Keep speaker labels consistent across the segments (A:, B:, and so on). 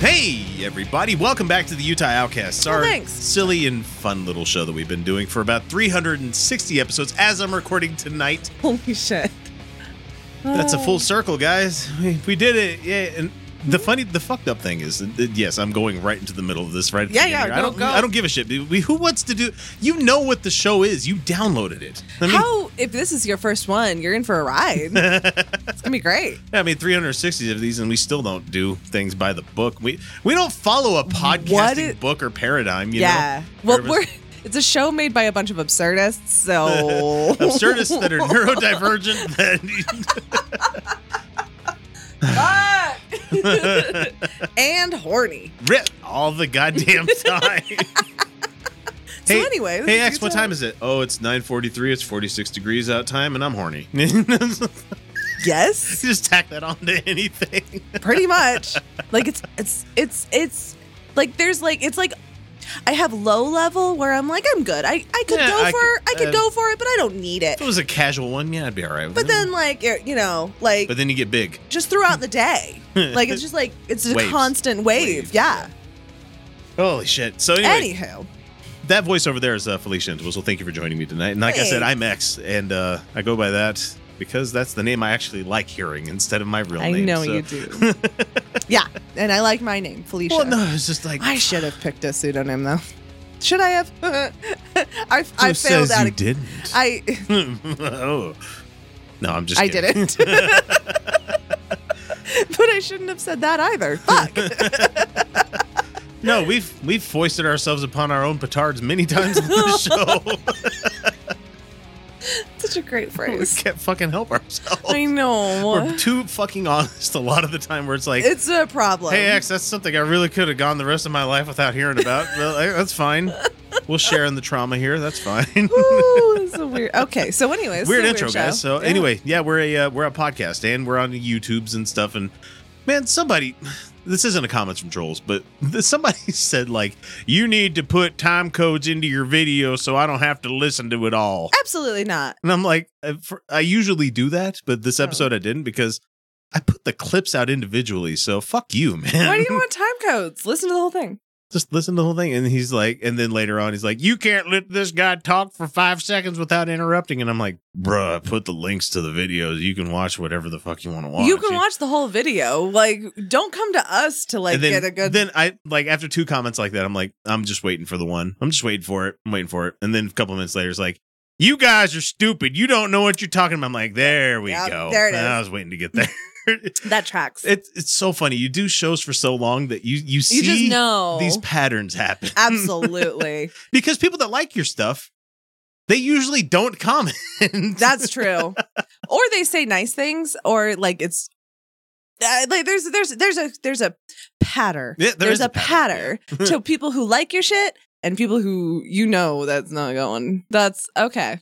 A: Hey, everybody, welcome back to the Utah Outcasts, our
B: thanks.
A: silly and fun little show that we've been doing for about 360 episodes as I'm recording tonight.
B: Holy shit.
A: That's a full
B: Oh.
A: circle, guys. We, we did it. Yeah, and the funny, the fucked up thing is, that- that- yes, I'm going right into the middle of this right. at the
B: Yeah,
A: beginning
B: yeah,
A: here. I
B: no,
A: don't.
B: go.
A: I don't give a shit. We, who wants to do? You know what the show is. You downloaded it. I mean,
B: How, if this is your first one, you're in for a ride. it's gonna be great.
A: I mean, 360 of these, and we still don't do things by the book. We we don't follow a
B: What
A: podcasting
B: it-
A: book or paradigm. You
B: yeah.
A: know.
B: Well, we're it's a show made by a bunch of absurdists, so
A: absurdists that are neurodivergent. That
B: Fuck! and horny.
A: rip all the goddamn time.
B: So anyway, this
A: hey
B: is
A: X, what
B: Utah.
A: time is it? Oh, it's 9:43. It's 46 degrees out time, and I'm horny.
B: Yes,
A: Just tack that on to anything.
B: pretty much. Like it's it's it's it's like there's like it's like I have low level where I'm like I'm good. I I could
A: Yeah,
B: go
A: I
B: for
A: could-
B: I could
A: uh,
B: go for it, but I don't need it.
A: If it was a casual one, yeah, I'd be all right. with
B: But
A: it.
B: then like you're- you know like
A: but then you get big.
B: just throughout the day. Like it's just like it's a
A: Waves.
B: constant wave.
A: Waves,
B: yeah.
A: Holy shit! So anyway,
B: Anywho,
A: that voice over there is uh, Felicia Entwistle. So thank you for joining me tonight. And like I said,
B: Hey.
A: I'm X, and uh, I go by that because that's the name I actually like hearing instead of my real
B: I
A: name.
B: know
A: so-
B: you do. yeah, and I like my name, Felicia.
A: Well, no, it's just like
B: I should have picked a pseudonym though. Should I have? I
A: who
B: I failed
A: says
B: at
A: you
B: it.
A: didn't.
B: I
A: oh. No, I'm just.
B: I
A: kidding.
B: didn't. but I shouldn't have said that either. Fuck.
A: No, we've we've foisted ourselves upon our own petards many times on the show.
B: Such a great
A: we
B: phrase.
A: can't fucking help ourselves.
B: I know.
A: We're too fucking honest a lot of the time where it's like,
B: It's a problem.
A: hey, X, that's something I really could have gone the rest of my life without hearing about. well, eh, that's fine. We'll share in the trauma here. That's fine.
B: Ooh, this is a weird. Okay, so anyway, this is
A: weird
B: a
A: intro,
B: weird
A: guys.
B: show.
A: So
B: Yeah.
A: anyway, yeah, we're a uh, we're a podcast and we're on the YouTubes and stuff. And man, somebody, this isn't a comment from trolls, but th- somebody said like, you need to put time codes into your video so I don't have to listen to it all.
B: absolutely not.
A: And I'm like, I, for, I usually do that, but this
B: Oh.
A: episode I didn't because I put the clips out individually. So fuck you, man.
B: Why do you want time codes? Listen to the whole thing.
A: Just listen to the whole thing. And he's like, and then later on, he's like, you can't let this guy talk for five seconds without interrupting. And I'm like, bruh, I put the links to the videos. You can watch whatever the fuck you want to watch.
B: You can watch the whole video. Like, don't come to us to like
A: and then,
B: get a good.
A: then I like after two comments like that, I'm like, I'm just waiting for the one. I'm just waiting for it. I'm waiting for it. And then a couple minutes later, it's like, you guys are stupid. You don't know what you're talking about. I'm like, there we
B: Yep,
A: go.
B: there it
A: I
B: is.
A: was waiting to get there.
B: that tracks.
A: it's it's so funny. You do shows for so long that you you see
B: you just know
A: these patterns happen.
B: Absolutely,
A: because people that like your stuff, they usually don't comment.
B: that's true. Or they say nice things, or like it's uh, like there's there's there's a there's a patter.
A: Yeah, there
B: there's
A: is
B: a,
A: a patter,
B: patter to people who like your shit and people who you know that's not going. That's okay.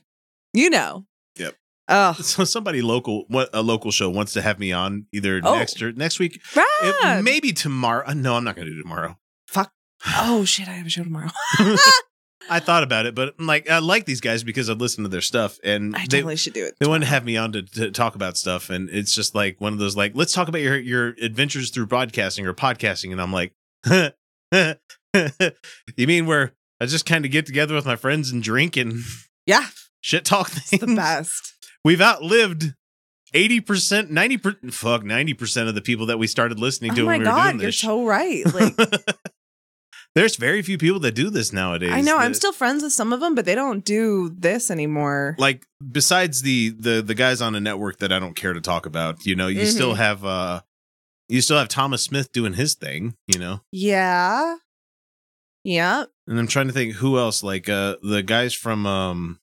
B: You know.
A: Yep.
B: Oh,
A: so somebody local, what a local show wants to have me on either
B: Oh.
A: next or next week, It-
B: rad.
A: maybe tomorrow. Uh, No, I'm not going to do tomorrow.
B: oh shit! I have a show tomorrow.
A: I thought about it, but I'm like I like these guys because I've listened to their stuff and
B: I
A: they
B: totally should do it.
A: they wanted to have me on to, to talk about stuff and it's just like one of those like let's talk about your your adventures through broadcasting or podcasting and i'm like you mean where i just kind of get together with my friends and drink and
B: Yeah,
A: shit talk
B: it's the
A: things
B: best.
A: we've outlived 80% 90% fuck 90% of the people that we started listening to
B: oh my
A: when we were
B: god,
A: doing
B: you're
A: this
B: so right. Like
A: there's very few people that do this nowadays
B: I know, I'm
A: that-
B: still friends with some of them, but they don't do this anymore.
A: like besides the the the guys on a network that I don't care to talk about, you know, you
B: Mhm.
A: still have uh you still have Thomas Smith doing his thing, you know.
B: Yeah. Yeah.
A: And I'm trying to think who else like uh the guys from um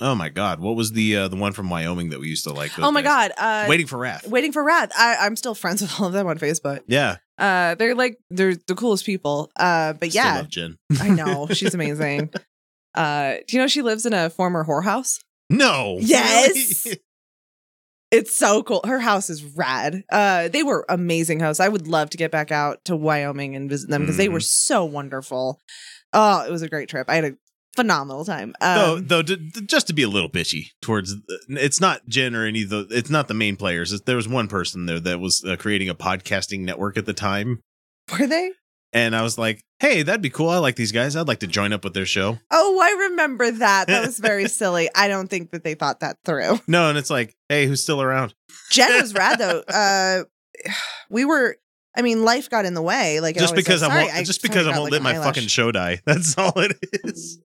A: Oh my god, what was the uh, the one from Wyoming that we used to like? those
B: oh my
A: guys?
B: god, uh,
A: Waiting for Wrath.
B: waiting for Wrath. I, I'm still friends with all of them on Facebook.
A: yeah,
B: Uh, they're like they're the coolest people. Uh, but
A: still
B: yeah,
A: love Jen.
B: I know she's amazing. Uh, do you know she lives in a former whorehouse?
A: No.
B: Yes.
A: Really?
B: It's so cool. Her house is rad. Uh, they were amazing hosts. I would love to get back out to Wyoming and visit them because they were
A: Mm-hmm.
B: so wonderful. Oh, it was a great trip. I had a phenomenal time.
A: though,
B: Um,
A: though, d- d- just to be a little bitchy towards, uh, it's not Jen or any of the, it's not the main players. It's, there was one person there that was uh, creating a podcasting network at the time,
B: were they?
A: and I was like, "Hey, that'd be cool. I like these guys. I'd like to join up with their show."
B: Oh, I remember that. That was very silly. I don't think that they thought that through.
A: No, and it's like, "Hey, who's still around?"
B: Jen was rad though. Uh, we were. I mean, life got in the way. Like it
A: just
B: always
A: because
B: does.
A: I
B: Sorry,
A: won't, just because I
B: sorry
A: won't let
B: got, like,
A: my
B: an eyelash.
A: fucking show die. That's all it is.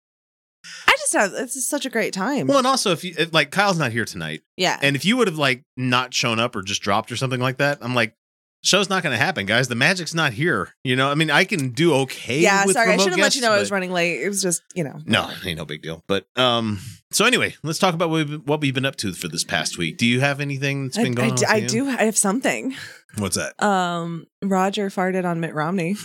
B: I just have. This is such a great time.
A: Well, and also if you if, like Kyle's not here tonight,
B: yeah.
A: and if you would have like not shown up or just dropped or something like that, I'm like, show's not going to happen, guys. The magic's not here. You know, I mean, I can do okay.
B: yeah.
A: with
B: Sorry, I
A: remote
B: should have let you
A: guests,
B: know I was
A: but-
B: running late. It was just you know.
A: No, ain't no big deal. But um, so anyway, let's talk about what we've, what we've been up to for this past week. Do you have anything that's
B: I,
A: been going
B: I
A: on?
B: d-
A: with
B: I
A: you?
B: do. I have something.
A: What's that?
B: Um, Roger farted on Mitt Romney.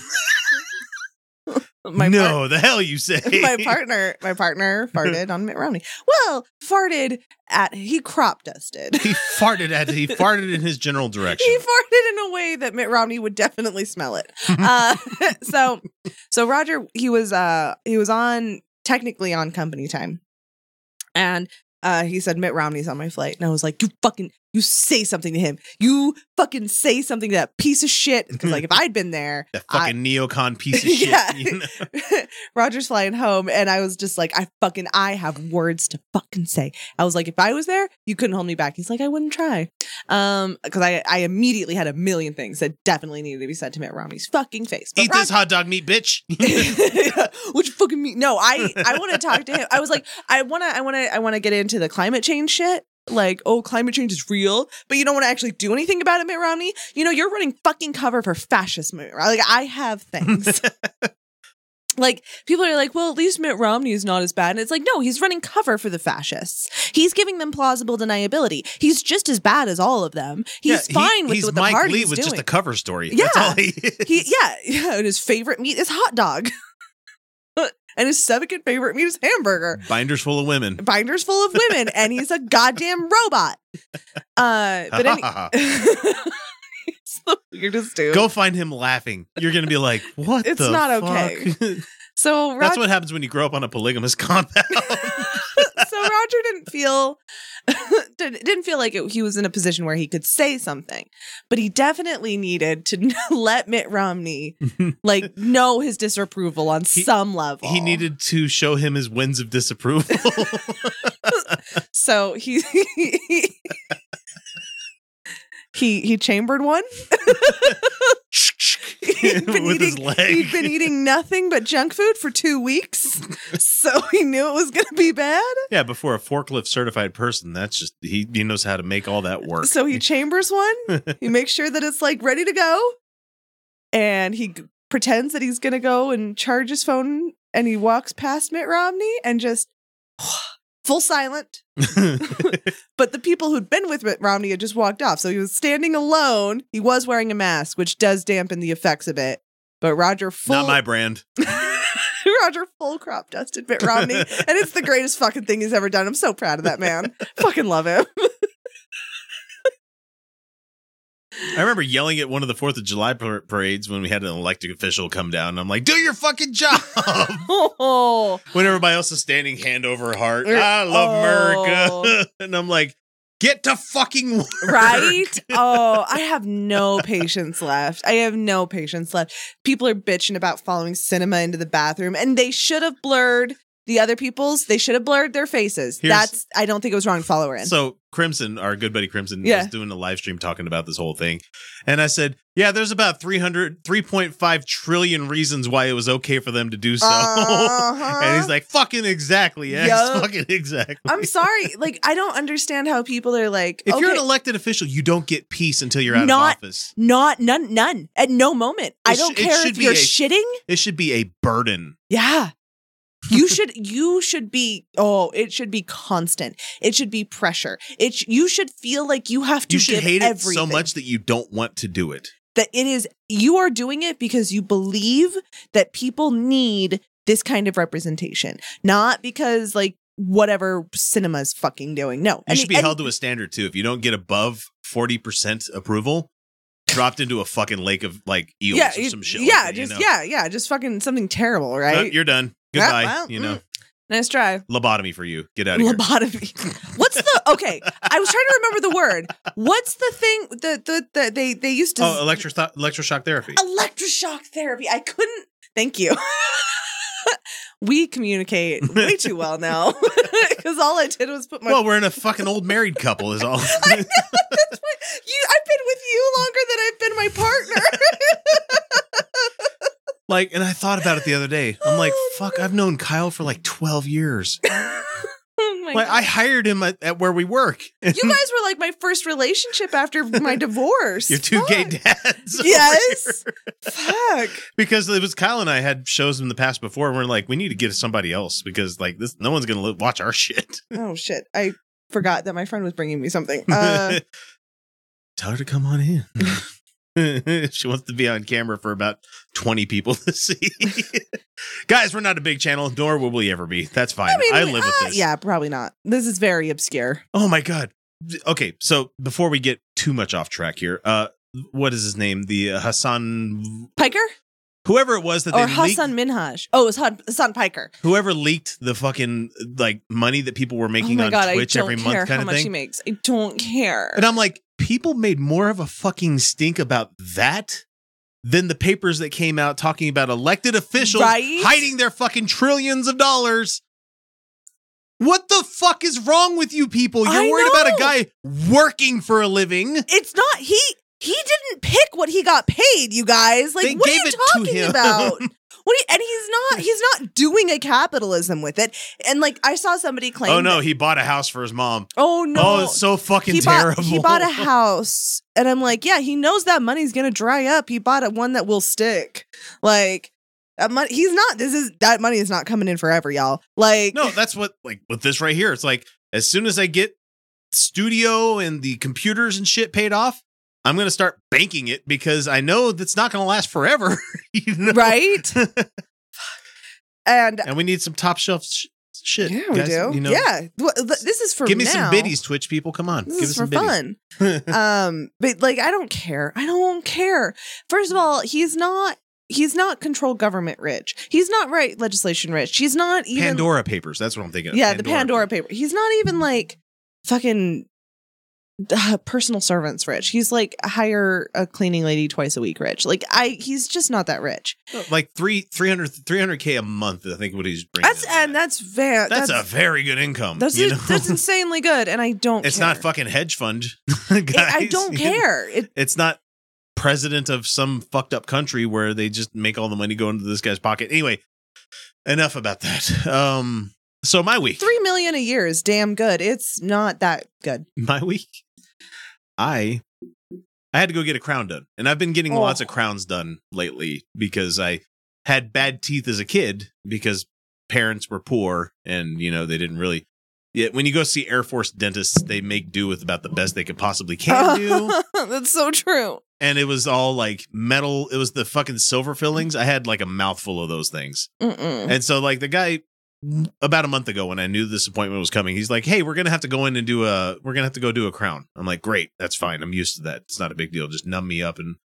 B: my
A: no,
B: par-
A: the hell you say.
B: my partner, my partner farted on Mitt Romney. Well, farted at he crop dusted.
A: He farted at. He farted in his general direction.
B: He farted in a way that Mitt Romney would definitely smell it. Uh, so, so Roger, he was uh, he was on technically on company time, and uh, he said Mitt Romney's on my flight, and I was like, you fucking, you say something to him, you fucking say something to that piece of shit, because like if I'd been there,
A: that
B: I-
A: fucking neocon piece of shit.
B: Yeah.
A: you know?
B: Roger's flying home, and I was just like, I fucking, I have words to fucking say. I was like, if I was there, you couldn't hold me back. He's like, I wouldn't try, um, because I, I immediately had a million things that definitely needed to be said to Mitt Romney's fucking face. But
A: Eat this hot dog meat, bitch.
B: which fucking me no i i want to talk to him i was like i want to i want to i want to get into the climate change shit like oh climate change is real but you don't want to actually do anything about it mitt romney you know you're running fucking cover for fascist mitt Romney. like i have things Like people are like, well, at least Mitt Romney is not as bad. And it's like, no, he's running cover for the fascists. He's giving them plausible deniability. He's just as bad as all of them. He's
A: Yeah, he-
B: fine with
A: he's
B: what the
A: Mike
B: party's
A: Lee
B: doing
A: with just a cover story.
B: Yeah.
A: That's all he is.
B: he yeah yeah and his favorite meat is hot dog and his second favorite meat is hamburger
A: Binders full of women.
B: binders full of women and he's a goddamn robot uh but any- he's the weirdest dude
A: Go find him laughing. You're gonna be like, what?
B: It's
A: the
B: not
A: fuck?
B: okay. so
A: That's
B: roger
A: what happens when you grow up on a polygamous compound.
B: so roger didn't feel didn't didn't feel like it, he was in a position where he could say something but he definitely needed to let mitt romney like know his disapproval on
A: He-
B: some level
A: he needed to show him his winds of disapproval.
B: So he he he chambered one. He'd been
A: With his
B: eating-
A: leg.
B: He'd been eating nothing but junk food for two weeks, so he knew it was going to be bad.
A: yeah, before a forklift certified person, that's just he. He knows how to make all that work.
B: So he chambers one. He makes sure that it's like ready to go, and he g- pretends that he's going to go and charge his phone. And he walks past Mitt Romney and just full silent. But the people who'd been with Mitt Romney had just walked off. So he was standing alone. He was wearing a mask, which does dampen the effects a bit. But Roger full
A: Not my brand.
B: Roger full crop dusted Mitt Romney. and it's the greatest fucking thing he's ever done. I'm so proud of that man. fucking love him.
A: I remember yelling at one of the Fourth of July par- parades when we had an elected official come down. And I'm like, "Do your fucking job!"
B: Oh.
A: when everybody else is standing hand over heart.
B: Er-
A: I love
B: oh.
A: America, and I'm like, "Get to fucking work."
B: Right? Oh, I have no patience left. I have no patience left. People are bitching about following cinema into the bathroom, and they should have blurred the other people's. They should have blurred their faces.
A: Here's-
B: That's I don't think it was wrong to follow her in.
A: So Crimson, our good buddy Crimson,
B: Yeah.
A: was doing a live stream talking about this whole thing. And I said, yeah, there's about 300, 3.5 trillion reasons why it was okay for them to do so.
B: Uh-huh.
A: and he's like, fucking exactly. Yes,
B: Yup. Uh,
A: fucking exactly.
B: I'm sorry. Like, I don't understand how people are like,
A: if you're an
B: okay,
A: elected official, you don't get peace until you're out
B: Not-
A: of office.
B: not none, none at no moment. I
A: It sh-
B: don't
A: it
B: care
A: should
B: if
A: be
B: you're
A: a-
B: shitting.
A: It should be a burden.
B: Yeah. You should you should be oh, it should be constant. It should be pressure. It sh- you should feel like you have to
A: You should
B: give
A: hate it so
B: everything.
A: much that you don't want to do it.
B: that it is you are doing it because you believe that people need this kind of representation, not because like whatever cinema is fucking doing. No,
A: You should be held to a standard too. If you don't get above forty percent approval, dropped into a fucking lake of like eels
B: yeah,
A: or
B: it-
A: some shit. like
B: yeah,
A: that, you
B: just
A: know?
B: yeah, yeah, just fucking something terrible,
A: Nope,
B: right?
A: you're done. Goodbye.
B: well, mm,
A: you know,
B: nice try.
A: lobotomy for you. Get out of here.
B: Lobotomy. What's the okay? I was trying to remember the word. What's the thing that the, the, they they used to
A: Oh, electro electroshock therapy.
B: electroshock therapy. I couldn't. Thank you. we communicate way too well now because all I did was put my.
A: well, we're in a fucking old married couple. Is all.
B: That's what, you, I've been with you longer than I've been my partner.
A: like, and I thought about it the other day. I'm like,
B: Oh,
A: fuck. I've known Kyle for like twelve years.
B: oh my
A: Like,
B: God.
A: I hired him at, at where we work.
B: you guys were like my first relationship after my divorce.
A: You're two gay
B: Fuck.
A: dads. over here.
B: Yes. Fuck.
A: because it was Kyle and I had shows in the past before, and we're like, we need to get somebody else because like this, no one's gonna li- watch our shit.
B: Oh shit. I forgot that my friend was bringing me something. Uh,
A: Tell her to come on in. she wants to be on camera for about twenty people to see. Guys, we're not a big channel, nor will we ever be. That's fine. I, live with
B: uh,
A: this.
B: Yeah, probably not. This is very obscure.
A: Oh my god. Okay, so before we get too much off track here, uh, what is his name? The uh, Hassan,
B: Piker
A: whoever it was that
B: or
A: they leaked-
B: Hassan Minhaj? Oh, it was Han- Hassan Piker. Oh
A: whoever leaked the fucking like money that people were making on Twitch every month kind
B: how
A: of
B: much
A: thing.
B: he makes. I don't care.
A: And I'm like, people made more of a fucking stink about that than the papers that came out talking about elected officials
B: Right?
A: hiding their fucking trillions of dollars. What the fuck is wrong with you people? You're
B: I
A: worried about a
B: know.
A: guy working for a living.
B: it's not he. He didn't pick what he got paid. You guys, like,
A: They
B: what are
A: gave
B: you
A: it to
B: talking
A: him.
B: about? What? Are you, and he's not. He's not doing a capitalism with it. And like, I saw somebody claim.
A: Oh no,
B: that-
A: he bought a house for his mom.
B: oh no!
A: Oh, it's so fucking
B: he
A: terrible.
B: bought. He bought a house, and I'm like, yeah, he knows that money's gonna dry up. He bought a one that will stick. Like that money. He's not. This is that money is not coming in forever, y'all. Like
A: No, that's what like with this right here. It's like as soon as I get studio and the computers and shit paid off, I'm gonna start banking it because I know that's not gonna last forever. you know?
B: right. and
A: And we need some top shelf sh- shit.
B: Yeah, we
A: guys,
B: do.
A: You know,
B: yeah, Well, th- this is for
A: Give me
B: now.
A: some biddies, Twitch people. Come on,
B: This
A: give
B: is
A: us
B: for
A: some biddies.
B: fun. um, but like, I don't care. I don't care. First of all, he's not. He's not control government rich. He's not right legislation rich. He's not even.
A: Pandora papers. That's what I'm thinking. of.
B: Yeah, the Pandora paper. He's not
A: Mm-hmm.
B: even like fucking uh, personal servants rich. He's like hire a cleaning lady twice a week rich. Like I, he's just not that rich.
A: Like three, 300, 300 k a month. I think what he's bringing.
B: That's
A: in.
B: and that's va-
A: that's, a very good income.
B: that's
A: you know?
B: that's insanely good. And I don't.
A: it's
B: care.
A: not fucking hedge fund.
B: It- I
A: guys,
B: don't
A: you know?
B: care. It
A: it's not president of some fucked up country where they just make all the money go into this guy's pocket. Anyway, enough about that. Um, so my week,
B: three million a year is damn good. It's not that good.
A: my week, I, I had to go get a crown done, and I've been getting
B: Oh.
A: lots of crowns done lately because I had bad teeth as a kid because parents were poor and you know they didn't really. Yeah, when you go see Air Force dentists, they make do with about the best they could possibly can do.
B: That's so true.
A: and it was all like metal. It was the fucking silver fillings. I had like a mouthful of those things.
B: Mm-mm.
A: And so like the guy about a month ago when I knew this appointment was coming, he's like, "Hey, we're going to have to go in and do a we're going to have to go do a crown." I'm like, "Great. That's fine. I'm used to that. It's not a big deal. Just numb me up and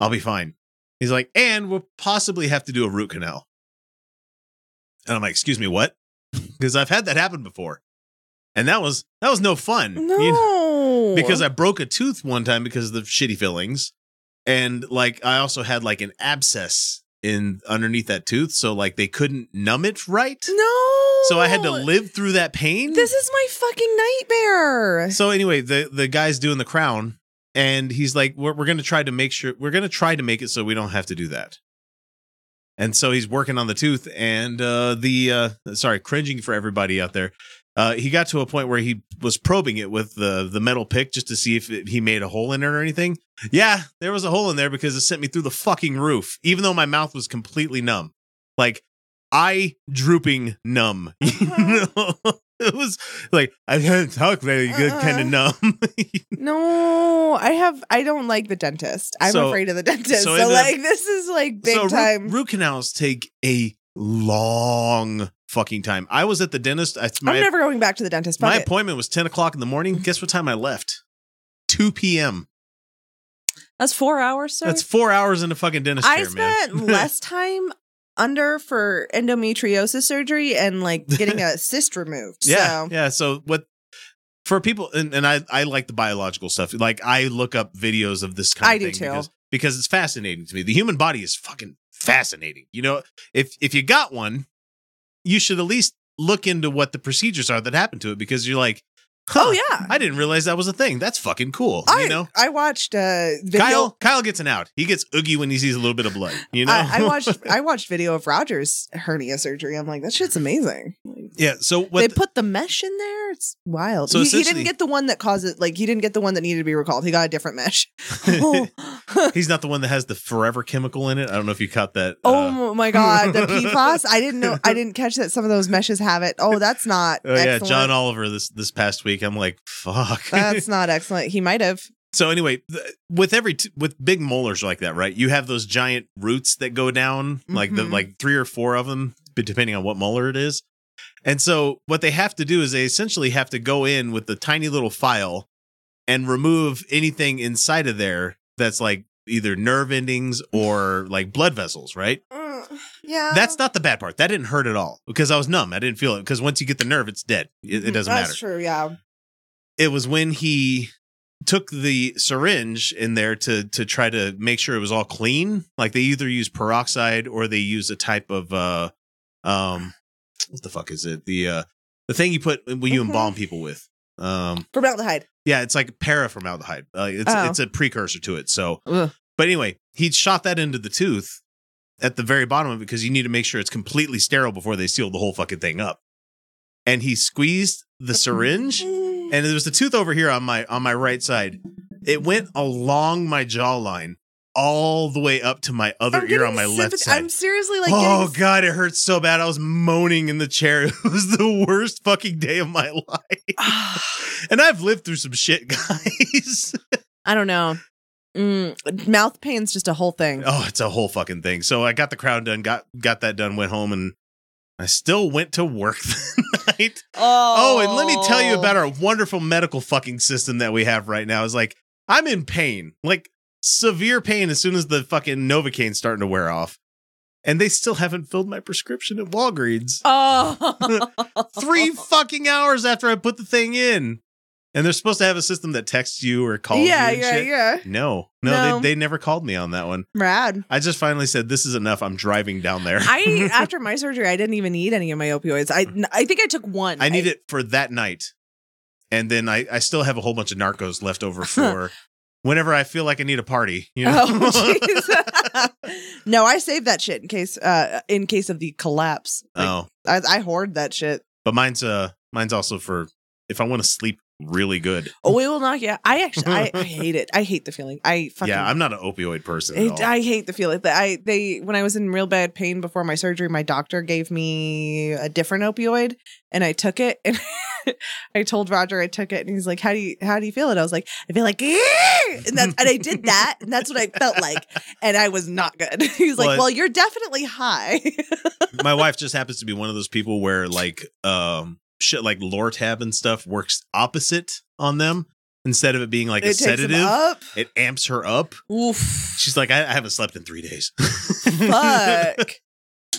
A: I'll be fine." He's like, "And we'll possibly have to do a root canal." And I'm like, "Excuse me, what?" Because I've had that happen before. And that was that was no fun.
B: No,
A: You know? because I broke a tooth one time because of the shitty fillings, and like I also had like an abscess in underneath that tooth, so like they couldn't numb it right.
B: no.
A: So I had to live through that pain.
B: This is my fucking nightmare.
A: so anyway, the the guy's doing the crown, and he's like, "We're we're gonna try to make sure we're gonna try to make it so we don't have to do that." And so he's working on the tooth, and uh, the uh, sorry, cringing for everybody out there. Uh, he got to a point where he was probing it with the the metal pick just to see if it, he made a hole in it or anything. Yeah, there was a hole in there because it sent me through the fucking roof, even though my mouth was completely numb. Like eye drooping numb. You know? It was like I can't talk very good,
B: Uh-uh.
A: kind of numb.
B: No, I have. I don't like the dentist. I'm
A: So-
B: afraid of the dentist.
A: so
B: So,
A: in the-
B: like, this is like big
A: root-
B: time.
A: root canals take a long fucking time. I was at the dentist. That's my
B: I'm never going back to the dentist. Fuck
A: my
B: it.
A: appointment was ten o'clock in the morning. Guess what time I left? Two p.m.
B: That's four hours, sir.
A: That's four hours in the fucking dentist
B: I
A: chair,
B: spent
A: man.
B: less time under for endometriosis surgery and like getting a cyst removed.
A: Yeah,
B: So
A: yeah. So what for people? And, and I I like the biological stuff. Like I look up videos of this kind.
B: I
A: of
B: do
A: thing
B: too.
A: Because, because it's fascinating to me. The human body is fucking fascinating. You know, if if you got one, you should at least look into what the procedures are that happen to it because you're like, huh,
B: Oh yeah.
A: I didn't realize that was a thing. That's fucking cool.
B: I
A: you know.
B: I watched uh video.
A: Kyle, Kyle gets an out. He gets oogie when he sees a little bit of blood. You know,
B: I, I watched I watched video of Roger's hernia surgery. I'm like, that shit's amazing.
A: yeah. So
B: they
A: what? the-
B: put the mesh in there. It's wild.
A: So
B: he, he
A: essentially-
B: didn't get the one that caused it. Like he didn't get the one that needed to be recalled. He got a different mesh. oh,
A: he's not the one that has the forever chemical in it. I don't know if you caught that. uh,
B: oh my god, the PFAS. I didn't know. I didn't catch that some of those meshes have it. Oh, that's not.
A: Oh yeah,
B: excellent.
A: John Oliver this this past week. I'm like, fuck.
B: That's not excellent. He might have.
A: so anyway, th- with every t- with big molars like that, right? You have those giant roots that go down, like the
B: Mhm.
A: like three or four of them, b- depending on what molar it is. And so what they have to do is they essentially have to go in with the tiny little file and remove anything inside of there that's like either nerve endings or like blood vessels, right?
B: Mm, yeah.
A: That's not the bad part. That didn't hurt at all because I was numb. I didn't feel it because once you get the nerve, it's dead.
B: Mm-hmm.
A: It, it doesn't matter
B: That's true. Yeah.
A: it was when he took the syringe in there to to try to make sure it was all clean. Like they either use peroxide or they use a type of uh um what the fuck is it? The uh the thing you put when you
B: Mhm.
A: embalm people with. Um
B: Formaldehyde.
A: yeah, it's like paraformaldehyde. Uh, it's
B: Oh.
A: it's a precursor to it. So
B: Ugh.
A: but anyway, he shot that into the tooth at the very bottom of it because you need to make sure it's completely sterile before they seal the whole fucking thing up. And he squeezed the syringe
B: Mm.
A: and there was the tooth over here on my on my right side. It went along my jawline all the way up to my other
B: I'm
A: ear on
B: getting
A: my left
B: sympath-
A: side.
B: I'm seriously like.
A: oh
B: getting-
A: god, it hurt so bad. I was moaning in the chair. It was the worst fucking day of my life.
B: ah,
A: And I've lived through some shit, guys.
B: I don't know. Mm, mouth pain's just a whole thing.
A: oh, it's a whole fucking thing. So I got the crown done, got got that done, went home and I still went to work that night. Oh, and let me tell you about our wonderful medical fucking system that we have right now. Is like I'm in pain, like severe pain as soon as the fucking Novocaine's starting to wear off. And they still haven't filled my prescription at Walgreens.
B: Oh.
A: Three fucking hours after I put the thing in. And they're supposed to have a system that texts you or calls
B: yeah,
A: you. and
B: yeah,
A: shit.
B: yeah.
A: No, no,
B: No.
A: They, they never called me on that one.
B: Rad.
A: I just finally said, This is enough. I'm driving down there.
B: I after my surgery, I didn't even need any of my opioids. I I think I took one.
A: I need it for that night. And then I, I still have a whole bunch of narcos left over for whenever I feel like I need a party. You know?
B: Oh, jeez. no, I saved that shit in case uh in case of the collapse. Like,
A: Oh.
B: I, I hoard that shit.
A: But mine's uh mine's also for if I want to sleep really good.
B: Oh, we will knock you out. I actually I, I hate it. I hate the feeling. I fucking
A: yeah, I'm not an opioid person. At
B: It,
A: all.
B: I hate the feeling that I they when I was in real bad pain before my surgery, my doctor gave me a different opioid and I took it and I told Roger I took it and he's like, "How do you how do you feel it?" I was like, "I feel like," "Grr!" and that's and I did that and that's what I felt like and I was not good. He's like,
A: Well, it-
B: "Well, you're definitely high."
A: My wife just happens to be one of those people where like um shit like Lortab and stuff works opposite on them. Instead of it being like a
B: it takes him
A: sedative,
B: up.
A: it amps her up.
B: Oof,
A: She's like, I, I haven't slept in three days.
B: fuck.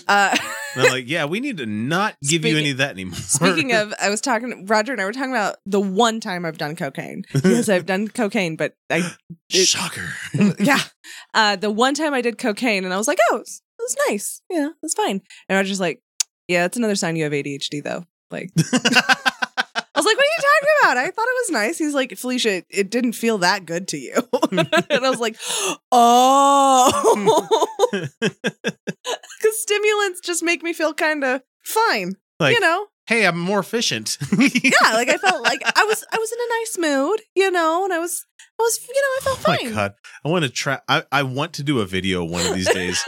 B: Uh,
A: And I'm like, yeah, we need to not give you
B: Speaking-
A: any of that anymore.
B: Speaking of, I was talking. Roger and I were talking about the one time I've done cocaine. Yes, I've done cocaine, but I it-
A: shocker.
B: yeah. Uh, the one time I did cocaine and I was like, oh, it's, it's nice. Yeah, it's fine. And Roger's like, yeah, that's another sign you have ADHD though. Like, I was like, what are you talking about? I thought it was nice. He's like, Felicia, it, it didn't feel that good to you. and I was like, oh. Because stimulants just make me feel kind of fine.
A: Like-
B: you know?
A: hey, I'm more efficient.
B: Yeah, like I felt like I was I was in a nice mood, you know, and I was I was, you know, I felt
A: Oh
B: fine.
A: my god, I want to try. I, I want to do a video one of these days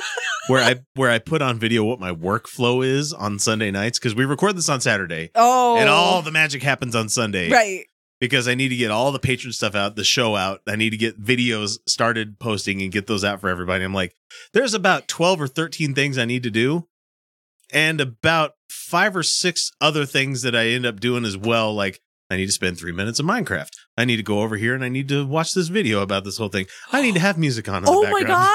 A: where I where I put on video what my workflow is on Sunday nights because we record this on Saturday
B: Oh,
A: and all the magic happens on Sunday
B: right.
A: because I need to get all the patron stuff out, the show out. I need to get videos started posting and get those out for everybody. I'm like, there's about twelve or thirteen things I need to do, and about five or six other things that I end up doing as well, like. I need to spend three minutes in Minecraft. I need to go over here and I need to watch this video about this whole thing. I need to have music on. In
B: Oh
A: the
B: my
A: background.
B: god!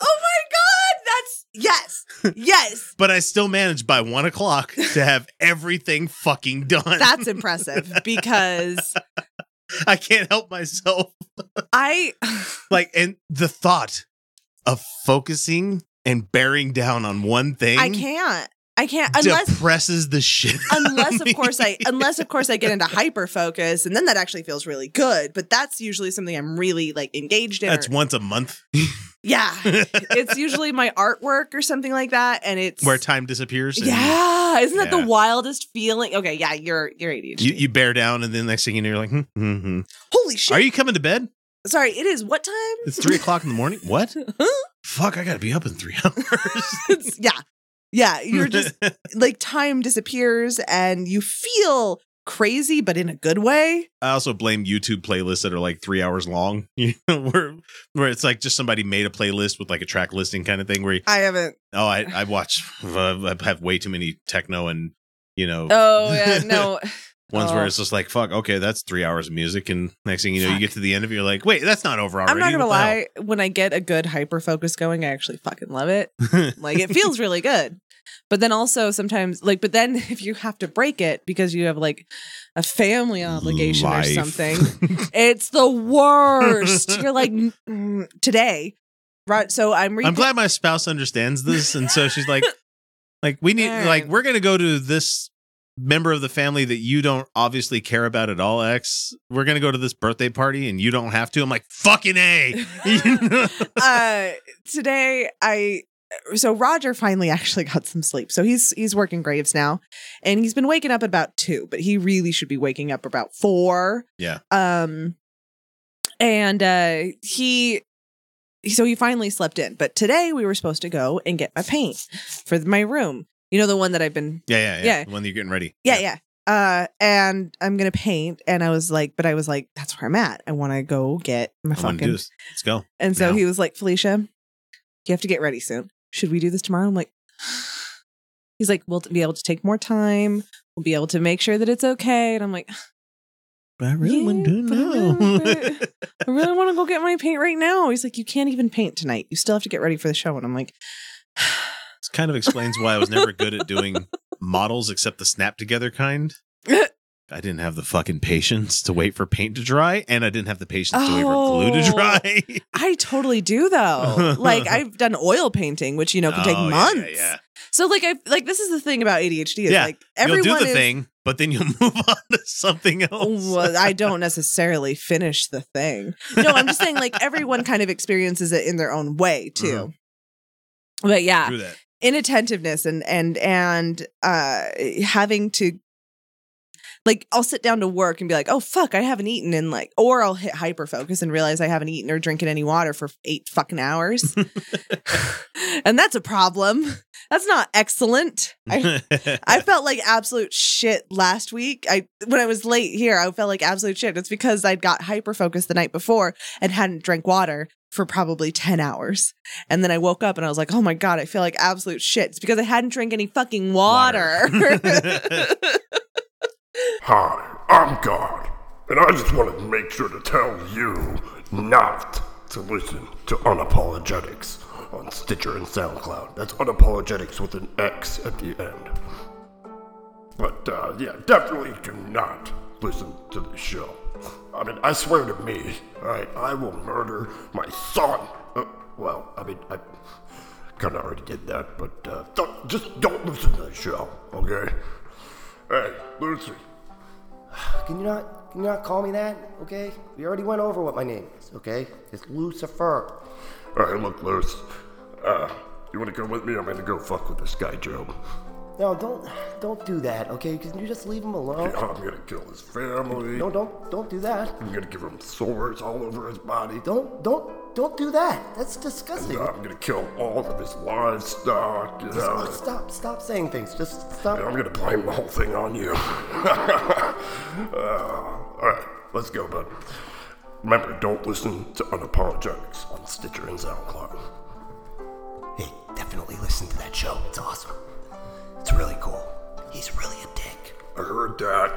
B: oh my god! That's yes, yes.
A: But I still manage by one o'clock to have everything fucking done.
B: That's impressive because
A: I can't help myself.
B: I
A: Like, and the thought of focusing and bearing down on one thing
B: I can't I can't unless
A: depresses the shit. out of
B: unless of
A: me.
B: course I unless of course I get into hyper focus and then that actually feels really good. But that's usually something I'm really like engaged in. or-
A: That's once a month
B: yeah, it's usually my artwork or something like that, and it's
A: where time disappears. and
B: yeah, isn't that
A: Yeah.
B: the wildest feeling? Okay, yeah, you're you're ADHD.
A: You, you bear down, and then next thing you know, you're like, hmm, hmm, hmm.
B: Holy shit!
A: Are you coming to bed?
B: Sorry, it is what time?
A: It's three o'clock in the morning. What? Fuck, I gotta be up in three hours.
B: It's- yeah. Yeah, you're just like time disappears and you feel crazy but in a good way.
A: I also blame YouTube playlists that are like three hours long, you know, where where it's like just somebody made a playlist with like a track listing kind of thing. Where you,
B: I haven't
A: oh, I I watch, uh, I have way too many techno and you know
B: Oh yeah, no.
A: ones
B: oh.
A: where it's just like fuck, okay, that's three hours of music, and next thing you know,
B: Fuck.
A: you get to the end of it, you're like, wait, that's not over already.
B: I'm not gonna
A: What the
B: lie, when I get a good hyper focus going, I actually fucking love it.
A: hell?
B: Like it feels really good. But then also sometimes like but then if you have to break it because you have like a family obligation
A: Life.
B: or something, it's the worst. You're like mm, today. Right. So I'm reading
A: I'm glad my spouse understands this, and so she's like, like we need,
B: All right.
A: like we're gonna go to this member of the family that you don't obviously care about at all. X, we're gonna go to this birthday party, and you don't have to. I'm like, fucking a. You know?
B: uh today i so roger finally actually got some sleep so he's he's working graves now and he's been waking up at about two but he really should be waking up about four
A: Yeah.
B: um and uh he so he finally slept in but today we were supposed to go and get my paint for my room you know the one that i've been
A: yeah, yeah, yeah,
B: Yeah.
A: The one that you're getting ready.
B: yeah, yeah. Uh, and I'm gonna paint, and I was like, but I was like, that's where I'm at. I want to go get
A: I
B: my
A: want to
B: fucking
A: do this. Let's go.
B: and so
A: No.
B: he was like, Felicia, you have to get ready soon. Should we do this tomorrow? I'm like, he's like, we'll be able to take more time. We'll be able to make sure that it's okay. And I'm like,
A: But I really
B: Yeah,
A: want to do it
B: but I really
A: now.
B: wanna- I really want to go get my paint right now. He's like, you can't even paint tonight. You still have to get ready for the show. And I'm like,
A: this kind of explains why I was never good at doing models except the snap together kind. I didn't have the fucking patience to wait for paint to dry, and I didn't have the patience to wait for glue to
B: Oh.
A: dry.
B: I totally do though. like I've done oil painting, which you know can take
A: Oh, yeah,
B: months.
A: Yeah, yeah.
B: So like I like this is the thing about ADHD is
A: Yeah,
B: like everyone
A: you'll do the
B: is, uh,
A: thing, but then you'll move on to something else.
B: well, I don't necessarily finish the thing. No, I'm just saying like everyone kind of experiences it in their own way too.
A: Mhm.
B: But yeah,
A: Through that.
B: inattentiveness and and and uh having to like I'll sit down to work and be like, "Oh fuck, I haven't eaten." And like or I'll hit hyper focus and realize I haven't eaten or drinking any water for 8 fucking hours. and that's a problem. That's not excellent. I I felt like absolute shit last week. I when I was late here, I felt like absolute shit. It's because I'd got hyper focused the night before and hadn't drank water for probably 10 hours. And then I woke up and I was like, "Oh my god, I feel like absolute shit." It's because I hadn't drank any fucking water.
A: Water.
C: Hi, I'm God, and I just wanted to make sure to tell you not to listen to Unapologetics on Stitcher and SoundCloud. That's Unapologetics with an X at the end. But uh, yeah, definitely do not listen to the show. I mean, I swear to me, alright, I will murder my son. Uh, well, I mean, I kind of already did that, but uh, don't, just don't listen to the show, okay? Hey, Lucy,
D: Can you not can you not call me that? Okay? We already went over what my name is, okay? It's Lucifer.
C: All right, look, Lewis. Uh, you want to come with me? I'm going to go fuck with this guy, Joe.
D: No, don't, don't do that. Okay, can you just leave him alone?
C: Yeah, I'm gonna kill his family.
D: No, don't, don't do that.
C: I'm gonna give him sores all over his body. Uh,
D: Don't, don't, don't do that. That's disgusting.
C: I'm gonna kill all of his livestock. You know.
D: Just stop, stop saying things. Just stop.
C: And I'm gonna blame the whole thing on you. Uh, all right, let's go, bud. Remember, don't listen to unapologetics on Stitcher and SoundCloud.
D: Hey, definitely listen to that show. It's awesome. It's really cool. He's really a dick.
C: I heard that.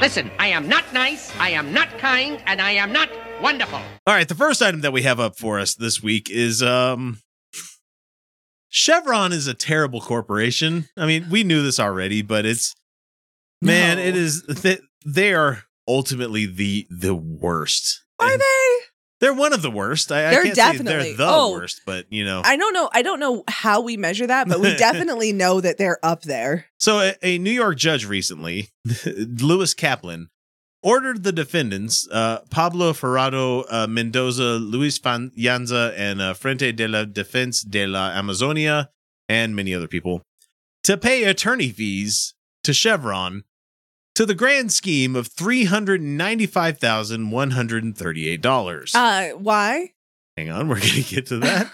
E: Listen, I am not nice, I am not kind, and I am not wonderful.
A: All right, the first item that we have up for us this week is um Chevron is a terrible corporation. I mean, we knew this already, but it's man,
B: No.
A: it is th- they are ultimately the the worst.
B: Are
A: And
B: they?
A: They're one of the worst. I,
B: They're
A: I can't say
B: definitely-
A: they're the
B: oh.
A: worst, but you know.
B: I don't know. I don't know how we measure that, but we definitely know that they're up there.
A: So, a, a New York judge recently, Lewis Kaplan, ordered the defendants, uh, Pablo Ferrado uh, Mendoza, Luis Fan- Yanza, and uh, Frente de la Defensa de la Amazonia, and many other people, to pay attorney fees to Chevron to the grand scheme of $395,138.
B: Uh, why?
A: Hang on, we're going to get to that.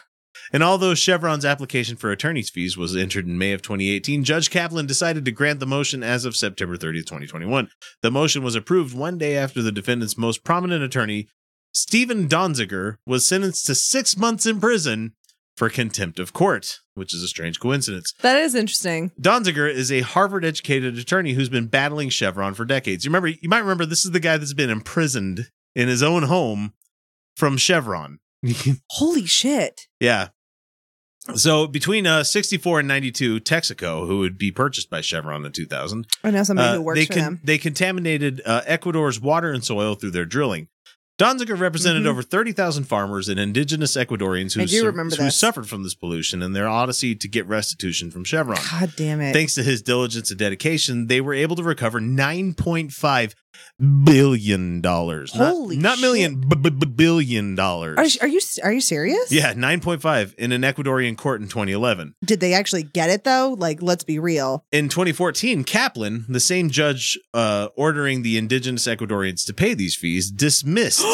A: And although Chevron's application for attorney's fees was entered in May of 2018, Judge Kaplan decided to grant the motion as of September 30th, 2021. The motion was approved one day after the defendant's most prominent attorney, Stephen Donziger, was sentenced to six months in prison for contempt of court, which is a strange coincidence.
B: That is interesting.
A: Donziger is a Harvard educated attorney who's been battling Chevron for decades. You remember you might remember this is the guy that's been imprisoned in his own home from Chevron.
B: Holy shit!
A: Yeah. So between uh, 64 and 92, Texaco, who would be purchased by Chevron in 2000,
B: I know somebody
A: uh,
B: who works
A: they,
B: for
A: con-
B: them.
A: they contaminated uh, Ecuador's water and soil through their drilling. Donziger represented
B: Mhm.
A: over 30,000 farmers and indigenous Ecuadorians
B: I
A: who,
B: do
A: su-
B: remember
A: who
B: this.
A: suffered from this pollution in their odyssey to get restitution from Chevron.
B: God damn it!
A: Thanks to his diligence and dedication, they were able to recover $9.5 billion. Not-
B: Holy
A: not, million, b- b- b- billion dollars.
B: are, are you are you serious?
A: Yeah, 9.5 in an Ecuadorian court in 2011.
B: Did they actually get it though? Like, let's be real.
A: In 2014, Kaplan, the same judge uh, ordering the indigenous Ecuadorians to pay these fees, dismissed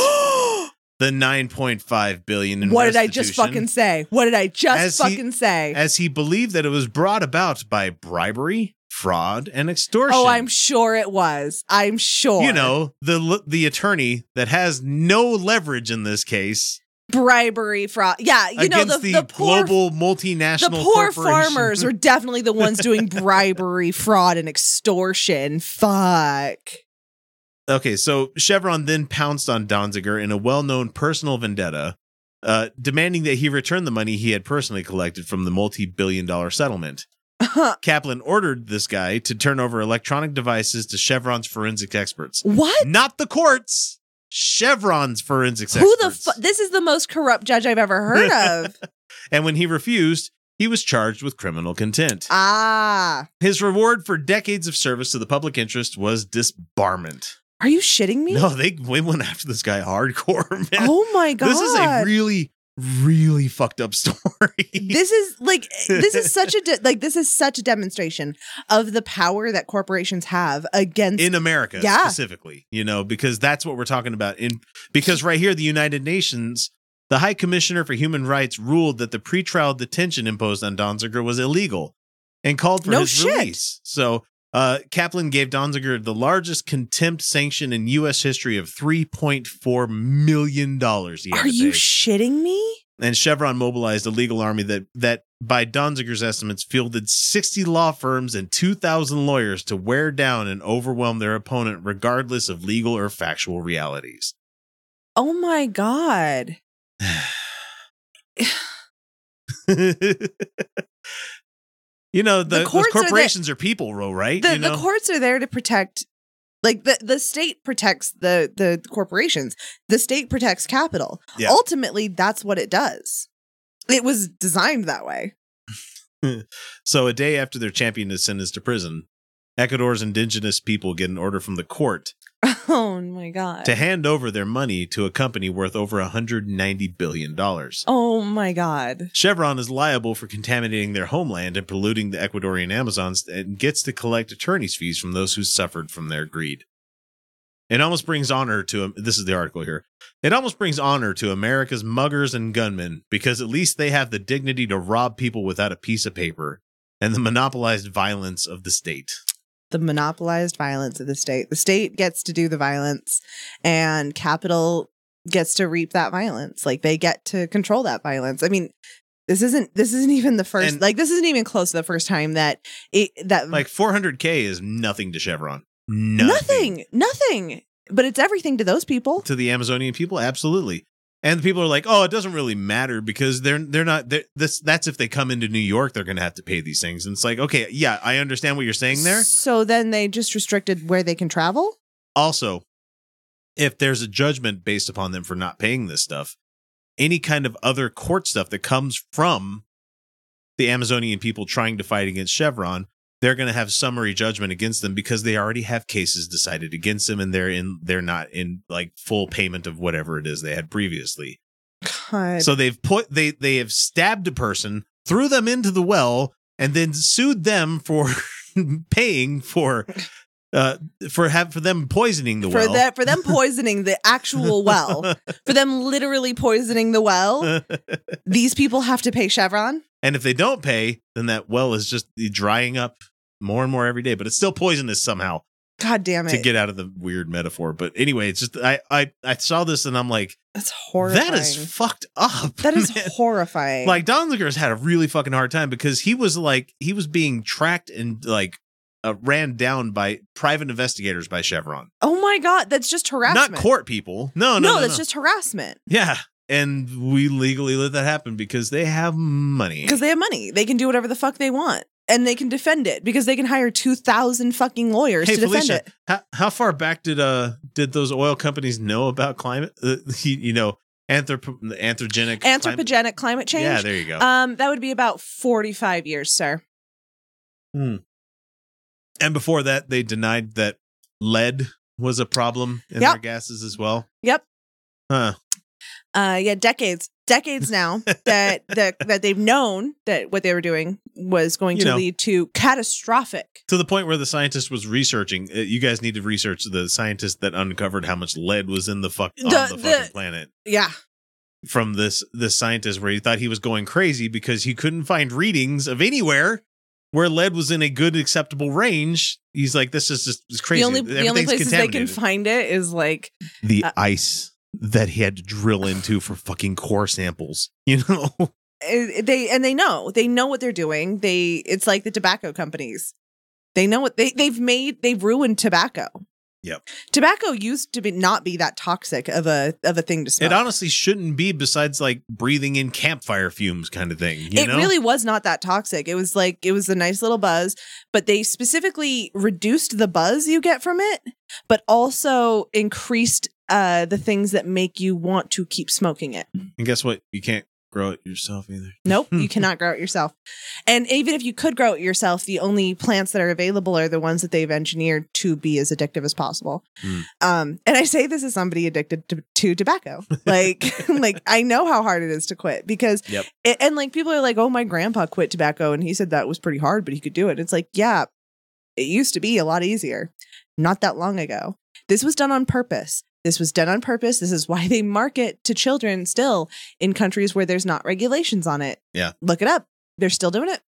A: the 9.5 billion in
B: what did I just
A: restitution
B: fucking say? What did I just
A: As he-
B: fucking say?
A: as he believed that it was brought about by bribery, fraud, and extortion.
B: Oh, I'm sure it was. I'm sure.
A: you know the the attorney that has no leverage in this case
B: bribery fraud. Yeah, you know
A: against
B: the,
A: the,
B: the poor
A: global
B: the
A: multinational
B: poor
A: corporation.
B: farmers are definitely the ones doing bribery, fraud, and extortion. Fuck.
A: Okay, so Chevron then pounced on Donziger in a well known personal vendetta, uh, demanding that he return the money he had personally collected from the multi billion dollar settlement. Kaplan ordered this guy to turn over electronic devices to Chevron's forensic experts.
B: what?
A: Not the courts, Chevron's forensics
B: Who the
A: experts.
B: fuck? This is the most corrupt judge I've ever heard of.
A: and when he refused, he was charged with criminal contempt.
B: ah,
A: His reward for decades of service to the public interest was disbarment.
B: are you shitting me?
A: No, they, they went after this guy hardcore, man.
B: Oh my god.
A: This is a really, really fucked up story.
B: this is like this is such a de- like this is such a demonstration of the power that corporations have against
A: in America
B: Yeah.
A: specifically, you know, because that's what we're talking about. In because right here, the United Nations, the High Commissioner for Human Rights ruled that the pretrial detention imposed on Donziger was illegal and called for
B: No
A: his
B: shit.
A: release. So uh, Kaplan gave Donziger the largest contempt sanction in U.S. history of three point four million dollars.
B: Are you shitting me?
A: and Chevron mobilized a legal army that that by Donziger's estimates fielded 60 law firms and 2000 lawyers to wear down and overwhelm their opponent regardless of legal or factual realities.
B: Oh my god.
A: you know, the,
B: The
A: those
B: courts are the-
A: corporations are, people, Ro, right?
B: The
A: you know?
B: the courts are there to protect like the, the state protects the the corporations. The state protects capital.
A: Yeah.
B: Ultimately, that's what it does. It was designed that way.
A: So a day after their champion is sentenced to prison, Ecuador's indigenous people get an order from the court
B: Oh my god.
A: to hand over their money to a company worth over $190 billion.
B: Oh my god.
A: Chevron is liable for contaminating their homeland and polluting the Ecuadorian Amazons and gets to collect attorney's fees from those who suffered from their greed. It almost brings honor to um, this is the article here. It almost brings honor to America's muggers and gunmen because at least they have the dignity to rob people without a piece of paper and the monopolized violence of the state.
B: The monopolized violence of the state. The state gets to do the violence and capital gets to reap that violence. Like they get to control that violence. I mean, this isn't this isn't even the first
A: And-
B: like this isn't even close to the first time that it that
A: Like 400k is nothing to Chevron. nothing.
B: nothing, nothing. But it's everything to those people.
A: to the Amazonian people? Absolutely. And the people are like, oh, it doesn't really matter because they're they're not they're, this. That's if they come into New York, they're going to have to pay these things. And it's like, okay, yeah, I understand what you're saying there.
B: So then they just restricted where they can travel.
A: Also, if there's a judgment based upon them for not paying this stuff, any kind of other court stuff that comes from the Amazonian people trying to fight against Chevron, they're going to have summary judgment against them because they already have cases decided against them, and they're in they're not in like full payment of whatever it is they had previously.
B: God.
A: So they've put they they have stabbed a person, threw them into the well, and then sued them for paying for uh for have for them poisoning the
B: for
A: well.
B: that for them poisoning the actual well for them literally poisoning the well these people have to pay chevron
A: and if they don't pay, then that well is just drying up more and more every day. But it's still poisonous somehow.
B: god damn it
A: To get out of the weird metaphor, but anyway, it's just I I I saw this and I'm like,
B: that's horrifying
A: that is fucked up.
B: that is
A: man.
B: horrifying
A: like Donziger's had a really fucking hard time because he was like he was being tracked and like uh, ran down by private investigators by Chevron,
B: oh my god that's just harassment
A: not court people. No, no, no,
B: that's
A: no.
B: just harassment
A: yeah. And we legally let that happen because they have money.
B: because they have money they can do whatever the fuck they want and they can defend it because they can hire 2000 fucking lawyers
A: Hey
B: to defend
A: Felicia,
B: it
A: how, how far back did uh did those oil companies know about climate? Uh, you, you know, anthrop- anthropogenic climate-
B: anthropogenic climate change
A: Yeah, there you go.
B: um that would be about 45 years sir
A: and before that, they denied that lead was a problem in
B: Yep.
A: their gases as well.
B: Yep.
A: Huh.
B: uh yeah decades decades now that that that they've known that what they were doing was going
A: You
B: to
A: know.
B: lead to catastrophic
A: to the point where the scientist was researching. uh, You guys need to research the scientist that uncovered how much lead was in the fuck on the,
B: The- the-
A: fucking planet
B: yeah
A: from this this scientist where he thought he was going crazy because he couldn't find readings of anywhere where lead was in a good acceptable range. He's like, this is just it's crazy.
B: the only the only
A: Everything's
B: places they can
A: contaminated.
B: find it is like
A: the
B: uh,
A: ice that he had to drill into for fucking core samples. You know,
B: eh, they and they know they know what they're doing they it's like the tobacco companies they know what they they've made they've ruined tobacco
A: Yep.
B: tobacco used to be not be that toxic of a of a thing to smoke
A: it honestly shouldn't be. Besides, like breathing in campfire fumes, kind of thing. You
B: it
A: know,
B: really was not that toxic. It was like it was a nice little buzz, but they specifically reduced the buzz you get from it, but also increased uh the things that make you want to keep smoking it.
A: and guess what? You can't grow it yourself either.
B: Nope, you cannot grow it yourself. And even if you could grow it yourself, the only plants that are available are the ones that they've engineered to be as addictive as possible.
A: Hmm.
B: Um, and I say this as somebody addicted to, to tobacco. Like, like I know how hard it is to quit because,
A: Yep.
B: it, and like people are like, oh, my grandpa quit tobacco and he said that was pretty hard, but he could do it. It's like, yeah, it used to be a lot easier not that long ago. This was done on purpose. This was done on purpose. This is why they market to children still in countries where there's not regulations on it.
A: Yeah.
B: Look it up. They're still doing it.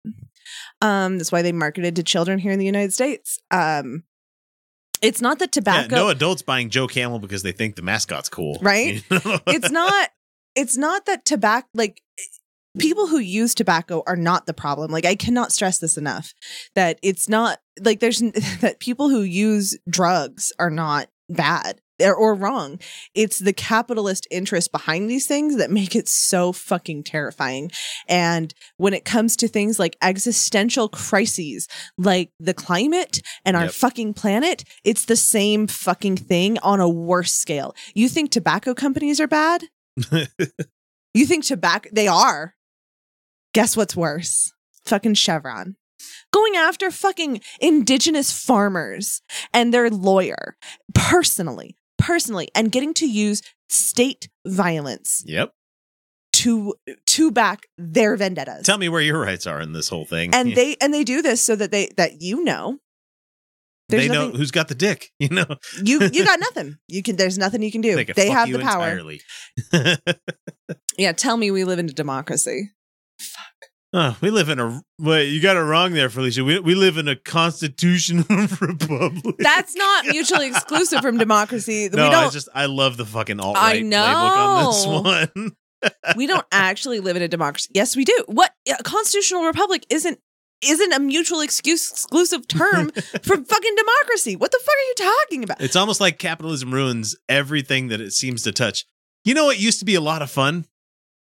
B: Um, that's why they marketed to children here in the United States. Um, it's not that
A: Yeah,
B: tobacco.
A: no adults buying Joe Camel because they think the mascot's cool.
B: Right?
A: You know?
B: it's not it's not that tobacco like people who use tobacco are not the problem like i cannot stress this enough that it's not like there's n- that people who use drugs are not bad or, or wrong it's the capitalist interest behind these things that make it so fucking terrifying and when it comes to things like existential crises like the climate and our
A: Yep.
B: fucking planet, it's the same fucking thing on a worse scale. You think tobacco companies are bad? you think tobacco, they are. Guess what's worse? Fucking Chevron. going after fucking indigenous farmers and their lawyer personally, personally, and getting to use state violence
A: Yep.
B: to to back their vendettas.
A: Tell me where your rights are in this whole thing.
B: and
A: Yeah.
B: they and they do this so that they that you know. There's
A: they know
B: nothing,
A: who's got the dick. You know,
B: you you got nothing. You can there's nothing you can do. They,
A: can fuck
B: have
A: you
B: the power.
A: entirely.
B: Yeah, tell me we live in a democracy.
A: Oh, we live in a wait. You got it wrong there, Felicia. We we live in a constitutional republic.
B: That's not mutually exclusive from democracy.
A: no,
B: we
A: I
B: don't
A: just I love the fucking alt
B: I
A: right
B: know.
A: playbook on this one.
B: we don't actually live in a democracy. Yes, we do. What a constitutional republic isn't isn't a mutual excuse exclusive term for fucking democracy. What the fuck are you talking about?
A: It's almost like capitalism ruins everything that it seems to touch. You know what used to be a lot of fun?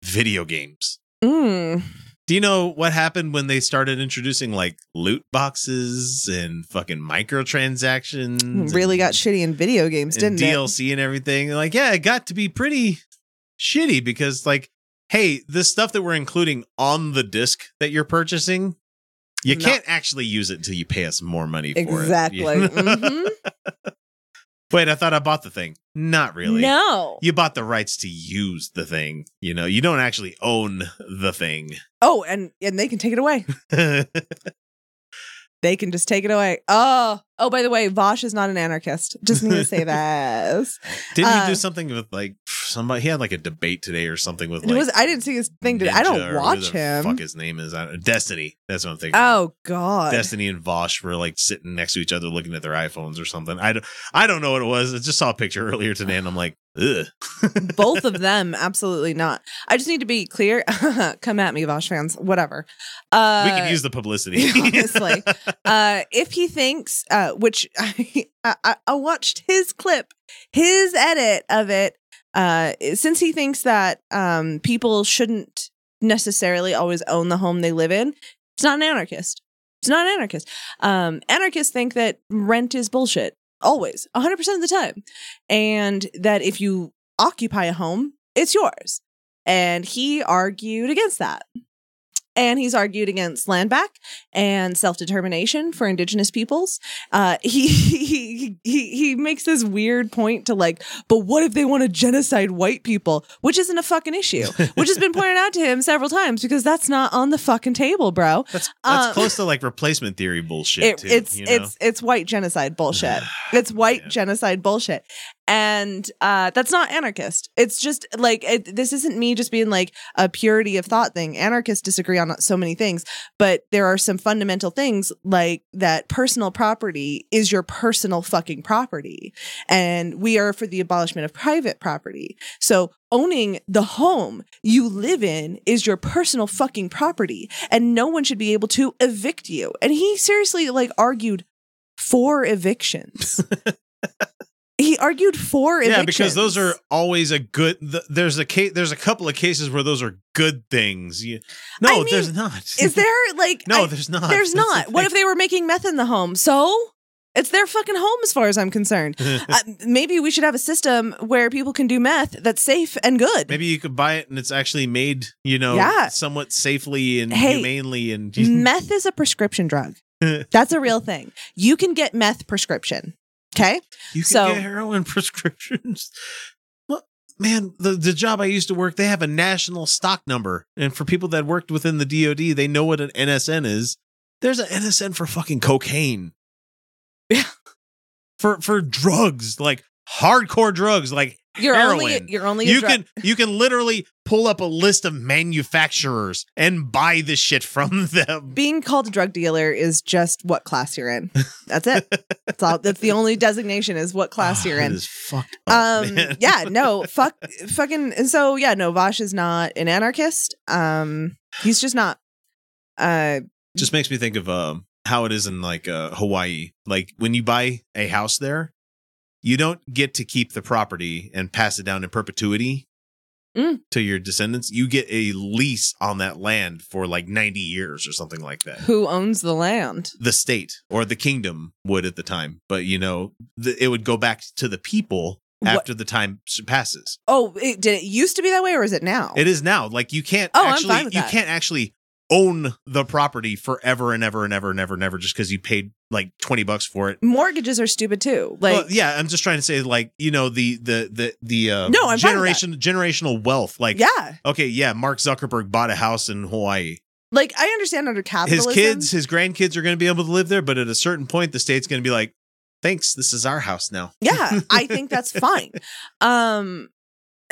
A: Video games.
B: Mm.
A: Do you know what happened when they started introducing like loot boxes and fucking microtransactions?
B: Really
A: and-
B: got shitty in video games,
A: and
B: didn't it?
A: DLC and everything. And, Like, yeah, it got to be pretty shitty because, like, hey, the stuff that we're including on the disc that you're purchasing, you
B: No.
A: can't actually use it until you pay us more money for
B: Exactly.
A: it. You know?
B: Mhm.
A: Wait, I thought I bought the thing. Not really.
B: No.
A: You bought the rights to use the thing. You know, you don't actually own the thing.
B: Oh, and and they can take it away. They can just take it away. Oh, oh. By the way, Vosh is not an anarchist. Just need to say this.
A: Didn't he
B: Uh,
A: do something with like somebody? He had like a debate today or something with
B: it
A: like.
B: was. I didn't see his thing. Today.
A: Ninja
B: I
A: or
B: don't
A: who
B: watch
A: the
B: him.
A: Fuck his name is I don't- Destiny. That's what I'm thinking.
B: oh God.
A: Destiny and Vosh were like sitting next to each other, looking at their iPhones or something. I don't, I don't know what it was. I just saw a picture earlier today, and I'm like, ugh.
B: both of them absolutely not i just need to be clear come at me vosh fans whatever uh
A: we could use the publicity.
B: honestly uh if he thinks uh which I, I i watched his clip his edit of it uh since he thinks that um people shouldn't necessarily always own the home they live in it's not an anarchist it's not an anarchist um anarchists think that rent is bullshit always 100% of the time and that if you occupy a home it's yours and he argued against that and he's argued against land back and self determination for Indigenous peoples. Uh, he, he he he makes this weird point to like, but what if they want to genocide white people, which isn't a fucking issue, which has been pointed out to him several times because that's not on the fucking table, bro.
A: that's that's
B: Um,
A: close to like replacement theory bullshit.
B: It,
A: too,
B: it's
A: you know?
B: it's it's white genocide bullshit. It's white
A: Yeah.
B: genocide bullshit, and uh, that's not anarchist. It's just like it, this isn't me just being like a purity of thought thing. Anarchists disagree on so many things, but there are some fundamental things like that personal property is your personal fucking property, and we are for the abolishment of private property. So owning the home you live in is your personal fucking property, and no one should be able to evict you. And he seriously like argued for evictions. he argued for evictions.
A: yeah, because those are always a good. th- There's a case. There's a couple of cases where those are good things. You, no,
B: I mean,
A: there's not.
B: Is there like
A: no,
B: I-
A: there's not.
B: there's
A: That's the
B: not. What
A: thing.
B: if they were making meth in the home? So it's their fucking home, as far as I'm concerned. uh, maybe we should have a system where people can do meth that's safe and good.
A: Maybe you could buy it and it's actually made, you know,
B: Yeah.
A: somewhat safely and
B: Hey,
A: humanely and
B: meth is a prescription drug. That's a real thing. You can get meth prescription. Okay.
A: You can
B: So-
A: get heroin prescriptions. Well, Man, the, the job I used to work, they have a national stock number. And for people that worked within the DOD, they know what an NSN is. There's an NSN for fucking cocaine.
B: Yeah.
A: For for drugs, like hardcore drugs, like
B: You're
A: Heroin.
B: only you're only a
A: you
B: drug-
A: can you can literally pull up a list of manufacturers and buy this shit from them.
B: being called a drug dealer is just what class you're in. That's it. That's all. That's the only designation is what class
A: Ah,
B: you're
A: it
B: in.
A: is fucked up,
B: um
A: Oh, man.
B: yeah no fuck fucking and so yeah no Vosh is not an anarchist um he's just not uh
A: just makes me think of um how it is in like uh Hawaii. Like when you buy a house there, you don't get to keep the property and pass it down in perpetuity
B: Mm.
A: to your descendants. You get a lease on that land for like 90 years or something like that.
B: who owns the land
A: The state or the kingdom would at the time, but you know, th- it would go back to the people
B: What-
A: after the time s- passes.
B: oh it, did it used to be that way or is it now
A: It is now. Like you can't
B: Oh, I'm
A: actually
B: fine with
A: you
B: that.
A: can't actually own the property forever and ever and ever and ever and ever just because you paid like 20 bucks for it.
B: Mortgages are stupid too. Like
A: Well, yeah, I'm just trying to say like, you know, the the the the uh
B: No, I'm fine with
A: generation generational wealth like
B: yeah.
A: Okay, yeah, Mark Zuckerberg bought a house in Hawaii.
B: Like I understand under
A: His
B: capitalism.
A: kids, his grandkids are going to be able to live there, but at a certain point the state's going to be like, "Thanks, this is our house now."
B: Yeah, I think that's fine. Um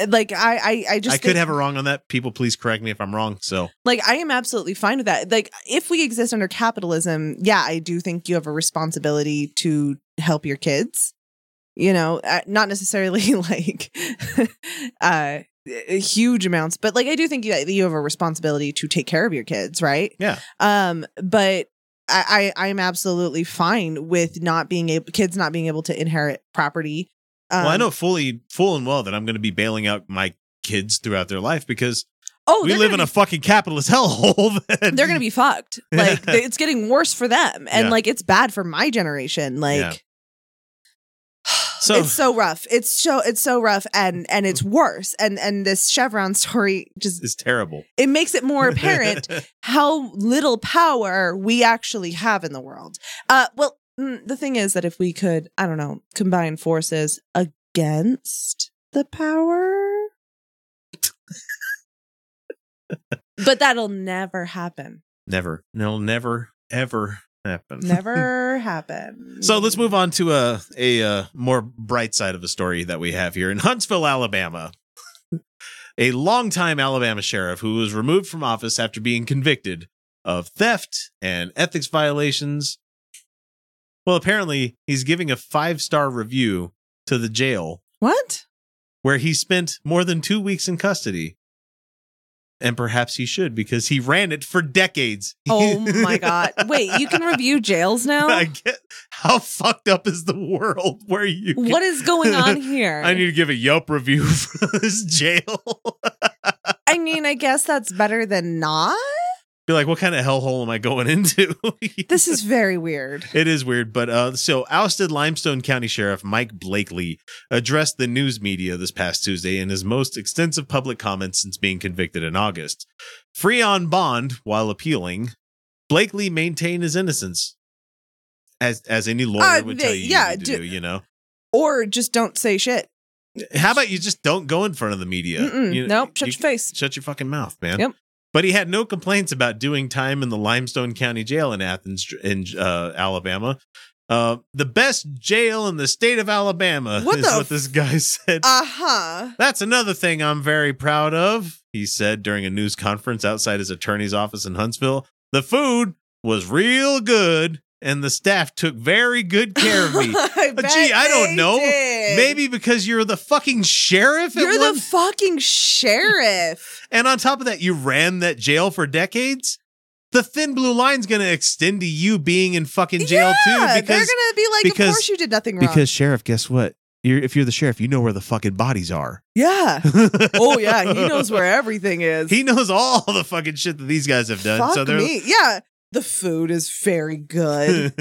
B: like I I, I just
A: I could
B: think-
A: have it wrong on that. People please correct me if I'm wrong. So,
B: Like I am absolutely fine with that. Like if we exist under capitalism, yeah, I do think you have a responsibility to help your kids. You know, uh, not necessarily like uh huge amounts, but like I do think that you have a responsibility to take care of your kids, right?
A: yeah.
B: Um, but I, I I'm absolutely fine with not being able kids not being able to inherit property. Um,
A: well, I know fully full and well that I'm going to be bailing out my kids throughout their life because
B: Oh,
A: we
B: they're
A: live in
B: gonna
A: a fucking capitalist hellhole.
B: be- they're gonna be fucked. Like
A: Yeah.
B: they- it's getting worse for them, and
A: Yeah.
B: like it's bad for my generation. Like.
A: Yeah. so
B: it's so rough. It's so it's so rough, and and it's
A: Mm.
B: worse. And and this Chevron story just
A: it's terrible.
B: it makes it more apparent how little power we actually have in the world. Uh, well, mm, the thing is that if we could, I don't know, combine forces against the power, but that'll never happen.
A: never, no, never, ever happen.
B: Never happen.
A: So let's move on to a a uh, more bright side of the story that we have here in Huntsville, Alabama. a longtime Alabama sheriff who was removed from office after being convicted of theft and ethics violations. Well, apparently he's giving a five star review to the jail
B: What?
A: where he spent more than two weeks in custody. And perhaps he should because he ran it for decades.
B: Oh my god! Wait, you can review jails now.
A: I get how fucked up is the world where you can-
B: What is going on here?
A: I need to give a Yelp review for this jail.
B: I mean, I guess that's better than not.
A: Be like, what kind of hellhole am I going into?
B: This is very weird.
A: it is weird, but uh, so ousted Limestone County Sheriff Mike Blakely addressed the news media this past Tuesday in his most extensive public comments since being convicted in August. Free on bond while appealing, Blakely maintained his innocence. As as any lawyer
B: Uh,
A: would
B: they-
A: tell you,
B: yeah,
A: yeah, to
B: do-
A: do, you know.
B: Or just don't say shit.
A: How about you just don't go in front of the media?
B: Mm-mm.
A: You-
B: nope. Shut
A: you-
B: your face.
A: Shut your fucking mouth, man.
B: Yep.
A: But he had no complaints about doing time in the Limestone County Jail in Athens, in uh, Alabama. Uh, the best jail in the state of Alabama
B: What
A: is
B: the
A: what this guy said.
B: Uh huh.
A: That's another thing I'm very proud of, he said during a news conference outside his attorney's office in Huntsville. The food was real good, and the staff took very good care of me.
B: I
A: But
B: bet
A: Uh, gee, I don't
B: they
A: know.
B: did.
A: Maybe because you're the fucking sheriff at
B: you're
A: one
B: the fucking sheriff.
A: And on top of that, you ran that jail for decades. The thin blue line's going to extend to you being in fucking jail
B: yeah,
A: too,
B: they're
A: because
B: gonna be like,
A: because-
B: of course you did nothing wrong.
A: because sheriff, guess what? You're, if you're the sheriff, you know where the fucking bodies are.
B: yeah. Oh yeah, he knows where everything is.
A: He knows all the fucking shit that these guys have done.
B: Fuck
A: so they're
B: me. Yeah. The food is very good.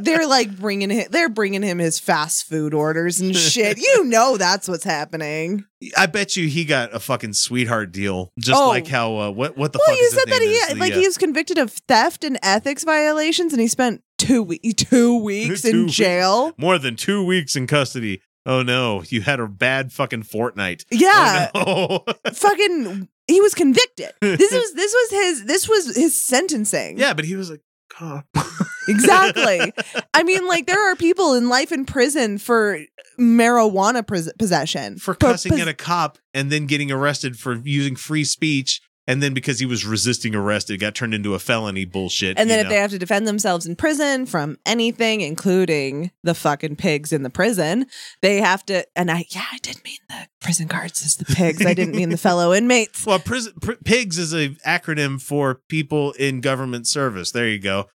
B: they're like bringing him. They're bringing him his fast food orders and shit. You know that's what's happening.
A: I bet you he got a fucking sweetheart deal, just
B: Oh.
A: like how uh, what what the
B: well,
A: fuck
B: you
A: is his
B: said that
A: name
B: he
A: is? The,
B: like
A: uh,
B: he was convicted of theft and ethics violations, and he spent two we- two weeks
A: Two
B: in
A: weeks. Oh,
B: jail.
A: more than two weeks in custody. Oh no, you had a bad fucking fortnight.
B: Yeah,
A: Oh no.
B: fucking, he was convicted. This was this was his this was his sentencing.
A: yeah, but he was a cop.
B: exactly. I mean, like there are people in life in prison for marijuana pres- possession
A: for
B: Po-
A: cussing
B: pos-
A: at a cop and then getting arrested for using free speech and then because he was resisting arrest it got turned into a felony bullshit
B: And then
A: you
B: if
A: know.
B: they have to defend themselves in prison from anything, including the fucking pigs in the prison, they have to. And I, yeah, I did mean the prison guards as the pigs. I didn't mean the fellow inmates.
A: well prison pr- pigs is a acronym for people in government service there you go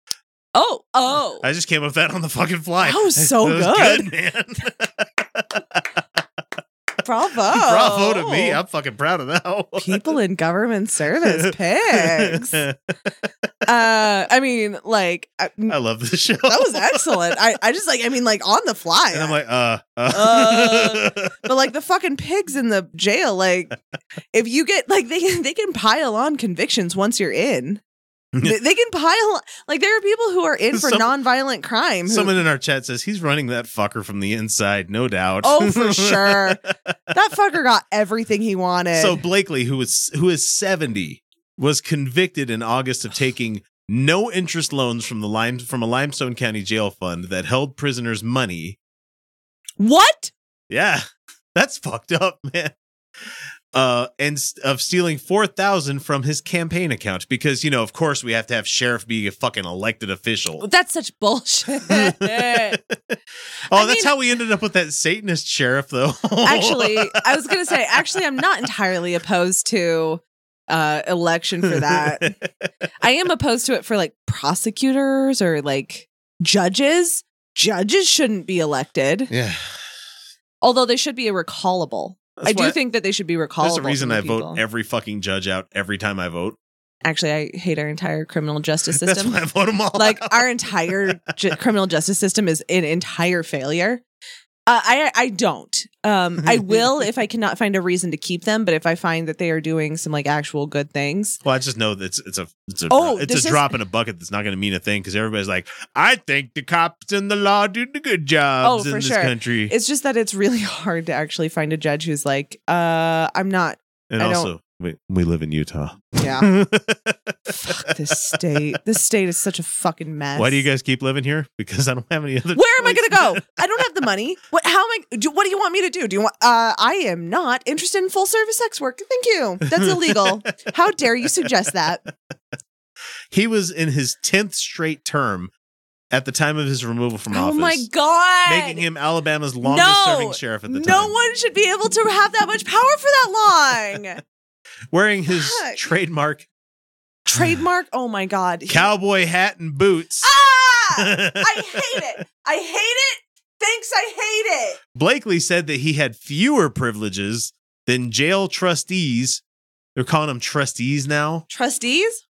B: Oh, oh.
A: i just came up with that on the fucking fly
B: That was so good.
A: man
B: bravo.
A: bravo to me
B: Oh.
A: i'm fucking proud of that one.
B: People in government service, pigs. Uh, I mean, like, I,
A: i
B: that
A: love this show
B: was excellent. I, I just like, I mean, like on the fly.
A: and i'm like uh, uh.
B: Uh. but like the fucking pigs in the jail, like if you get like they they can pile on convictions once you're in. they, they can pile like there are people who are in for
A: Some-
B: nonviolent crime. who-
A: Someone in our chat says he's running that fucker from the inside, no doubt.
B: oh, for sure, that fucker got everything he wanted.
A: So Blakely, who is who is seventy, was convicted in August of taking no interest loans from the lime from a Limestone County jail fund that held prisoners' money.
B: what?
A: Yeah, that's fucked up, man. Uh, and s- of stealing four thousand from his campaign account because you know, of course, we have to have sheriff be a fucking elected official.
B: That's such bullshit. Actually,
A: Oh,
B: I
A: that's
B: mean-
A: how we ended up with that Satanist sheriff, though.
B: I was gonna say, actually, I'm not entirely opposed to uh election for that. I am opposed to it for like prosecutors or like judges. Judges shouldn't be elected,
A: yeah.
B: although they should be a recallable.
A: That's
B: I do
A: why-
B: think that they should be recallable.
A: There's a reason
B: from
A: I
B: the
A: vote
B: people.
A: every fucking judge out every time I vote.
B: Actually, I hate our entire criminal justice
A: That's
B: system.
A: why I vote them all.
B: like
A: out.
B: our entire ju- criminal justice system is an entire failure. Uh, I I don't. Um, I will if I cannot find a reason to keep them, but if I find that they are doing some like actual good things,
A: Well, I just know that it's, it's a it's a
B: Oh,
A: it's
B: this
A: a
B: is-
A: drop in a bucket that's not going to mean a thing because everybody's like, I think the cops and the law do the good jobs
B: Oh,
A: in
B: for
A: this
B: sure.
A: country,
B: it's just that it's really hard to actually find a judge who's like, uh, I'm not.
A: and
B: I don't-
A: also we, we live in Utah.
B: Yeah, fuck this state. This state is such a fucking mess.
A: Why do you guys keep living here? Because I don't have any other.
B: Where am I
A: choice.
B: going to go? I don't have the money. What? How am I? Do, what do you want me to do? Do you want? Uh, I am not interested in full service sex work. Thank you. That's illegal. How dare you suggest that?
A: He was in his tenth straight term at the time of his removal from
B: Oh
A: office,
B: my god!
A: making him Alabama's longest-serving sheriff at the
B: no
A: time.
B: one should be able to have that much power for that long.
A: Wearing his
B: Fuck.
A: trademark
B: Trademark. Oh my god. He-
A: cowboy hat and boots.
B: ah! I hate it. I hate it. Thanks. I hate it.
A: Blakely said that he had fewer privileges than jail trustees. They're calling them trustees now,
B: Trustees.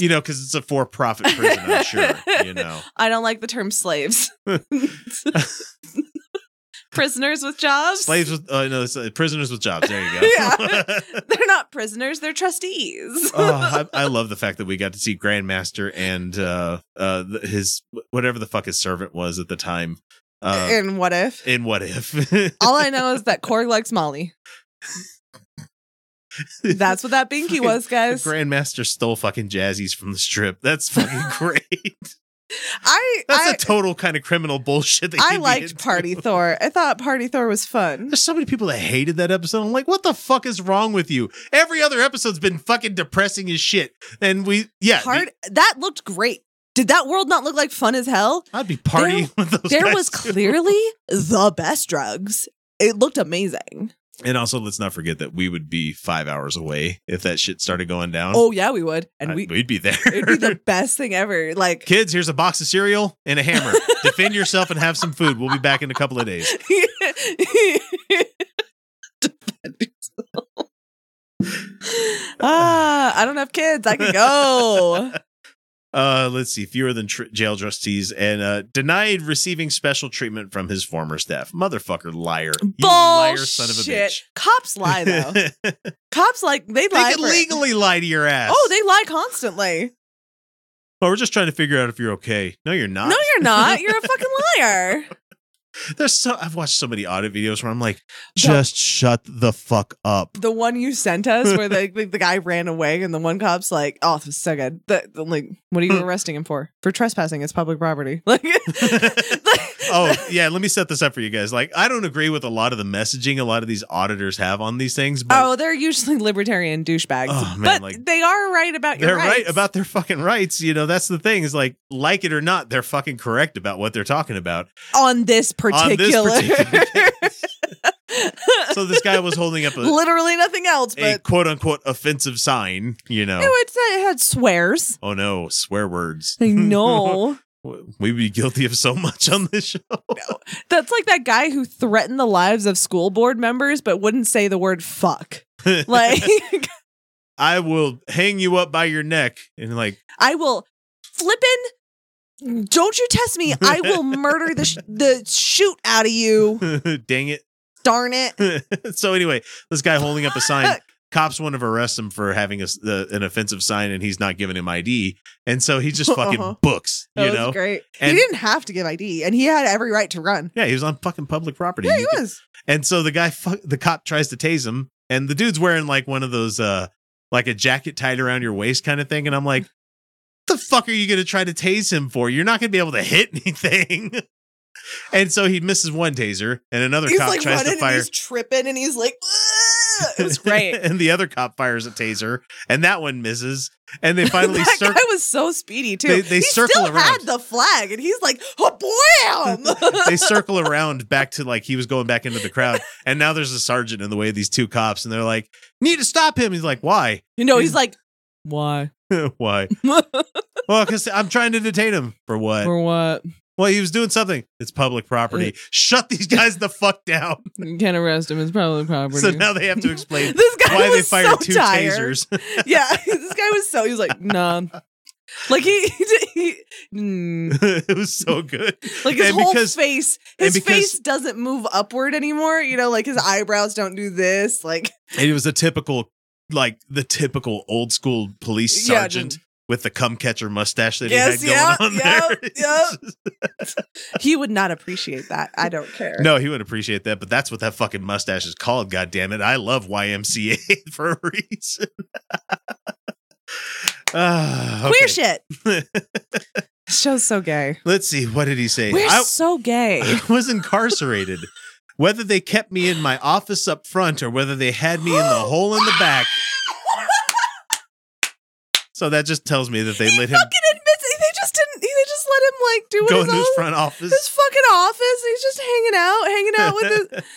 A: you know, because it's a for profit prison, I'm sure, you know.
B: I don't like the term slaves. Prisoners with jobs.
A: Slaves with, uh, no, it's, uh, prisoners with jobs. There you go.
B: Yeah. They're not prisoners, they're trustees.
A: oh, I, I love the fact that we got to see Grandmaster and uh, uh, th- his, whatever the fuck his servant was at the time. Uh,
B: and what if?
A: in What If?
B: All I know is that Korg likes Molly. That's what that binky was, guys.
A: Grandmaster stole fucking jazzies from the strip. That's fucking great.
B: I
A: That's a
B: I,
A: total kind of criminal bullshit that
B: I
A: you
B: liked
A: needed to-
B: Party Thor. I thought Party Thor was fun.
A: There's so many people that hated that episode. I'm like, what the fuck is wrong with you? Every other episode's been fucking depressing as shit. And we, yeah,
B: Part that looked great. Did that world not look like fun as hell?
A: the- I'd be partying with those
B: There
A: guys,
B: was
A: too.
B: clearly the best drugs. It looked amazing.
A: And also, let's not forget that we would be five hours away if that shit started going down.
B: Oh yeah, we would, and
A: I-
B: we
A: we'd be there.
B: it'd be the best thing ever. Like
A: Kids, here's a box of cereal and a hammer. Defend yourself and have some food. We'll be back in a couple of days.
B: ah, I don't have kids. I can go.
A: Uh, let's see, fewer than tr- jail trustees and uh, denied receiving special treatment from his former staff. Motherfucker, liar. You liar, son of a bitch.
B: Bullshit. Cops lie though. Cops like they
A: They
B: lie.
A: can
B: for-
A: legally lie to your ass.
B: Oh, they lie constantly.
A: Oh, we're just trying to figure out if you're okay. No, you're not.
B: No, you're not. You're a fucking liar.
A: There's so I've watched so many audit videos where I'm like, just shut the fuck up.
B: The one you sent us where the, the, the guy ran away and the one cop's like, oh, this is so good. The, the- like, what are you arresting him for? For trespassing. It's public property. Like, like-
A: Oh, yeah, let me set this up for you guys. Like, I don't agree with a lot of the messaging a lot of these auditors have on these things, but
B: oh, they're usually libertarian douchebags.
A: Oh, man,
B: but
A: like-
B: they are right about your
A: they're right
B: rights.
A: about their fucking rights. You know, that's the thing. Is like, like it or not, they're fucking correct about what they're talking about.
B: on this particular.
A: On this particular so this guy was holding up a,
B: Literally nothing else,
A: a
B: but
A: quote unquote offensive sign, you know.
B: no, it said it had swears.
A: Oh no, swear words.
B: Like, no.
A: We'd be guilty of so much on this show.
B: That's like that guy who threatened the lives of school board members but wouldn't say the word fuck. Like,
A: I will hang you up by your neck and like
B: I will flippin'. Don't you test me. I will murder the, sh- the shoot out of you.
A: dang it.
B: Darn it.
A: so anyway, this guy holding up a sign Cops want to arrest him for having a s the, an offensive sign, and he's not giving him ID, and so he just fucking
B: Uh-huh.
A: books.
B: That
A: You
B: was
A: know,
B: great.
A: And-
B: he didn't have to give ID, and he had every right to run.
A: yeah, he was on fucking public property.
B: Yeah,
A: You
B: he
A: could-
B: was.
A: And so the guy, fu- the cop tries to tase him, and the dude's wearing like one of those, uh, like a jacket tied around your waist kind of thing. And I'm like, the fuck are you going to try to tase him for? You're not going to be able to hit anything. and so he misses one taser, and another
B: He's
A: cop
B: like
A: tries
B: running,
A: to
B: and
A: fire.
B: he's tripping, and he's like, "Ugh." it was great.
A: and the other cop fires a taser, and that one misses. And they finally
B: that
A: circle.
B: guy was so speedy too.
A: They- they
B: he
A: circle
B: still had
A: around.
B: the flag, and he's like, "Oh, blam!"
A: they circle around back to like he was going back into the crowd, and now there's a sergeant in the way of these two cops, and they're like, "Need to stop him." He's like, "Why?
B: you know, he's like, "Why?
A: Why?"
B: For
A: Well, because I'm trying to detain him for what?
B: what?
A: Well, he was doing something. It's public property. Shut these guys the fuck down.
B: You can't arrest him. It's probably property."
A: So now they have to explain
B: this guy
A: why
B: was
A: they fired
B: so
A: two
B: tired.
A: tasers.
B: yeah, this guy was so. He was like, "Nah." Like he, he, did- he mm.
A: it was so good.
B: Like his
A: And
B: whole
A: because-
B: face,
A: and
B: his
A: because-
B: face doesn't move upward anymore. You know, like his eyebrows don't do this. Like
A: And it was a typical, like the typical old school police
B: Yeah,
A: sergeant with the cum catcher mustache that
B: Yes,
A: he had going
B: yeah,
A: on
B: yeah,
A: there.
B: he would not appreciate that. I don't care.
A: no, he wouldn't appreciate that, but that's what that fucking mustache is called. God damn it! I love YMCA for a reason. Ah, okay.
B: Queer shit. This show's so gay.
A: Let's see. What did he say?
B: We're
A: I-
B: so gay.
A: I was incarcerated. Whether they kept me in my office up front or whether they had me in the hole in the back. So that just tells me that they
B: he
A: let him
B: fucking admits it. They just didn't. They just let him like do
A: go
B: his,
A: into his
B: own-
A: front
B: his
A: office.
B: fucking office. He's just hanging out, hanging out with his.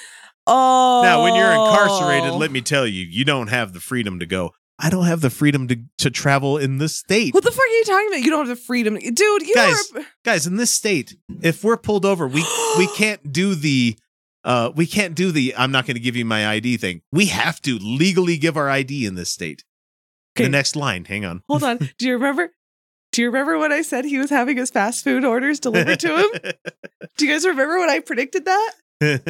B: Oh,
A: now, when you're incarcerated, let me tell you, you don't have the freedom to go. I don't have the freedom to, to travel in this state.
B: What the fuck are you talking about? You don't have the freedom, dude. You
A: Guys,
B: are.
A: Guys, in this state, if we're pulled over, we we can't do the uh we can't do the I'm not going to give you my ID thing. We have to legally give our ID in this state. The
B: Okay.
A: next line, hang on.
B: Hold on. Do you remember? Do you remember when I said he was having his fast food orders delivered to him? Do you guys remember when I predicted that?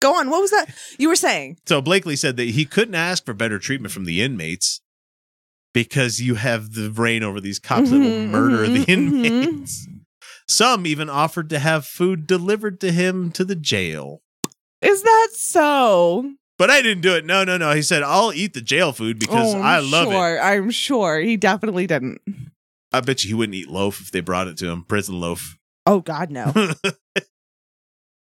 B: Go on. What was that you were saying?
A: so Blakely said that he couldn't ask for better treatment from the inmates because you have the reign over these cops that will
B: Mhm,
A: murder
B: mhm,
A: the
B: mhm.
A: inmates. Some even offered to have food delivered to him to the jail.
B: Is that so?
A: But I didn't do it. No, no, no. He said, I'll eat the jail food because
B: Oh, I'm
A: I love it.
B: sure, I'm sure he definitely didn't.
A: I bet you he wouldn't eat loaf if they brought it to him, prison loaf.
B: Oh God, no.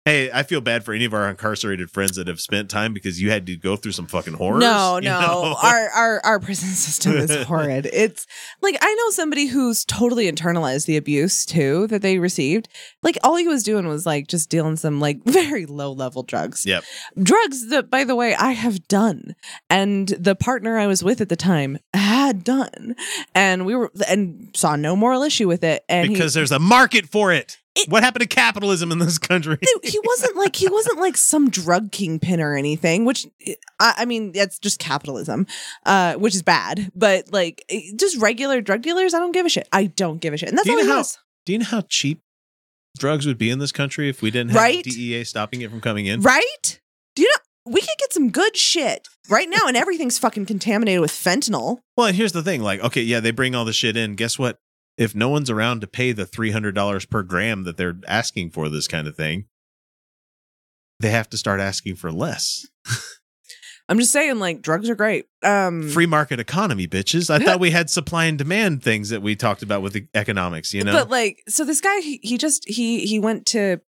A: hey, I feel bad for any of our incarcerated friends that have spent time because you had to go through some fucking horrors.
B: No, no.
A: you know?
B: Our our our prison system is horrid. It's like I know somebody who's totally internalized the abuse too that they received. Like all he was doing was like just dealing some like very low level drugs.
A: Yep.
B: Drugs that by the way I have done and the partner I was with at the time had done and we were and saw no moral issue with it and he-
A: because there's a market for it.
B: It-
A: What happened to capitalism in this country?
B: Dude, he wasn't like he wasn't like some drug kingpin or anything which i, I mean that's just capitalism uh which is bad but like eh, just regular drug dealers i don't give a shit i don't give a shit and that's
A: Do you
B: all he
A: know how-
B: was
A: Do you know how cheap drugs would be in this country if we didn't have
B: Right?
A: the DEA stopping it from coming in?
B: right do you know we could get some good shit right now and everything's fucking contaminated with fentanyl
A: Well, and here's the thing: like, okay, yeah, they bring all the shit in. Guess what? If no one's around to pay the three hundred dollars per gram that they're asking for this kind of thing, they have to start asking for less.
B: i'm just saying like drugs are great um
A: Free market economy, bitches. I thought we had supply and demand things that we talked about with the economics. You know,
B: But like, so this guy, he, he just he he went to,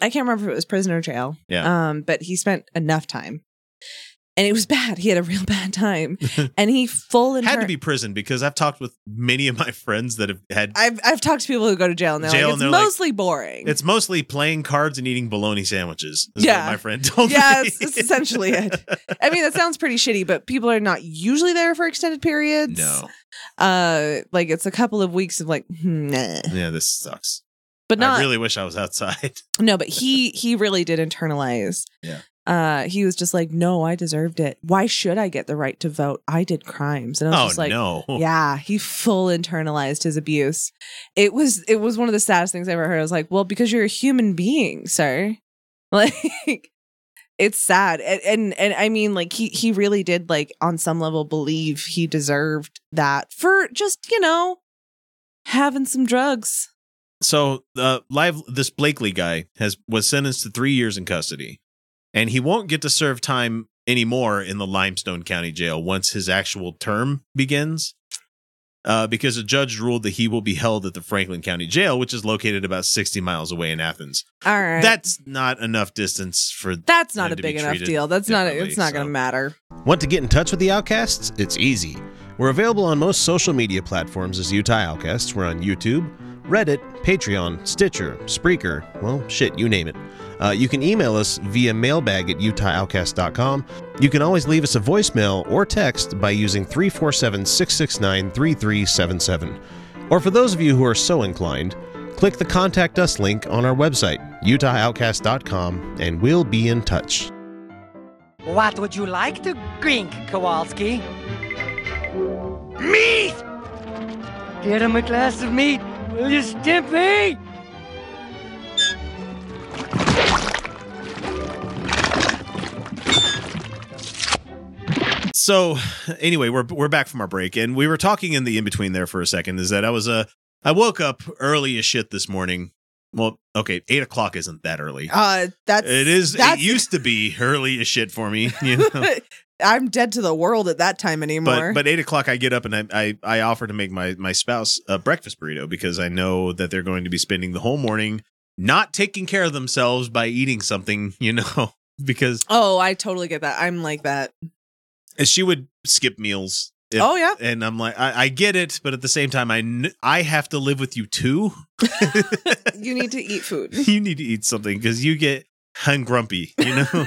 B: I can't remember if it was prison or jail.
A: Yeah.
B: Um, but he spent enough time, and it was bad. He had a real bad time, and he full and
A: had to be prison because I've talked with many of my friends that have had.
B: I've I've talked to people who go to jail and they're
A: Jail
B: like,
A: and
B: it's
A: they're like-
B: mostly boring.
A: It's mostly playing cards and eating bologna sandwiches. Is
B: Yeah.
A: what my friend told
B: yeah,
A: me.
B: it's, it's essentially it. I mean, that sounds pretty shitty, but people are not usually there for extended periods.
A: no,
B: Uh, like it's a couple of weeks of like, hmm, nah.
A: yeah, this sucks.
B: but not
A: I really wish I was outside.
B: No, but he he really did internalize.
A: Yeah.
B: Uh, he was just like, no, I deserved it. Why should I get the right to vote? I did crimes, and I was
A: Oh
B: just like,
A: no!
B: yeah. He full internalized his abuse. It was it was one of the saddest things I ever heard. I was like, well, because you're a human being, sir. Like, it's sad and, and and i mean like he he really did like on some level believe he deserved that for just you know having some drugs
A: So uh, live this Blakely guy has was sentenced to three years in custody, and he won't get to serve time anymore in the Limestone County Jail once his actual term begins, uh, because a judge ruled that he will be held at the Franklin County Jail, which is located about sixty miles away in Athens.
B: all right
A: That's not enough distance for
B: that's not
A: had to
B: a
A: be
B: big enough
A: treated
B: deal that's not
A: differently,
B: it's not
A: so.
B: gonna matter
F: Want to get in touch with the Outcasts? It's easy. We're available on most social media platforms as Utah Outcasts. We're on YouTube, Reddit, Patreon, Stitcher, Spreaker, well, shit, you name it. Uh, you can email us via mailbag at utahoutcast.com. You can always leave us a voicemail or text by using 347 669 3377. Or for those of you who are so inclined, click the Contact Us link on our website, utahoutcast.com, and we'll be in touch.
G: What would you like to drink, Kowalski? Meat! Get him a glass of meat, will you, Stimpy?
A: So anyway, we're we're back from our break, and we were talking in the in between there for a second. Is that I was uh I woke up early as shit this morning. Well, okay, eight o'clock isn't that early.
B: uh that's
A: It is. It
B: that's,
A: used to be early as shit for me, you know.
B: i'm dead to the world at that time
A: but
B: anymore
A: but eight o'clock, I get up and I, I I offer to make my my spouse a breakfast burrito because I know that they're going to be spending the whole morning not taking care of themselves by eating something, you know. Because
B: oh i totally get that i'm like that
A: she would skip meals. if-
B: oh yeah
A: And I'm like, I, I get it, but at the same time, I kn- I have to live with you too.
B: you need to eat food
A: you need to eat something because you get hung grumpy you know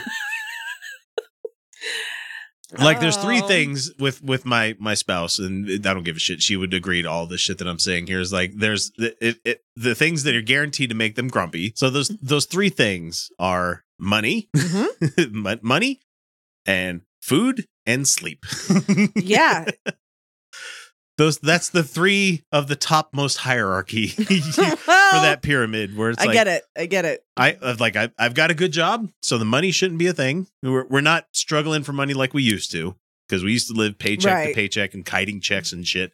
A: like there's three
B: Oh.
A: things with with my my spouse and i don't give a shit she would agree to all the shit that i'm saying here is like there's the, it, it, the things that are guaranteed to make them grumpy so those those three things are money
B: Mhm.
A: mon- money and food and sleep
B: yeah
A: those that's the three of the topmost hierarchy for that pyramid where it's
B: i
A: like
B: get it i get it
A: I I've, like I, I've got a good job, so the money shouldn't be a thing. We're we're not struggling for money like we used to because we used to live paycheck to
B: Right.
A: paycheck and kiting checks and shit.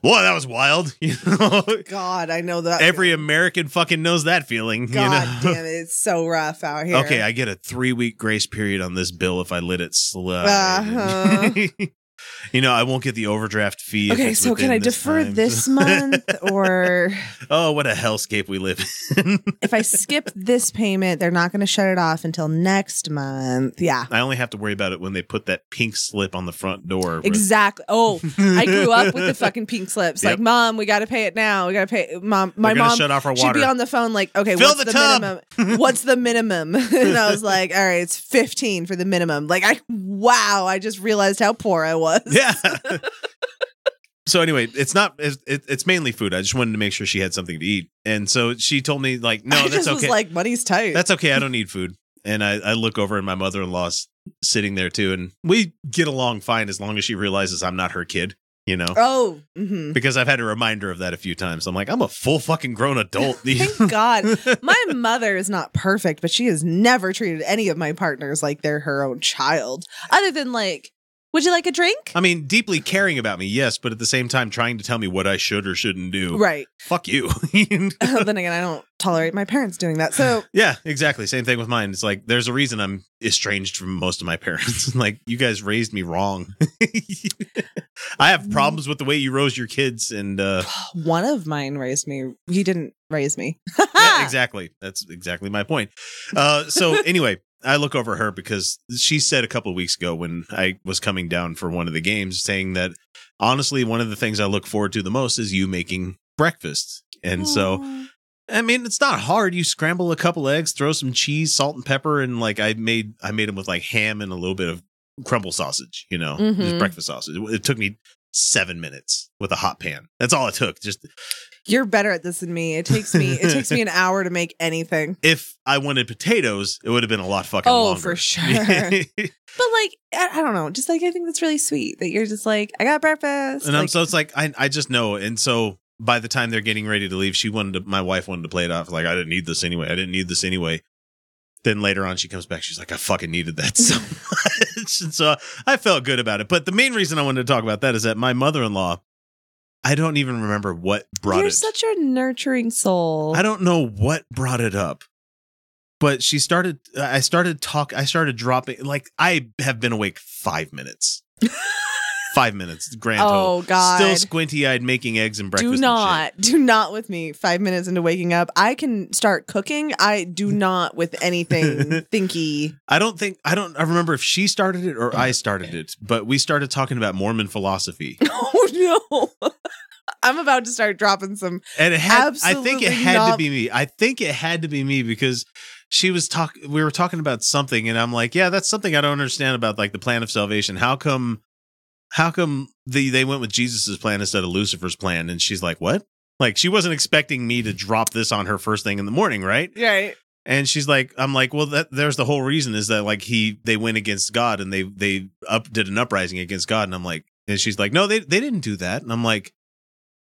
A: Boy, that was wild. You know,
B: god i know that
A: every American fucking knows that feeling.
B: god
A: you know,
B: damn it it's so rough out here
A: okay, I get a three week grace period on this bill if I let it slide.
B: Uh-huh.
A: you know, I won't get the overdraft fee. if
B: Okay,
A: it's
B: so can
A: within
B: I defer
A: time.
B: this month or
A: oh, what a hellscape we live in.
B: if I skip this payment, they're not going to shut it off until next month. Yeah.
A: I only have to worry about it when they put that pink slip on the front door. where-
B: Exactly. Oh, I grew up with the fucking pink slips.
A: Yep.
B: Like, mom, we got to pay it now. We got to pay it." mom. My
A: They're gonna
B: mom
A: shut off our
B: she'd
A: water.
B: be on the phone like, "Okay,
A: Fill
B: what's
A: the
B: the,
A: tub.
B: minimum? what's the minimum?" and I was like, "All right, it's 15 for the minimum." Like, I wow, I just realized how poor I was.
A: yeah. so anyway, it's not. It's, it, it's mainly food. I just wanted to make sure she had something to eat, and so she told me like, no,
B: I
A: that's
B: just was
A: okay.
B: like, "Money's tight."
A: that's okay. I don't need food. And I, I look over, and my mother in law's sitting there too, and we get along fine as long as she realizes I'm not her kid, you know.
B: Oh, mhm.
A: Because I've had a reminder of that a few times. I'm like, I'm a full fucking grown adult.
B: Thank God. My mother is not perfect, but she has never treated any of my partners like they're her own child. Other than like, would you like a drink?
A: I mean, deeply caring about me, yes, but at the same time, trying to tell me what I should or shouldn't do.
B: Right.
A: Fuck you.
B: then again, I don't tolerate my parents doing that. So
A: Yeah, exactly. Same thing with mine. It's like there's a reason I'm estranged from most of my parents. like you guys raised me wrong. I have problems with the way you rose your kids, and uh,
B: one of mine raised me. He didn't raise me.
A: yeah, exactly. That's exactly my point. Uh, so anyway, I look over her because she said a couple of weeks ago when I was coming down for one of the games, saying that honestly, one of the things I look forward to the most is you making breakfast, and so. I mean, it's not hard. You scramble a couple eggs, throw some cheese, salt and pepper, and like I made, I made them with like ham and a little bit of crumble sausage. You know, just
B: Mhm.
A: breakfast sausage. It, it took me seven minutes with a hot pan. That's all it took. Just
B: You're better at this than me. It takes me. It takes me an hour to make anything.
A: if I wanted potatoes, it would have been a lot fucking.
B: Oh,
A: longer.
B: for sure. And But like, I, I don't know. Just like I think that's really sweet that you're just like, I got breakfast.
A: and I'm
B: Like,
A: so it's like I, I just know. And so by the time they're getting ready to leave, she wanted to, my wife wanted to play it off like I didn't need this anyway. I didn't need this anyway.
H: Then later on, she comes back. She's like, I fucking needed that so much. and so I felt good about it. But the main reason I wanted to talk about that is that my mother in law, I don't even remember what brought
B: You're
H: it.
B: such a nurturing soul.
H: I don't know what brought it up, but she started. I started talk. I started dropping. Like I have been awake five minutes. five minutes. Grand total.
B: Oh God!
H: Still squinty eyed, making eggs and breakfast.
B: do
H: and shit.
B: not, do not with me. Five minutes into waking up, I can start cooking. I do not with anything thinky.
H: I don't think I don't. I remember if she started it or I started it, but we started talking about Mormon philosophy,
B: Oh no! I'm about to start dropping some.
H: and it had. I think it
B: Absolutely
H: had to
B: not.
H: be me. I think it had to be me because she was talk. We were talking about something, and I'm like, yeah, that's something I don't understand about like the plan of salvation. How come? How come the they went with Jesus's plan instead of Lucifer's plan? And she's like, what? Like she wasn't expecting me to drop this on her first thing in the morning, right?
B: Right.
H: And she's like, I'm like, well, that there's the whole reason is that like he they went against God and they they up did an uprising against God. And I'm like, and she's like, no, they they didn't do that. And I'm like,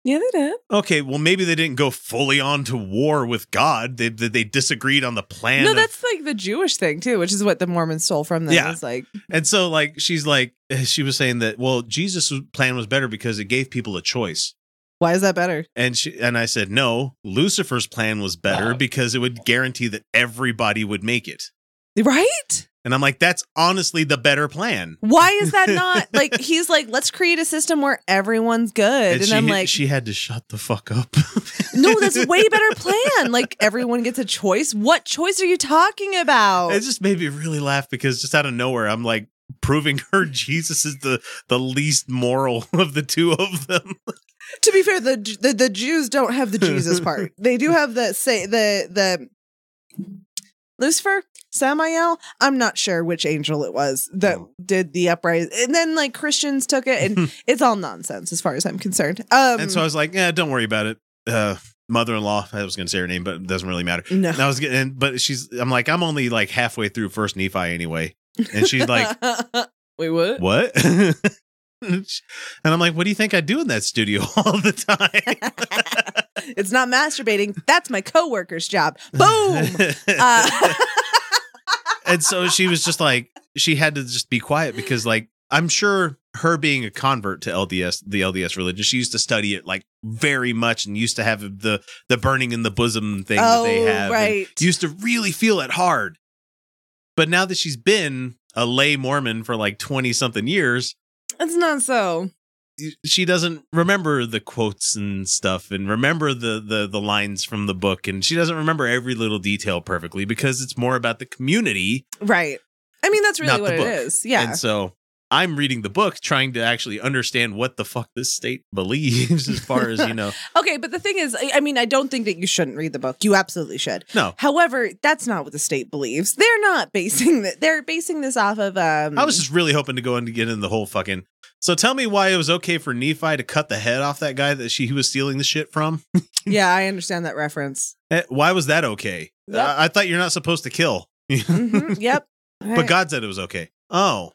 B: Yeah, they did.
H: okay, well, maybe they didn't go fully on to war with God. They they, they disagreed on the plan.
B: no,
H: of-
B: that's like the Jewish thing too, which is what the Mormons stole from them.
H: Yeah.
B: It's like
H: and so like she's like eh, she was saying that well, Jesus' plan was better because it gave people a choice.
B: Why is that better?
H: And she and I said no, Lucifer's plan was better because it would guarantee that everybody would make it.
B: Right?
H: And I'm like, that's honestly the better plan.
B: Why is that not like he's like, let's create a system where everyone's good. And,
H: she,
B: I'm
H: had-
B: like,
H: she had to shut the fuck up.
B: no, that's a way better plan. Like everyone gets a choice. What choice are you talking about?
H: It just made me really laugh because just out of nowhere, I'm like proving her Jesus is the the least moral of the two of them.
B: to be fair, the, the the Jews don't have the Jesus part. They do have the say the the Lucifer, Samael. I'm not sure which angel it was that
H: Oh.
B: did the uprising, and then like Christians took it, and it's all nonsense as far as I'm concerned. Um,
H: and so I was like, yeah, don't worry about it. Uh, mother-in-law, I was going to say her name, but it doesn't really matter.
B: no.
H: And I was getting, and- but she's, I'm like, I'm only like halfway through first Nephi anyway, and she's like,
B: wait, what?
H: what? and I'm like, what do you think I do in that studio all the time?
B: it's not masturbating. That's my coworker's job. Boom. Uh,
H: and so she was just like she had to just be quiet because like i'm sure her being a convert to lds the lds religion she used to study it like very much and used to have the the burning in the bosom thing that they
B: Oh,
H: have and
B: right.
H: used to really feel it hard but now that she's been a lay mormon for like 20 something years
B: it's not so.
H: she doesn't remember the quotes and stuff and remember the, the the lines from the book and she doesn't remember every little detail perfectly because it's more about the community
B: Right. I mean, that's really
H: Not the
B: what it
H: book.
B: is. Yeah.
H: And so I'm reading the book trying to actually understand what the fuck this state believes as far as, you know.
B: Okay, but the thing is, I I mean, I don't think that you shouldn't read the book. You absolutely should.
H: No.
B: However, that's not what the state believes. They're not basing that. They're basing this off of. Um,
H: I was just really hoping to go in to get in the whole fucking. So tell me why it was okay for Nephi to cut the head off that guy that she he was stealing the shit from.
B: yeah, I understand that reference.
H: Eh, Why was that okay?
B: Yep.
H: I, I thought you're not supposed to kill,
B: Mhm, yep.
H: but
B: Right.
H: God said it was okay. Oh,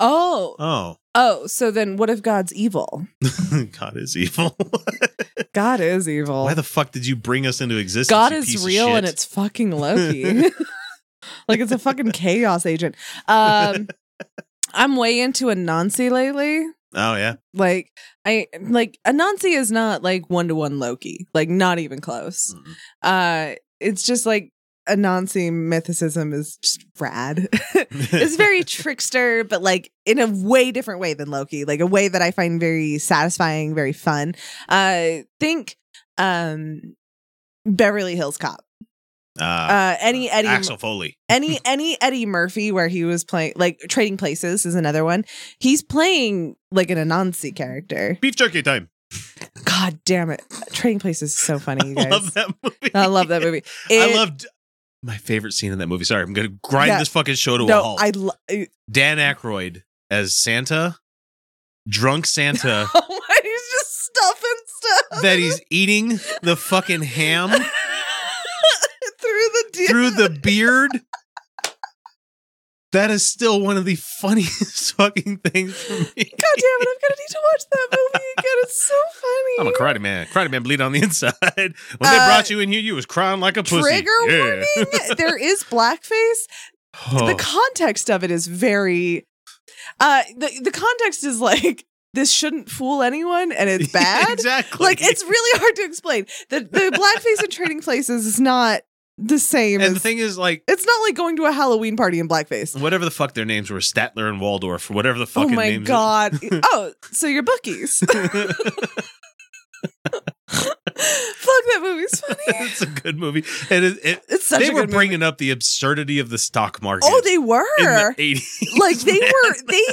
B: Oh,
H: oh,
B: oh. So then, what if God's evil?
H: God is evil.
B: God is evil.
H: why the fuck did you bring us into existence?
B: God
H: you piece
B: is
H: of
B: real and
H: shit?
B: it's fucking Loki. like it's a fucking chaos agent. Um, I'm way into Anansi lately.
H: oh yeah.
B: Like I like Anansi is not like one to one Loki. Like not even close.
H: Mm.
B: Uh it's just like Anansi mythicism is just rad. it's very trickster, but like in a way different way than Loki. Like a way that I find very satisfying, very fun. Uh think um Beverly Hills Cop.
H: Uh,
B: Uh any Eddie
H: Axel Foley.
B: any any Eddie Murphy where he was playing like Trading Places is another one. He's playing like an Anansi character.
H: Beef jerky time.
B: God damn it. Trading Places is so funny, you guys.
H: Love that movie.
B: I love that movie. It-
H: I loved my favorite scene in that movie. Sorry, I'm gonna grind
B: Yeah.
H: this fucking show to a
B: no,
H: halt.
B: I lo- I-
H: Dan Aykroyd as Santa, drunk Santa,
B: oh my, he's just stuffing stuff
H: that he's eating the fucking ham
B: through the
H: through the beard. that is still one of the funniest fucking things for me.
B: God damn it, I'm gonna need to watch that movie again. It's so funny.
H: I'm a karate man. Karate man bleed on the inside. When they
B: Uh,
H: brought you in here, you was crying like a pussy.
B: Trigger
H: Yeah.
B: warning. There is blackface.
H: Oh.
B: The context of it is very uh the, the context is like this shouldn't fool anyone and it's bad.
H: exactly.
B: Like it's really hard to explain. The the blackface in trading places is not the same
H: and the
B: as-
H: thing is, like,
B: it's not like going to a Halloween party in blackface.
H: whatever the fuck their names were, Statler and Waldorf, whatever the
B: Oh
H: fucking
B: my
H: names.
B: god. oh, so you're bookies. Fuck that movie's funny.
H: it's a good movie, and it, it,
B: It's such
H: they
B: a
H: were
B: good movie.
H: bringing up the absurdity of the stock market.
B: Oh, they were.
H: in the eighties.
B: like they were they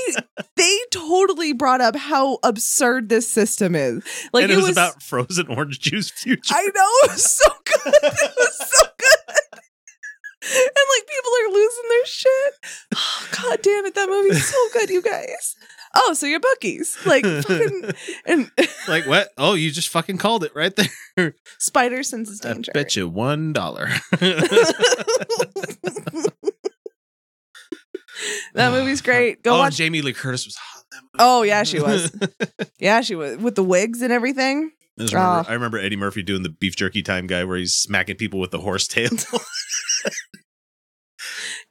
B: they totally brought up how absurd this system is. Like
H: and it, was, about frozen orange juice future.
B: I know it was so good. It was so good. And like people are losing their shit. Oh, God damn it, that movie's so good, you guys. Oh, so you're bookies. Like fucking and
H: like what? Oh, you just fucking called it right there.
B: spider senses danger.
H: I bet you one dollar.
B: that movie's great. Go
H: oh,
B: watch.
H: Jamie Lee Curtis was hot. in that movie.
B: oh yeah, she was. Yeah, she was with the wigs and everything.
H: I, just remember,
B: Oh.
H: I remember Eddie Murphy doing the beef jerky time guy where he's smacking people with the horse tail.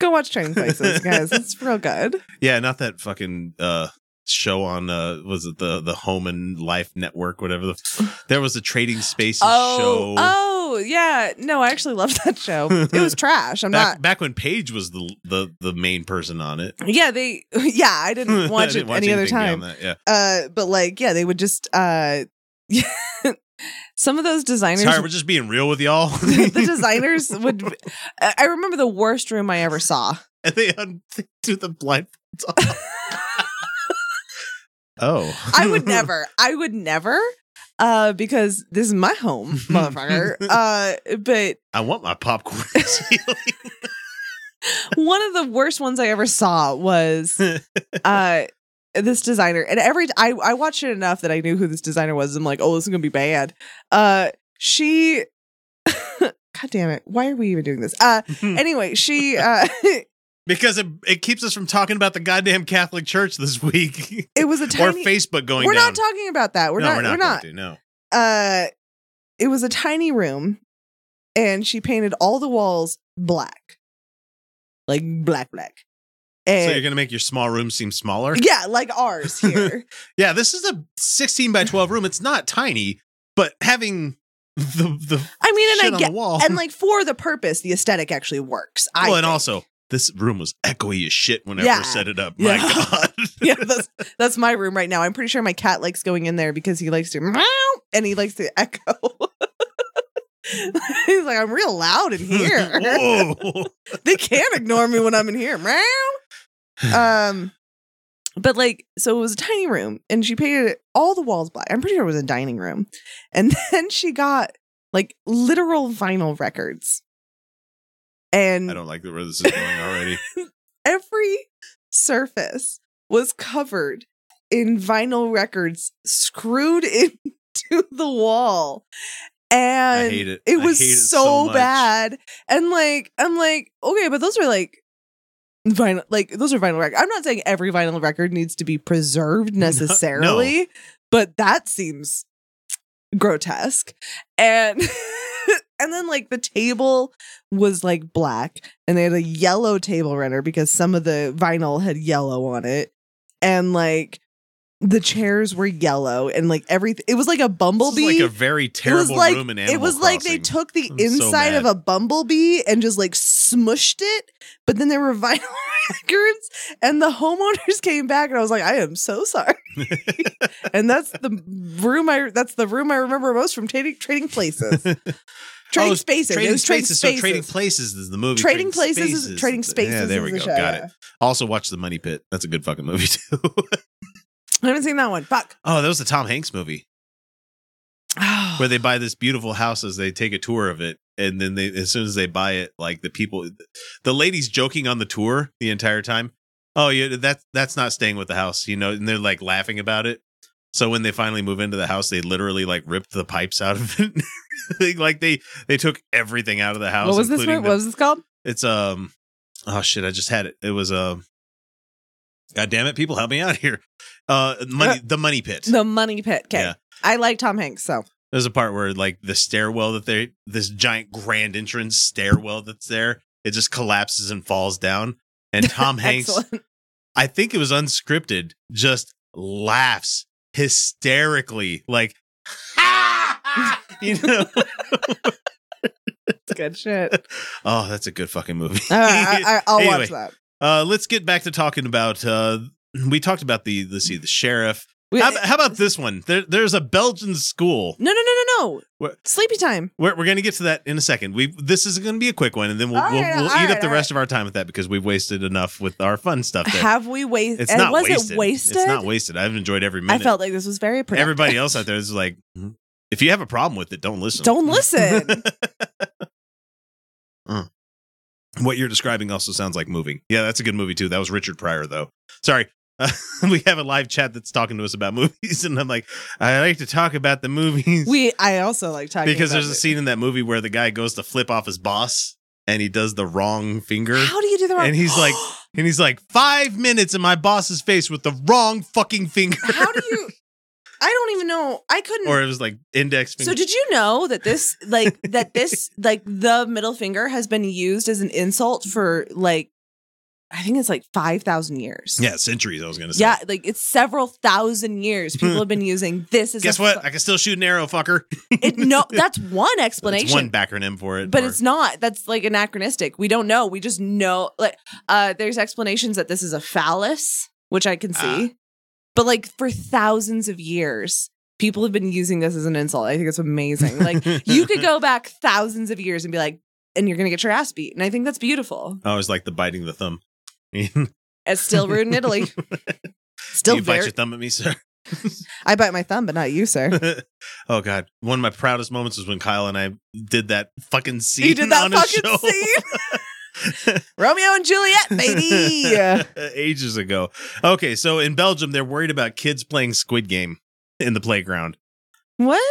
B: Go watch Trading Places, guys. It's real good.
H: yeah, not that fucking uh show on uh was it the the Home and Life Network, whatever the there was a trading spaces
B: Oh,
H: show.
B: oh yeah. No, I actually loved that show. It was trash. I'm
H: Back,
B: not.
H: back when Paige was the, the the main person on it.
B: Yeah, they. Yeah, I didn't watch
H: I
B: it
H: didn't
B: any other
H: anything beyond
B: time.
H: that, Yeah.
B: Uh, but like, yeah, they would just. uh Some of those designers.
H: Sorry, we're just being real with y'all.
B: the designers would. I I remember the worst room I ever saw.
H: and they undo the blindfolds off. oh.
B: I would never. I would never. Uh, because this is my home, motherfucker. Uh, but
H: I want my popcorn.
B: one of the worst ones I ever saw was uh this designer and every I I watched it enough that I knew who this designer was. I'm like, oh, this is gonna be bad. Uh she God damn it. Why are we even doing this? Uh anyway, she uh
H: because it, it keeps us from talking about the goddamn Catholic Church this week.
B: it was a
H: or
B: tiny
H: Facebook going
B: We're
H: down.
B: not talking about that. We're
H: no,
B: not
H: we're
B: we're
H: not. going
B: not.
H: to, no.
B: Uh it was a tiny room and she painted all the walls black. Like black black. And
H: So you're going to make your small room seem smaller?
B: yeah, like ours here.
H: Yeah, this is a 16 by 12 room. It's not tiny, but having the the
B: I mean,
H: shit
B: and I
H: on
B: get
H: the wall.
B: and like for the purpose, the aesthetic actually works. I
H: well, and
B: think.
H: also this room was echoey as shit whenever
B: Yeah.
H: I set it up.
B: Yeah.
H: My God.
B: yeah, that's that's my room right now. I'm pretty sure my cat likes going in there because he likes to meow and he likes to echo. He's like, I'm real loud in here.
H: Whoa.
B: they can't ignore me when I'm in here. Meow. Um, but like, so it was a tiny room, and she painted it- all the walls black. I'm pretty sure it was a dining room, and then she got like literal vinyl records. And
H: I don't like where this is going already.
B: every surface was covered in vinyl records screwed into the wall. And
H: I hate it. I
B: was
H: hate it so
B: so,
H: much.
B: bad. And like, I'm like, okay, but those are like vinyl, like those are vinyl records. I'm not saying every vinyl record needs to be preserved necessarily, but that seems grotesque. And and then like the table was like black and they had a yellow table runner because some of the vinyl had yellow on it and like the chairs were yellow and like everything it was like a
H: This
B: bumblebee
H: is like a very terrible
B: it was like
H: room in Animal
B: it was like they
H: Crossing.
B: took the
H: I'm so
B: inside of
H: mad.
B: a bumblebee and just like smushed it but then there were vinyl records and the homeowners came back and i was like i am so sorry and that's the room i that's the room i remember most from trading trading places trading
H: Oh,
B: spaces
H: Trading
B: it was trading
H: spaces.
B: spaces,
H: So trading places is the movie.
B: Trading Places is- Trading Spaces
H: Yeah, there we
B: is the
H: go.
B: show,
H: Got
B: yeah.
H: it. Also, watch The Money Pit. That's a good fucking movie too.
B: i haven't seen that one fuck
H: oh, that was the Tom Hanks movie where they buy this beautiful house as they take a tour of it, and then they as soon as they buy it, like the people, the lady's joking on the tour the entire time. Oh, yeah, that's that's not staying with the house, you know, and they're like laughing about it. So when they finally move into the house, they literally like ripped the pipes out of it. They- like they they took everything out of the house.
B: what was this
H: including
B: one?
H: the-
B: what was this called
H: It's um oh shit, I just had it. It was uh God damn it, people help me out here. Uh money
B: Uh,
H: the money pit.
B: The Money Pit. Okay.
H: Yeah.
B: I like Tom Hanks, so
H: There's a part where like the stairwell that they this giant grand entrance stairwell that's there, it just collapses and falls down. And Tom Hanks,
B: excellent.
H: I think it was unscripted, just laughs hysterically, like you know.
B: It's good shit.
H: oh, that's a good fucking movie.
B: All right, I, I, I'll watch
H: Anyway.
B: that.
H: Uh, let's get back to talking about. Uh, we talked about the let's see, the sheriff.
B: We-
H: How, how about this one? There, there's a Belgian school.
B: no, no, no, no, no.
H: What?
B: Sleepy time.
H: We're, we're going to get to that in a second. We this is going to be a quick one, and then we'll
B: All
H: we'll,
B: right,
H: we'll
B: all
H: eat up
B: right,
H: the
B: all
H: rest of our time with that because we've wasted enough with our fun stuff. There.
B: Have we wasted?
H: it's not
B: was
H: wasted.
B: it wasted?
H: It's not wasted. I've enjoyed every
B: I
H: minute.
B: felt like this was very productive.
H: Everybody else out there is like, if you have a problem with it, don't listen.
B: Mm-hmm. Don't listen.
H: Mm. What you're describing also sounds like moving. Yeah, that's a good movie too. That was Richard Pryor though. Sorry. Uh, we have a live chat that's talking to us about movies, and I'm like, I like to talk about the movies
B: we. I also like talking
H: because
B: about
H: there's a
B: it.
H: scene in that movie where the guy goes to flip off his boss, and he does the wrong finger,
B: How do you do the wrong?
H: and he's like, and he's like, five minutes in my boss's face with the wrong fucking finger,
B: how do you? I don't even know. I couldn't.
H: or it was like index finger.
B: so did you know that this like that this like the middle finger has been used as an insult for like I think it's like 5,000 years.
H: yeah, centuries. I was gonna say.
B: Yeah, like it's several thousand years people have been using this as
H: Guess
B: a
H: what? I can still shoot an arrow, fucker.
B: It, no, that's one
H: It's
B: explanation.
H: one backronym for it,
B: but
H: or-
B: it's not. That's like anachronistic. We don't know. We just know. Like, uh, there's explanations that this is a phallus, which I
H: Uh.
B: can see. But like for thousands of years, people have been using this as an insult. I think it's amazing. Like you could go back thousands of years and be like, and you're gonna get your ass beat. And I think that's beautiful.
H: I always like the biting the thumb.
B: It's still rude in Italy. Still
H: you bite
B: very.
H: your thumb at me, sir.
B: I bite my thumb, but not you, sir.
H: oh God, one of my proudest moments was when Kyle and I did that fucking scene
B: He did that
H: on his
B: fucking
H: show
B: scene. Romeo and Juliet, baby.
H: ages ago. Okay, so in Belgium, they're worried about kids playing Squid Game in the playground.
B: what?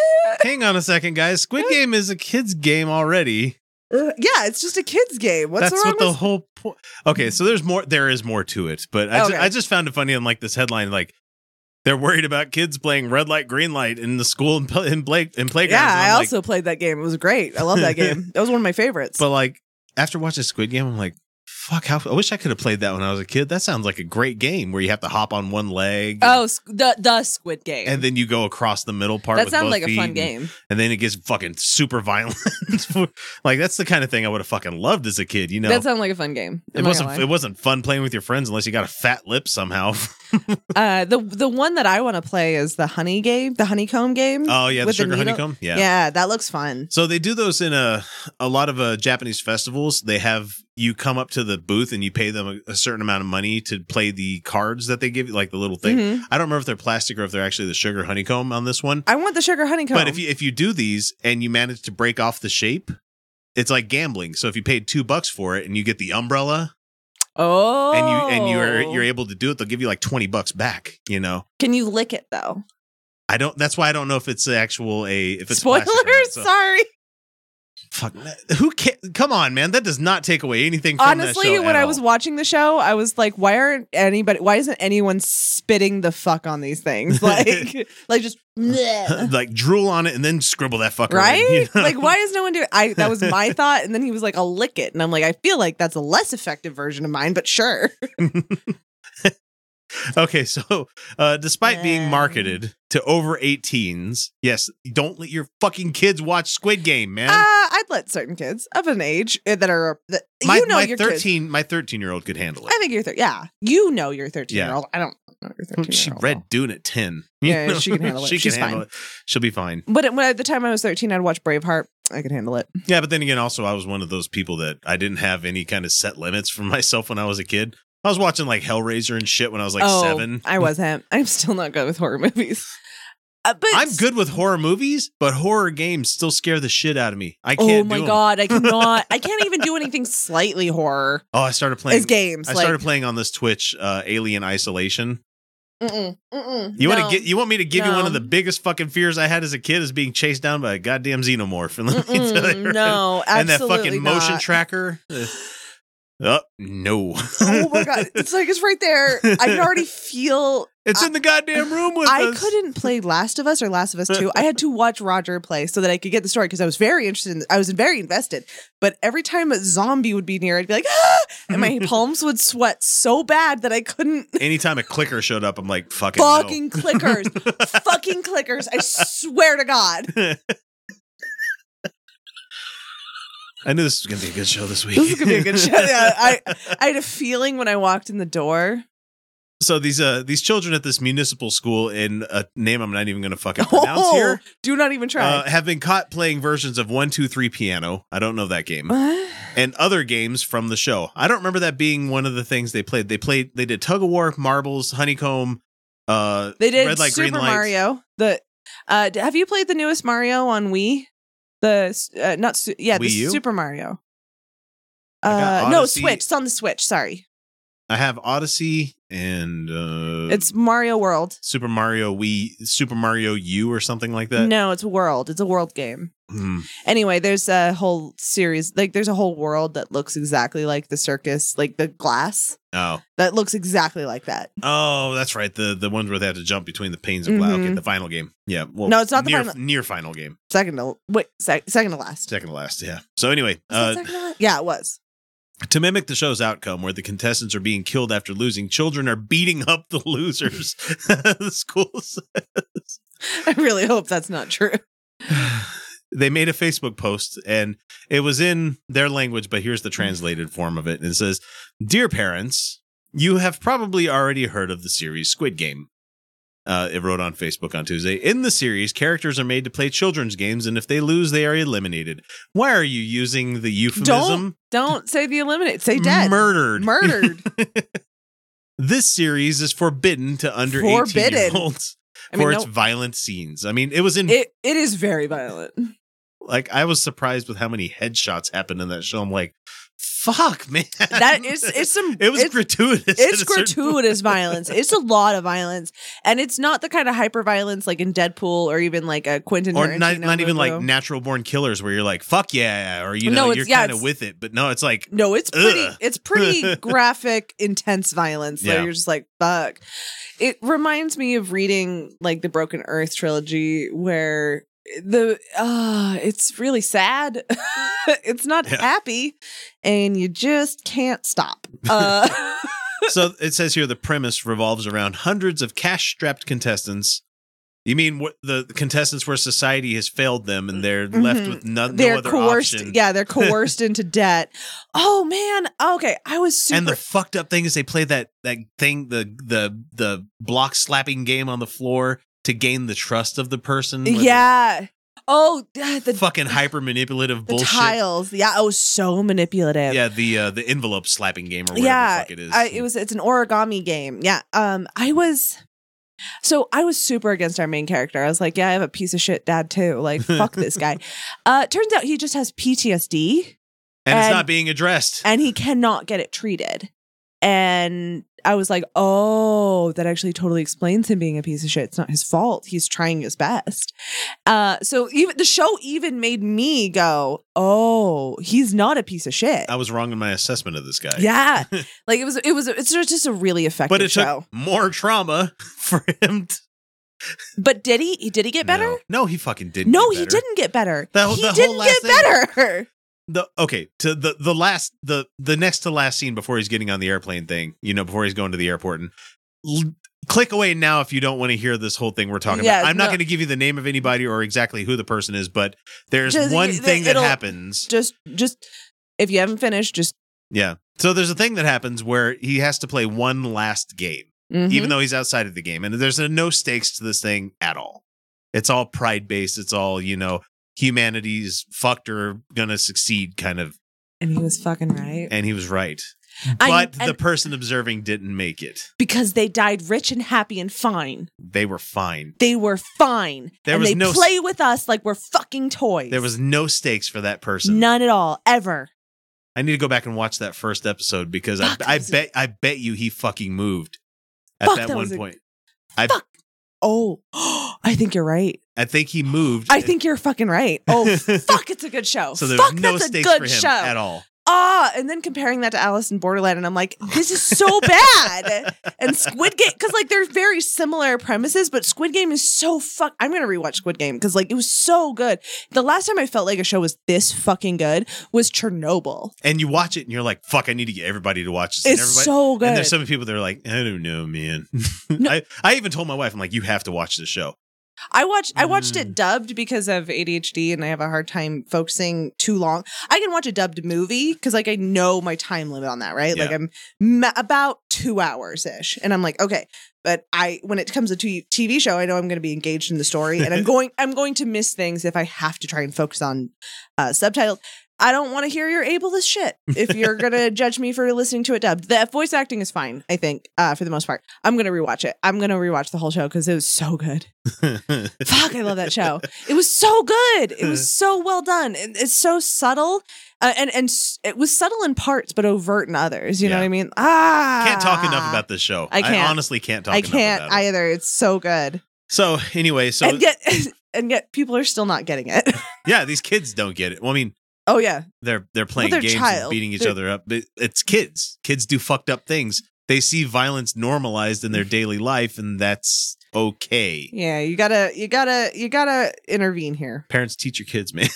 H: Hang on a second, guys. Squid Game is a kids' game already.
B: Uh, yeah, it's just a kids' game. What's
H: That's
B: wrong
H: what the
B: with
H: whole point. Okay, so there's more. There is more to it, but I, ju-
B: Okay.
H: I just found it funny on like this headline, like they're worried about kids playing red light, green light in the school and pl- in Blake in playgrounds.
B: Yeah,
H: And
B: I
H: I'm like-
B: also played that game. It was great. I love that game. That was one of my favorites.
H: but like after watching Squid Game, I'm like, fuck. How I wish I could have played that when I was a kid. That sounds like a great game where you have to hop on one leg.
B: oh, s- the the Squid Game.
H: And then you go across the middle part.
B: that
H: with
B: sounds
H: both
B: like a
H: feet
B: fun
H: and-
B: game.
H: And then it gets fucking super violent. like that's the kind of thing I would have fucking loved as a kid. You know,
B: That sounds like a fun game. I'm
H: it
B: not
H: wasn't.
B: gonna
H: It wasn't fun playing with your friends unless you got a fat lip somehow.
B: lie. uh, the the one that I want to play is the honey game, the honeycomb game.
H: Oh yeah, the
B: with the
H: sugar
B: needle-
H: honeycomb. Yeah.
B: yeah. that looks fun.
H: So they do those in a a lot of uh, Japanese festivals. They have you come up to the booth and you pay them a, a certain amount of money to play the cards that they give you, like the little thing.
B: Mhm.
H: I don't remember if they're plastic or if they're actually the sugar honeycomb on this one.
B: I want the sugar honeycomb.
H: But if you if you do these and you manage to break off the shape, it's like gambling. So if you paid two bucks for it and you get the umbrella
B: oh,
H: and you and you're you're able to do it, they'll give you like twenty bucks back. You know.
B: can you lick it though?
H: I don't. That's why I don't know if it's actual a if it's
B: Spoilers.
H: plastic or not. So-
B: Sorry.
H: Fuck, man. who can Come on, man. That does not take away anything from that
B: Honestly,
H: show
B: when
H: at
B: I
H: all.
B: was watching the show, I was like, why aren't anybody why isn't anyone spitting the fuck on these things? Like like just bleh.
H: like drool on it and then scribble that fucker, in,
B: right?
H: you know?
B: Like why is no one doing I that was my thought and then he was like, I'll lick it. And I'm like, I feel like that's a less effective version of mine, but sure.
H: Okay, so uh, despite being
B: Yeah.
H: marketed to over 18s, yes, don't let your fucking kids watch Squid Game, man.
B: Uh, I'd let certain kids of an age uh, that are that,
H: my
B: you know
H: my
B: your kids.
H: 13 my 13 year old could handle it.
B: I think you're thir- yeah. You know you're 13
H: Yeah.
B: year old. I don't know your 13 year old.
H: She read Dune at 10. you
B: Yeah,
H: know?
B: she can handle it.
H: she
B: She's
H: can handle
B: fine.
H: it. She'll be fine.
B: But it- when, at the time I was 13, I'd watch Braveheart. I could handle it.
H: Yeah, but then again, also I was one of those people that I didn't have any kind of set limits for myself when I was a kid. I was watching like Hellraiser and shit when I was like
B: oh,
H: seven.
B: I wasn't. I'm still not good with horror movies. Uh, but
H: I'm good with horror movies, but horror games still scare the shit out of me. I can't.
B: Oh
H: do
B: my
H: 'em.
B: god, I cannot. I can't even do anything slightly horror
H: Oh, I started playing
B: as games.
H: I
B: like,
H: started playing on this Twitch, uh, Alien Isolation.
B: mm-mm, mm-mm,
H: You
B: no.
H: want to get? You want me to give you one of
B: No.
H: the biggest fucking fears I had as a kid is being chased down by a goddamn xenomorph. And let me tell you
B: Mm-mm,
H: right-
B: no, absolutely
H: and that fucking
B: not.
H: motion tracker. Ugh. Uh, no.
B: Oh my god! It's like it's right there. I can already feel.
H: It's in the goddamn room with
B: I
H: us.
B: couldn't play Last of Us or Last of Us Two. I had to watch Roger play so that I could get the story because I was very interested. In, I was very invested. But every time a zombie would be near, I'd be like, ah! and my palms would sweat so bad that I couldn't.
H: Anytime a clicker showed up, I'm like, fucking, no.
B: Fucking clickers, fucking clickers! I swear to God,
H: I knew this was gonna be a good show this week.
B: this is gonna be a good show. Yeah, I, I had a feeling when I walked in the door.
H: so these uh these children at this municipal school in a name I'm not even gonna fucking pronounce here
B: do not even Oh, try.
H: uh, have been caught playing versions of one two three piano. I don't know that game
B: What?
H: and other games from the show. I don't remember that being one of the things they played. They played they did tug of war, marbles, honeycomb. Uh,
B: They did
H: Red light,
B: Super
H: green light.
B: Mario. The uh, d- have you played the newest Mario on Wii? The s- uh, not su- yeah, the
H: Wii U?
B: Super Mario.
H: got
B: Uh, no,
H: Odyssey.
B: Switch. It's on the Switch. Sorry,
H: I have Odyssey and uh,
B: it's Mario World.
H: Super Mario Wii, Super Mario U, or something like that.
B: No, it's World. It's a world game.
H: Hmm.
B: Anyway, there's a whole series. Like, there's a whole world that looks exactly like the circus, like the glass
H: Oh,
B: that looks exactly like that.
H: oh, that's right. The the ones where they had to jump between the panes of glass. Okay,
B: Mhm.
H: the final game. Yeah. Well,
B: No, it's not the
H: near,
B: final-
H: near final game.
B: Second to wait, sec- second to last.
H: Second to last. Yeah. So anyway,
B: Was it
H: uh,
B: second to last? Yeah, it was.
H: To mimic the show's outcome, where the contestants are being killed after losing, children are beating up the losers. the schools.
B: I really hope that's not true.
H: They made a Facebook post and it was in their language, but here's the translated form of it. And it says, Dear parents, you have probably already heard of the series Squid Game. Uh, it wrote on Facebook on Tuesday. In the series, characters are made to play children's games, and if they lose, they are eliminated. Why are you using the euphemism
B: Don't say the eliminate. Say dead.
H: murdered?
B: Murdered.
H: this series is forbidden to under 18
B: Forbidden.
H: year olds
B: I mean,
H: for
B: no,
H: its violent scenes. I mean, it was in
B: it it is very violent.
H: like I was surprised with how many headshots happened in that show. I'm like, fuck, man.
B: That is it's some
H: it was
B: it's, it's
H: gratuitous. at a certain point.
B: gratuitous violence. It's a lot of violence, and it's not the kind of hyper violence like in Deadpool or even like a Quentin
H: Or
B: Tarantino
H: not, not even like
B: movie.
H: natural born killers where you're like, fuck yeah, or you know,
B: No, it's-
H: you're
B: yeah,
H: kind of
B: it's-
H: with it. But no, it's like
B: no, it's pretty.
H: Ugh.
B: It's pretty graphic, intense violence.
H: Yeah.
B: Where you're just like, fuck. It reminds me of reading like the Broken Earth trilogy, where the uh it's really sad. it's not
H: Yeah.
B: happy, and you just can't stop. Uh,
H: so it says here the premise revolves around hundreds of cash strapped contestants. You mean what the contestants where society has failed them and they're left
B: Mhm.
H: with no, no
B: they're
H: other
B: coerced.
H: option?
B: Yeah, they're coerced into debt. Oh man. Okay, I was super.
H: And the fucked up thing is they play that that thing the the the block slapping game on the floor to gain the trust of the person. with
B: yeah. Oh, ah, the
H: the fucking hyper manipulative
B: the
H: bullshit.
B: tiles. Yeah. Oh, so manipulative.
H: Yeah, the uh, the envelope slapping game or whatever
B: Yeah,
H: the fuck it is.
B: I, it was. It's an origami game. Yeah. Um. I was. So I was super against our main character. I was like, yeah, I have a piece of shit dad too. Like, fuck this guy. Uh, turns out he just has PTSD.
H: and it's
B: and-
H: not being addressed.
B: and he cannot get it treated. And I was like, oh, that actually totally explains him being a piece of shit. It's not his fault. He's trying his best. Uh, so even the show even made me go, oh, he's not a piece of shit.
H: I was wrong in my assessment of this guy.
B: Yeah, like it was. It was. It's just a really effective
H: But it took
B: show.
H: more trauma for him to
B: But did he? Did he get better?
H: No, No, he fucking didn't.
B: No,
H: get
B: he
H: better.
B: didn't get better.
H: That whole-
B: he
H: that whole
B: didn't get
H: last thing-
B: better.
H: the okay to the the last the the next to last scene before he's getting on the airplane thing you know before he's going to the airport and l- click away now if you don't want to hear this whole thing we're talking
B: Yeah,
H: about i'm not
B: no.
H: going to give you the name of anybody or exactly who the person is but there's
B: Just-
H: one
B: it-
H: thing that
B: it'll-
H: happens
B: Just, just if you haven't finished, just
H: yeah so there's a thing that happens where he has to play one last game
B: mhm.
H: even though he's outside of the game and there's uh, no stakes to this thing at all it's all pride based it's all you know humanity's fucked or gonna succeed kind of
B: and he was fucking right.
H: and he was right
B: I-
H: but
B: and-
H: the person observing didn't make it.
B: because they died rich and happy and fine.
H: They were fine.
B: They were fine.
H: There
B: and
H: was
B: they
H: no s-
B: play with us like we're fucking toys.
H: There was no stakes for that person.
B: none at all ever.
H: I need to go back and watch that first episode because
B: Fuck, that
H: I, I
B: was a-
H: bet I bet you he fucking moved at
B: Fuck,
H: that,
B: that
H: one
B: was a-
H: point. I
B: Fuck. Oh, I think you're right.
H: I think he moved.
B: I think you're fucking right. Oh, fuck, it's a good show.
H: so. There
B: fuck,
H: was no
B: that's a
H: stakes
B: good
H: for him
B: show.
H: at all.
B: ah, and then comparing that to Alice in Borderland, and I'm like, this is so bad. And Squid Game, because like they're very similar premises, but Squid Game is so fuck. I'm gonna rewatch Squid Game because like it was so good. The last time I felt like a show was this fucking good was Chernobyl.
H: And you watch it and you're like, fuck, I need to get everybody to watch this. and
B: It's so good.
H: And there's some people that are like, I don't know, man. I, I even told my wife, I'm like, you have to watch this show.
B: I watched I watched it dubbed because of ADHD and I have a hard time focusing too long. I can watch a dubbed movie because like I know my time limit on that, right? Like
H: Yeah.
B: I'm ma- about two hours ish, and I'm like, okay. But I when it comes to t- TV show, I know I'm going to be engaged in the story, and I'm going I'm going to miss things if I have to try and focus on uh, subtitles. I don't want to hear your ableist shit if you're going to judge me for listening to it dubbed. The voice acting is fine, I think, uh, for the most part. I'm going to rewatch it. I'm going to rewatch the whole show because it was so good. Fuck, I love that show. It was so good. It was so well done. It- it's so subtle, uh, and and s- it was subtle in parts, but overt in others. You know
H: Yeah.
B: what I mean? Ah,
H: Can't talk enough about this show.
B: I can't.
H: honestly can't talk
B: I
H: enough
B: can't
H: about it.
B: either. It's so good,
H: So anyway, so
B: and yet and yet people are still not getting it.
H: yeah, these kids don't get it. Well, I mean,
B: oh yeah,
H: they're they're playing
B: they're
H: games
B: child.
H: and beating each
B: They're-
H: other up. But it's kids. Kids do fucked up things. They see violence normalized
B: Mm.
H: in their daily life, and that's okay.
B: yeah. You gotta you gotta you gotta intervene here.
H: Parents teach your kids, man.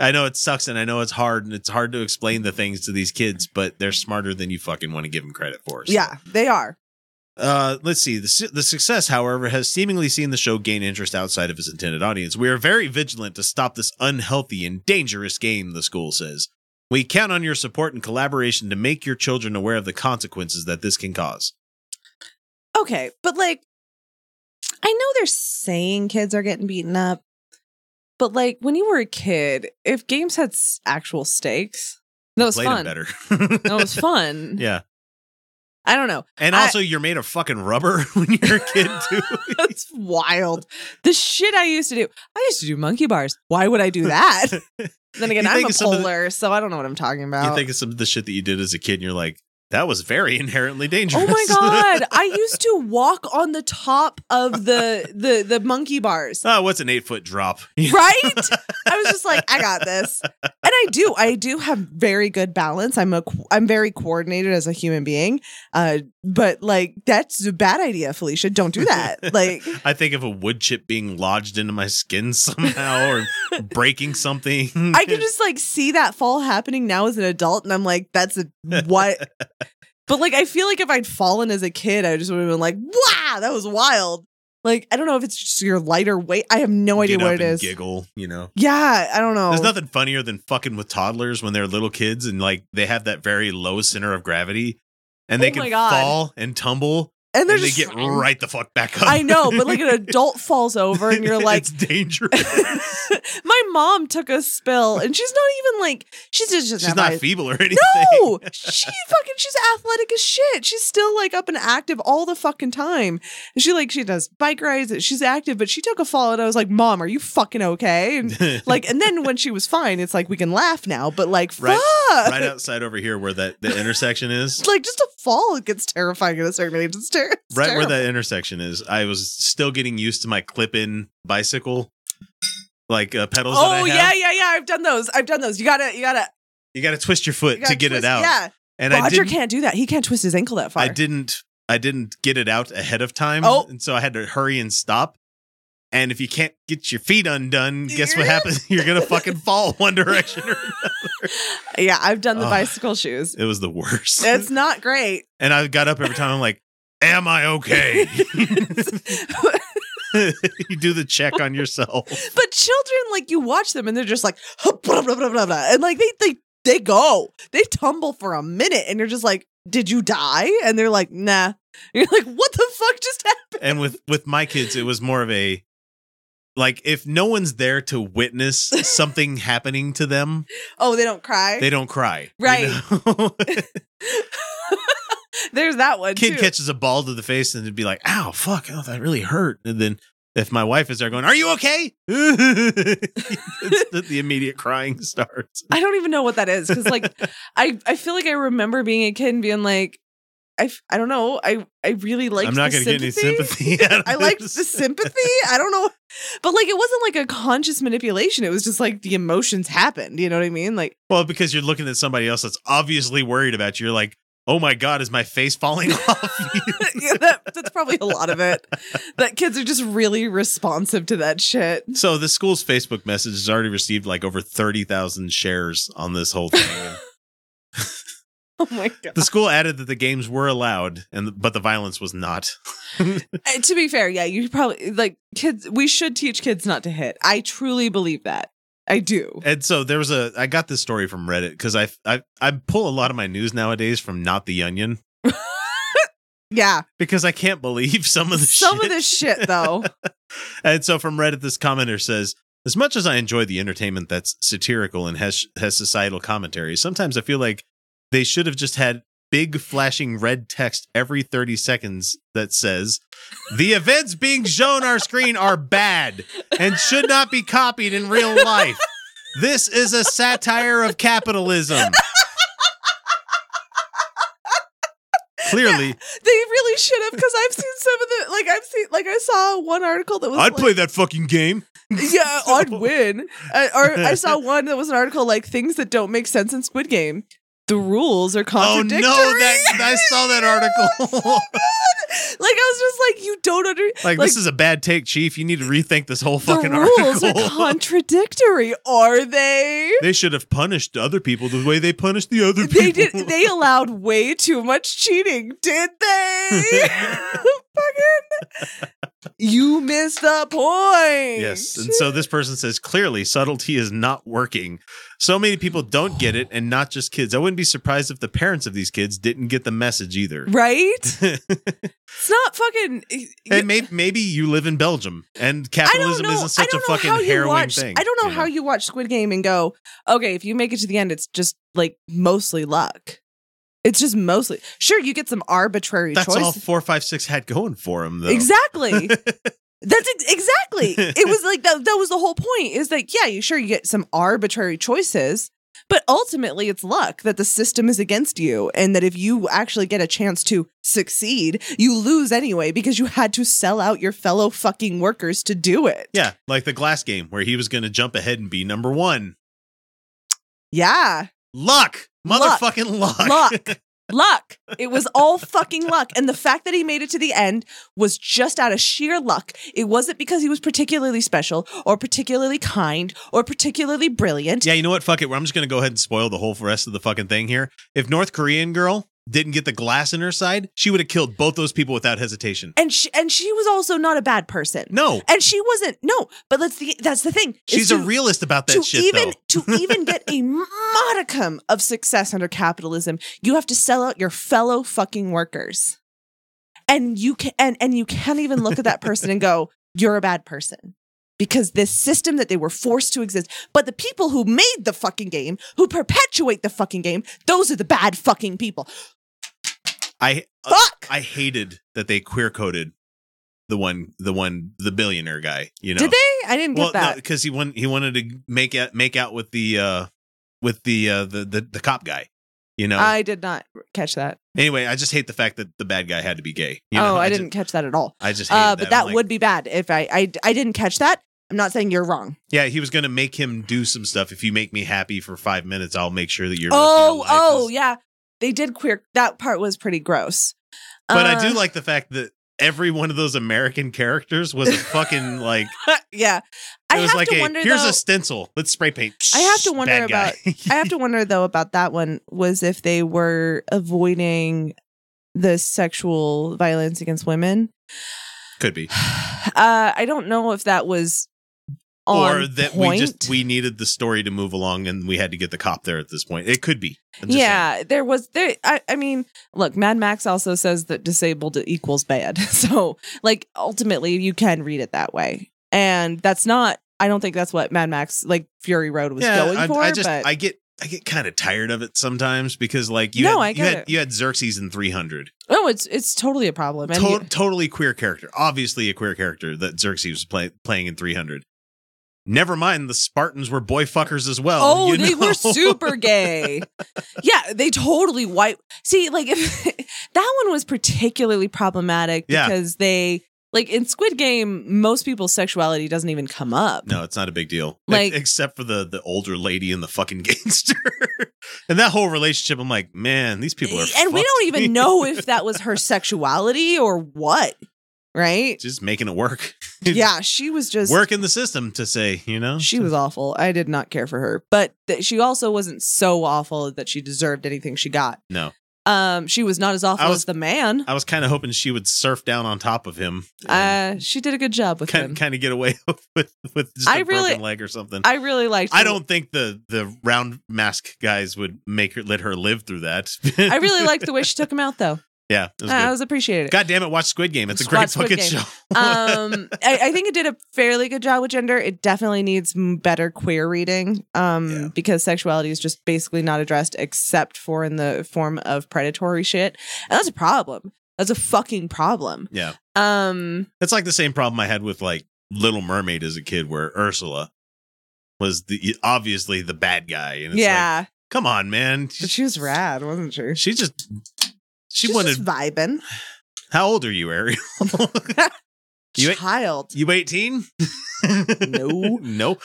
H: I know it sucks, and I know it's hard, and it's hard to explain the things to these kids, but they're smarter than you fucking want to give them credit for. so.
B: Yeah, they are.
H: Uh, let's see. The, su- the success, however, has seemingly seen the show gain interest outside of its intended audience. We are very vigilant to stop this unhealthy and dangerous game, the school says. We count on your support and collaboration to make your children aware of the consequences that this can cause.
B: Okay, but like, I know they're saying kids are getting beaten up, but like when you were a kid, if games had s- actual stakes, that was
H: Play
B: fun.
H: them better.
B: That was fun.
H: yeah.
B: I don't know.
H: And
B: I-
H: also, you're made of fucking rubber when you're a kid, too.
B: That's wild. The shit I used to do. I used to do monkey bars. Why would I do that? then again,
H: You
B: I'm
H: think
B: a
H: some of the-
B: polar, so I don't know what I'm talking about.
H: you think of some of the shit that you did as a kid, and you're like, that was very inherently dangerous.
B: Oh my god! I used to walk on the top of the the the monkey bars.
H: oh, what's an eight foot drop?
B: right? I was just like, I got this, and I do. I do have very good balance. I'm a, co- I'm very coordinated as a human being. Uh, but like, that's a bad idea, Felicia. Don't do that. Like,
H: I think of a wood chip being lodged into my skin somehow or breaking something.
B: I can just like see that fall happening now as an adult, and I'm like, that's a what. But like, I feel like if I'd fallen as a kid, I just would have been like, wow, that was wild. Like, I don't know if it's just your lighter weight. I have no idea
H: Get
B: what
H: up
B: it
H: and
B: is. Oh.
H: Giggle, you know.
B: Yeah, I don't know.
H: There's nothing funnier than fucking with toddlers when they're little kids and like they have that very low center of gravity, and they
B: Oh my
H: can
B: God.
H: fall and tumble
B: and
H: and,
B: they're
H: they
B: just
H: get
B: fine.
H: right the fuck back up.
B: I know, but like an adult falls over and you're like,
H: it's dangerous.
B: my mom took a spill and she's not even like, she's just, just
H: She's not feeble or anything.
B: No, she fucking, she's athletic as shit. She's still like up and active all the fucking time. And she like, she does bike rides. and She's active, but she took a fall and I was like, mom, are you fucking okay? And like, and then when she was fine, it's like, we can laugh now, but like, fuck.
H: Right, right outside over here where that the intersection is.
B: Like just a fall gets terrifying at a certain age. It's, ter- it's
H: right
B: terrible.
H: where that intersection is, I was still getting used to my clip-in bicycle, like uh, pedals. that I
B: Oh
H: have.
B: yeah, yeah, yeah. I've done those. I've done those. You gotta, you gotta,
H: You got to twist your foot
B: you
H: to
B: gotta
H: get
B: twist-
H: it out.
B: Yeah.
H: And I
B: Roger
H: didn't.
B: can't do that. He can't twist his ankle that far.
H: I didn't. I didn't get it out ahead of time.
B: Oh.
H: And so I had to hurry and stop. And if you can't get your feet undone, guess what
B: Yeah.
H: happens? You're gonna fucking fall one direction. Or
B: Yeah, I've done the
H: Ugh.
B: bicycle shoes.
H: it was the worst.
B: It's not great.
H: and I got up every time. I'm like, "Am I okay?" you do the check on yourself.
B: But children, like you watch them and they're just like blah, blah, blah, blah, blah. and like they they they go. They tumble for a minute and you're just like, Did you die? And they're like, nah. And you're like, what the fuck just happened?
H: and with with my kids it was more of a like if no one's there to witness something happening to them
B: Oh, they don't cry.
H: they don't cry you
B: Right.
H: know?
B: There's that one
H: kid
B: too.
H: catches a ball to the face and it'd be like ow fuck oh that really hurt and then if my wife is there going are you okay it's the, the immediate crying starts
B: I don't even know what that is because like I I feel like I remember being a kid and being like, I, I don't know. I, I really like.
H: I'm not
B: the
H: going to get any sympathy. Out of
B: I liked the
H: this.
B: sympathy. I don't know. But like it wasn't like a conscious manipulation. It was just like the emotions happened. You know what I mean? Like
H: Well, because you're looking at somebody else that's obviously worried about you. You're like, oh my god, is my face falling off?
B: yeah, that, that's probably a lot of it. That kids are just really responsive to that shit.
H: so the school's Facebook message has already received like over thirty thousand shares on this whole thing.
B: Oh my god.
H: the school added that the games were allowed, and but the violence was not.
B: Uh, to be fair, yeah, you probably like kids we should teach kids not to hit. I truly believe that. I do.
H: And so there was a. I got this story from Reddit because I, I I pull a lot of my news nowadays from Not the Onion
B: Yeah.
H: because I can't believe some of the
B: Some
H: shit.
B: of this shit though.
H: And so from Reddit, this commenter says, as much as I enjoy the entertainment that's satirical and has, has societal commentary, sometimes I feel like they should have just had big flashing red text every 30 seconds that says, the events being shown on our screen are bad and should not be copied in real life. This is a satire of capitalism. Clearly,
B: they really should have because I've seen some of the like I've seen like I saw one article that was like,
H: that fucking game.
B: yeah I'd win I, or I saw one that was an article like things that don't make sense in Squid Game the rules are
H: Oh no,
B: contradictory
H: that I saw that article.
B: like I was just like you don't under
H: Like, this is a bad take, Chief. You need to rethink this whole fucking
B: the rules
H: article.
B: are contradictory are they
H: they should have punished other people the way they punished the other people.
B: they did they allowed way too much cheating did they fucking you missed the point
H: Yes. And so this person says clearly subtlety is not working. So many people don't get it, and not just kids. I wouldn't be surprised if the parents of these kids didn't get the message either.
B: right it's not fucking
H: And may- maybe you live in Belgium, and capitalism isn't such a fucking
B: how you
H: harrowing
B: watch,
H: thing.
B: I don't know
H: you
B: how you watch Squid Game and go, okay, if you make it to the end, it's just like mostly luck. It's just mostly sure you get some arbitrary
H: That's all
B: choice.
H: four, five, six had going for him, though.
B: Exactly. That's ex- exactly. It was like that. That was the whole point. Is like, yeah, you sure you get some arbitrary choices, but ultimately it's luck that the system is against you, and that if you actually get a chance to succeed, you lose anyway because you had to sell out your fellow fucking workers to do it.
H: Yeah, like the glass game where he was going to jump ahead and be number one.
B: Yeah.
H: Luck,
B: Luck.
H: motherfucking luck.
B: luck. Luck. It was all fucking luck. And the fact that he made it to the end was just out of sheer luck. It wasn't because he was particularly special or particularly kind or particularly brilliant.
H: Yeah, you know what? Fuck it. I'm just gonna go ahead and spoil the whole rest of the fucking thing here. If North Korean girl didn't get the glass in her side, she would have killed both those people without hesitation.
B: And she, and she was also not a bad person.
H: No,
B: And she wasn't. No, but let's the that's the thing. is
H: she's a
B: to-
H: realist about that
B: to
H: shit,
B: even
H: though.
B: to even get a modicum of success under capitalism, you have to sell out your fellow fucking workers. And you can and, and you can't even look at that person and go, You're a bad person. Because this system that they were forced to exist, but the people who made the fucking game, who perpetuate the fucking game, those are the bad fucking people.
H: I uh,
B: Fuck!
H: I hated that they queer coded the one the one the billionaire guy. You know,
B: Did they? I didn't
H: Well,
B: get that.
H: because he wanted he wanted to make out make out with the uh with the uh the the, the cop guy. You know.
B: I did not catch that.
H: anyway, I just hate the fact that the bad guy had to be gay. You
B: oh,
H: know?
B: I,
H: just-
B: didn't catch that at all.
H: I just hated
B: Uh, but that
H: I'm like,
B: would be bad if I, I I didn't catch that. I'm not saying you're wrong.
H: Yeah, he was going to make him do some stuff. If you make me happy for five minutes, I'll make sure that you're.
B: Oh, oh, yeah. They did queer. That part was pretty gross.
H: But I
B: Uh,
H: do like the fact that every one of those American characters was a fucking like.
B: yeah.
H: It
B: I
H: was
B: have
H: like,
B: to
H: a,
B: wonder
H: here's
B: though.
H: a stencil. Let's spray paint.
B: I have to
H: Psh,
B: wonder
H: bad guy.
B: I have to wonder though about that one was if they were avoiding the sexual violence against women.
H: Could be,
B: Uh, I don't know if that was on
H: or that
B: point.
H: we just we needed the story to move along, and we had to get the cop there at this point. It could be. I'm just saying.
B: yeah, there was there. I, I mean, look, Mad Max also says that disabled equals bad. So, like, ultimately, you can read it that way, and that's not. I don't think that's what Mad Max, like Fury Road, was
H: yeah.
B: going
H: I,
B: for.
H: I just
B: but
H: I get I get kind of tired of it sometimes because like you
B: No,
H: had,
B: I
H: you
B: get
H: had
B: it.
H: you had Xerxes in 300.
B: no, it's it's totally a problem. And
H: to- totally queer character. Obviously, a queer character that Xerxes was play- playing in 300. Never mind, the Spartans were boy fuckers as well.
B: oh,
H: you
B: they
H: know?
B: were super gay. yeah, they totally white. See, like if That one was particularly problematic
H: Yeah.
B: because they like in Squid Game, most people's sexuality doesn't even come up.
H: No, it's not a big deal.
B: Like-
H: Like, except for the the older lady and the fucking gangster, and that whole relationship. I'm like, man, these people are.
B: Eh, and we
H: fucked.
B: don't even know if that was her sexuality or what, right?
H: just making it work,
B: Yeah, she was just
H: working the system to say, you know,
B: She was awful. I did not care for her, but th- she also wasn't so awful that she deserved anything she got.
H: No.
B: um, she was not as awful
H: I was-
B: as the man.
H: I was kind of hoping she would surf down on top of him, and
B: Uh, she did a good job with him.
H: kind, kind of get away with with just
B: I
H: a
B: really-
H: broken leg or something.
B: I really liked.
H: I don't think the the round mask guys would make her let her live through that.
B: I really liked the way she took him out, though.
H: yeah, it was
B: I, I
H: good.
B: was appreciated.
H: God damn it! Watch Squid Game. It's a
B: Watch
H: great
B: Squid
H: fucking
B: Game.
H: show.
B: um, I, I think it did a fairly good job with gender. It definitely needs m- better queer reading, um,
H: Yeah.
B: because sexuality is just basically not addressed except for in the form of predatory shit, and that's a problem. That's a fucking problem.
H: Yeah.
B: Um.
H: That's like the same problem I had with like Little Mermaid as a kid, where Ursula was the obviously the bad guy, and it's like,
B: yeah,
H: come on, man,
B: but she was rad, wasn't she?
H: she just she
B: She's
H: wanted.
B: just vibing.
H: how old are you, Ariel? You ain't-
B: Child.
H: you eighteen?
B: No.
H: no. Okay,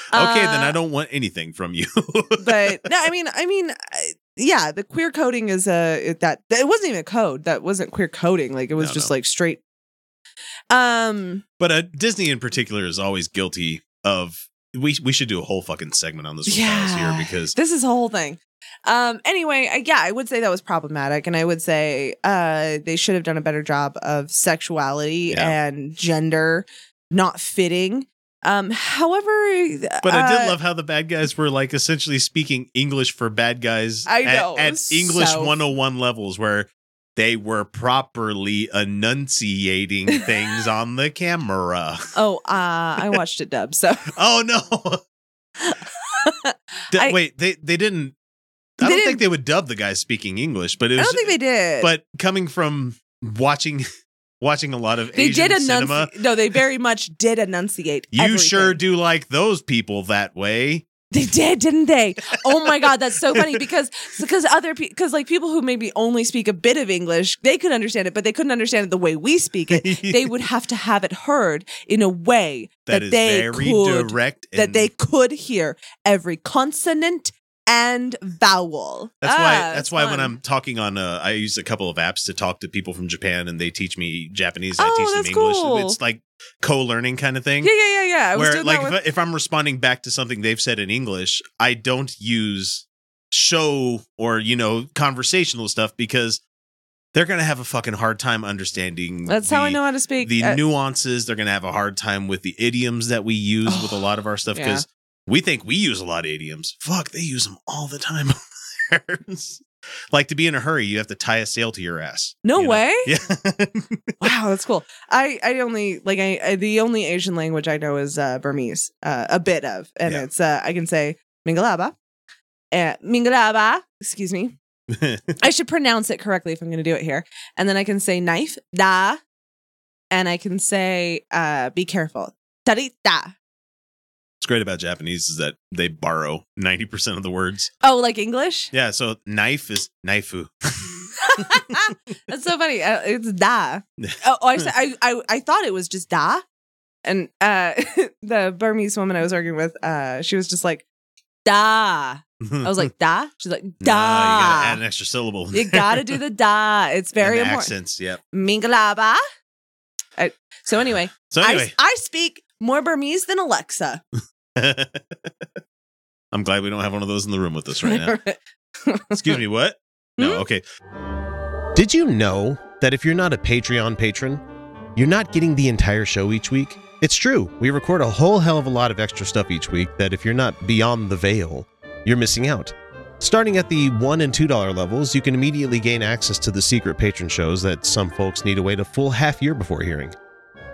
H: then
B: Uh,
H: I don't want anything from you.
B: but no, I mean, I mean, I- yeah, the queer coding is a it- that that- it wasn't even a code. That wasn't queer coding. Like it was
H: No,
B: just
H: no.
B: like straight. Um.
H: but uh, Disney in particular is always guilty of. We we should do a whole fucking segment on this one guys,
B: Yeah.
H: here because
B: This is the whole thing. Um. Anyway, I, yeah, I would say that was problematic, and I would say uh they should have done a better job of sexuality
H: Yeah.
B: and gender not fitting. Um. However,
H: But I
B: uh,
H: did love how the bad guys were like essentially speaking English for bad guys
B: I
H: at-
B: know, it
H: at,
B: was
H: English
B: so-
H: 101 levels where they were properly enunciating things on the camera.
B: Oh, uh, I watched it dub. So
H: Oh no. Th-
B: I-
H: wait, they they didn't
B: They
H: I don't
B: didn't-
H: think they would dub the guys speaking English, but it
B: I
H: was
B: don't think they did.
H: but coming from watching watching a lot of
B: they
H: Asian
B: did
H: cinema,
B: enunciate. No, they very much did enunciate.
H: you
B: everything.
H: sure do like those people that way.
B: They did, didn't they? Oh my god, that's so funny because because other because like people who maybe only speak a bit of English, they could understand it, but they couldn't understand it the way we speak it. They would have to have it heard in a way that,
H: that is
B: they
H: very
B: could
H: direct and
B: that they could hear every consonant and vowel.
H: That's
B: Ah,
H: why. That's
B: it's
H: why
B: fun.
H: when I'm talking on, uh, I use a couple of apps to talk to people from Japan, and they teach me Japanese. and
B: Oh,
H: I teach
B: that's
H: them English.
B: cool.
H: It's like co-learning kind of thing.
B: yeah, yeah, yeah, yeah. I was
H: where
B: doing
H: like
B: that
H: if,
B: with-
H: I- if I'm responding back to something they've said in English, I don't use show or you know conversational stuff because they're gonna have a fucking hard time understanding.
B: that's how I
H: the-
B: know how to speak.
H: the
B: uh,
H: nuances. They're gonna have a hard time with the idioms that we use with a
B: Oh,
H: lot of our stuff because we think we use a lot of idioms. Fuck, they use them all the time. like to be in a hurry, you have to tie a sail to your ass.
B: No
H: you know?
B: way.
H: Yeah,
B: Wow, that's cool. I I only like I, I the only Asian language I know is uh, Burmese, uh, a bit of, and
H: Yeah.
B: it's uh, I can say Mingalaba, uh, Mingalaba. Excuse me. I should pronounce it correctly if I'm going to do it here, and then I can say knife da, and I can say uh, be careful tarita.
H: what's great about Japanese is that they borrow ninety percent of the words.
B: Oh, like English?
H: Yeah, so knife is knifeu.
B: that's so funny. Uh, it's da. Oh, oh, I, said, I I I thought it was just da, and uh, the Burmese woman I was arguing with, uh, she was just like da. I was like da. She's like
H: Nah, you gotta
B: da.
H: add an extra syllable.
B: you gotta do the da. It's very
H: and the
B: important.
H: accents. Yep.
B: Mingalaba. I- So anyway,
H: So anyway,
B: I I speak more Burmese than Alexa.
H: I'm glad we don't have one of those in the room with us right now. Excuse me, what?
B: Hmm?
H: No, okay.
F: Did you know that if you're not a Patreon patron, you're not getting the entire show each week? It's true. We record a whole hell of a lot of extra stuff each week that if you're not beyond the veil, you're missing out. Starting at the $1 and $2 levels, you can immediately gain access to the secret patron shows that some folks need to wait a full half year before hearing.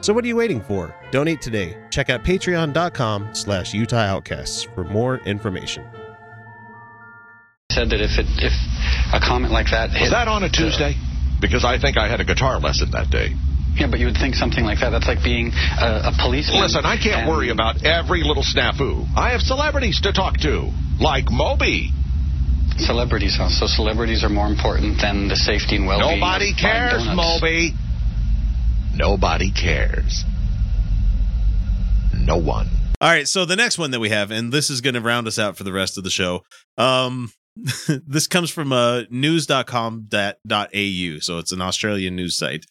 F: So what are you waiting for? Donate today. Check out patreon.com slash Utah Outcasts for more information.
I: said that if it, if a comment like that hit,
J: Was that on a Tuesday? Because I think I had a guitar lesson that day.
I: yeah, but you would think something like that. That's like being a, a policeman.
J: Listen, I can't
I: and-
J: worry about every little snafu. I have celebrities to talk to, like Moby.
I: celebrities. Huh? So celebrities are more important than the safety and well-being.
J: Nobody
I: of Fine
J: cares,
I: Donuts.
J: Moby. Nobody cares. No one.
H: All right, so the next one that we have, and this is going to round us out for the rest of the show. Um, this comes from uh, news.com.au, so it's an Australian news site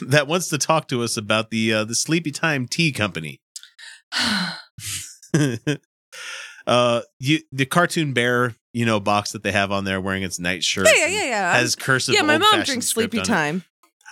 H: that wants to talk to us about the uh, the Sleepy Time Tea Company. uh, you, the cartoon bear, you know, box that they have on there wearing its night shirt.
B: Yeah, yeah,
H: and
B: yeah, yeah.
H: Has cursive.
B: yeah, my mom
H: old-fashioned
B: drinks
H: script
B: sleepy
H: on it.
B: time.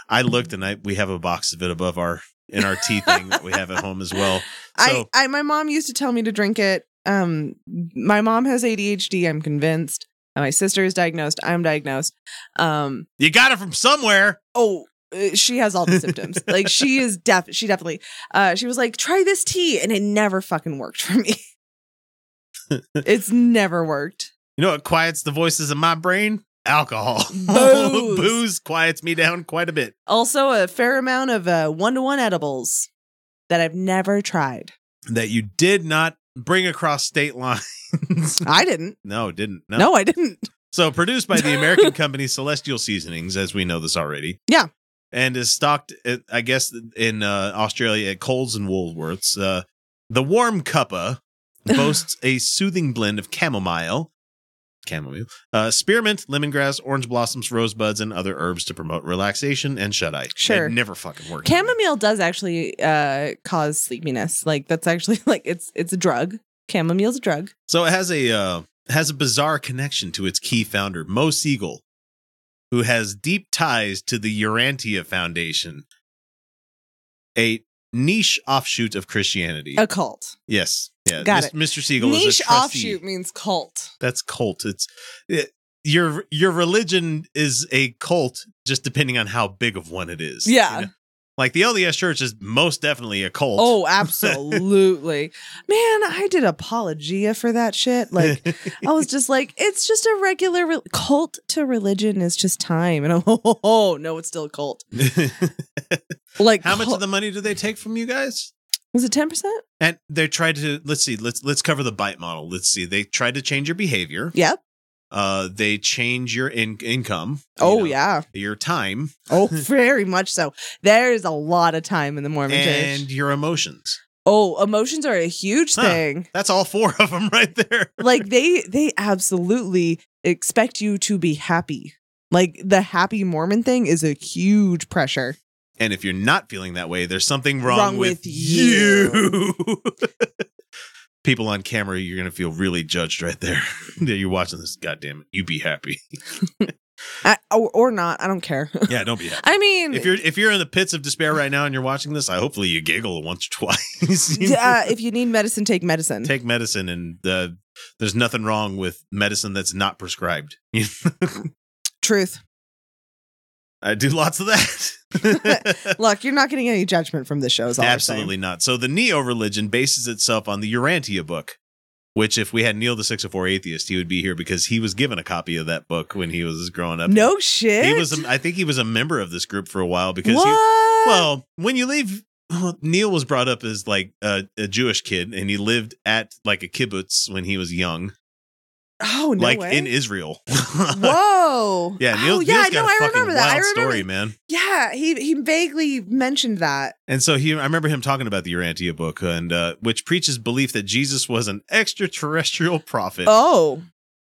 H: I looked, and I we have a box of it above our in our tea thing that we have at home as well. So-
B: I, I my mom used to tell me to drink it. Um, my mom has ADHD. I'm convinced. Uh, My sister is diagnosed. I'm diagnosed. Um,
H: You got it from somewhere.
B: oh, uh, she has all the symptoms. Like she is def. She definitely. Uh, she was like, try this tea, and it never fucking worked for me. it's never worked.
H: You know what quiets the voices in my brain? Alcohol.
B: Booze.
H: Oh, Booze quiets me down quite a bit.
B: Also, a fair amount of uh one to one edibles that I've never tried.
H: That you did not bring across state lines.
B: I didn't.
H: no, didn't. No.
B: No, I didn't.
H: So produced by the American company Celestial Seasonings, as we know this already.
B: Yeah.
H: And is stocked, at, I guess, in uh, Australia at Coles and Woolworths. Uh, the warm cuppa boasts a soothing blend of chamomile, chamomile, uh, spearmint, lemongrass, orange blossoms, rosebuds, and other herbs to promote relaxation and shut eye.
B: Sure.
H: it never fucking worked.
B: chamomile does actually uh cause sleepiness like that's actually like it's it's a drug chamomile's a drug
H: So it has a uh, has a bizarre connection to its key founder, Mo Siegel, who has deep ties to the Urantia Foundation, a niche offshoot of Christianity.
B: a cult
H: Yes, yeah.
B: Got
H: Mis-
B: it.
H: Mr. Siegel is
B: niche
H: a trustee.
B: offshoot means cult
H: That's cult. It's it, your your religion is a cult, just depending on how big of one it is.
B: Yeah.
H: know? Like the LDS Church is most definitely a cult.
B: oh absolutely man i did apologia for that shit like i was just like it's just a regular re- cult to religion is just time and I'm, oh, oh, oh, no it's still a cult like
H: how much
B: cult-
H: of the money do they take from you guys?
B: was it 10%
H: And they tried to let's see, let's let's cover the bite model. Let's see. They tried to change your behavior.
B: yep
H: Uh they change your in- income. you
B: oh
H: know,
B: yeah
H: Your time
B: oh very much so there's a lot of time in the mormon church
H: and your emotions.
B: Oh, emotions are a huge
H: Huh.
B: thing.
H: That's all four of them right there.
B: Like they they absolutely expect you to be happy. Like the happy Mormon thing is a huge pressure.
H: And if you're not feeling that way, there's something wrong,
B: Wrong
H: with,
B: with you.
H: you. People on camera, you're gonna feel really judged right there. Yeah, you're watching this. Goddamn it, you be happy.
B: I, or, or not, I don't care.
H: Yeah, don't be happy.
B: I mean,
H: If you're if you're in the pits of despair right now and you're watching this, I hopefully you giggle once or twice.
B: d- uh, if you need medicine, take medicine.
H: take medicine and uh, there's nothing wrong with medicine that's not prescribed.
B: Truth.
H: I do lots of that.
B: Look, you're not getting any judgment from this show. Is all I'm
H: Absolutely not. So the neo religion bases itself on the Urantia book, which if we had Neil the 604 atheist, he would be here because he was given a copy of that book when he was growing up.
B: saying. No shit.
H: He was a, I think he was a member of this group for a while because
B: what?
H: he Well, when you leave, Neil was brought up as like a, a Jewish kid, and he lived at like a kibbutz when he was young,
B: oh no
H: like
B: way.
H: in Israel.
B: Whoa.
H: yeah, Neil,
B: oh, yeah,
H: Neil's
B: I know.
H: got a
B: I
H: fucking
B: remember that. I
H: wild
B: remember.
H: story, man.
B: Yeah, he he vaguely mentioned that.
H: And so he, I remember him talking about the Urantia book, and uh, which preaches belief that Jesus was an extraterrestrial prophet.
B: Oh,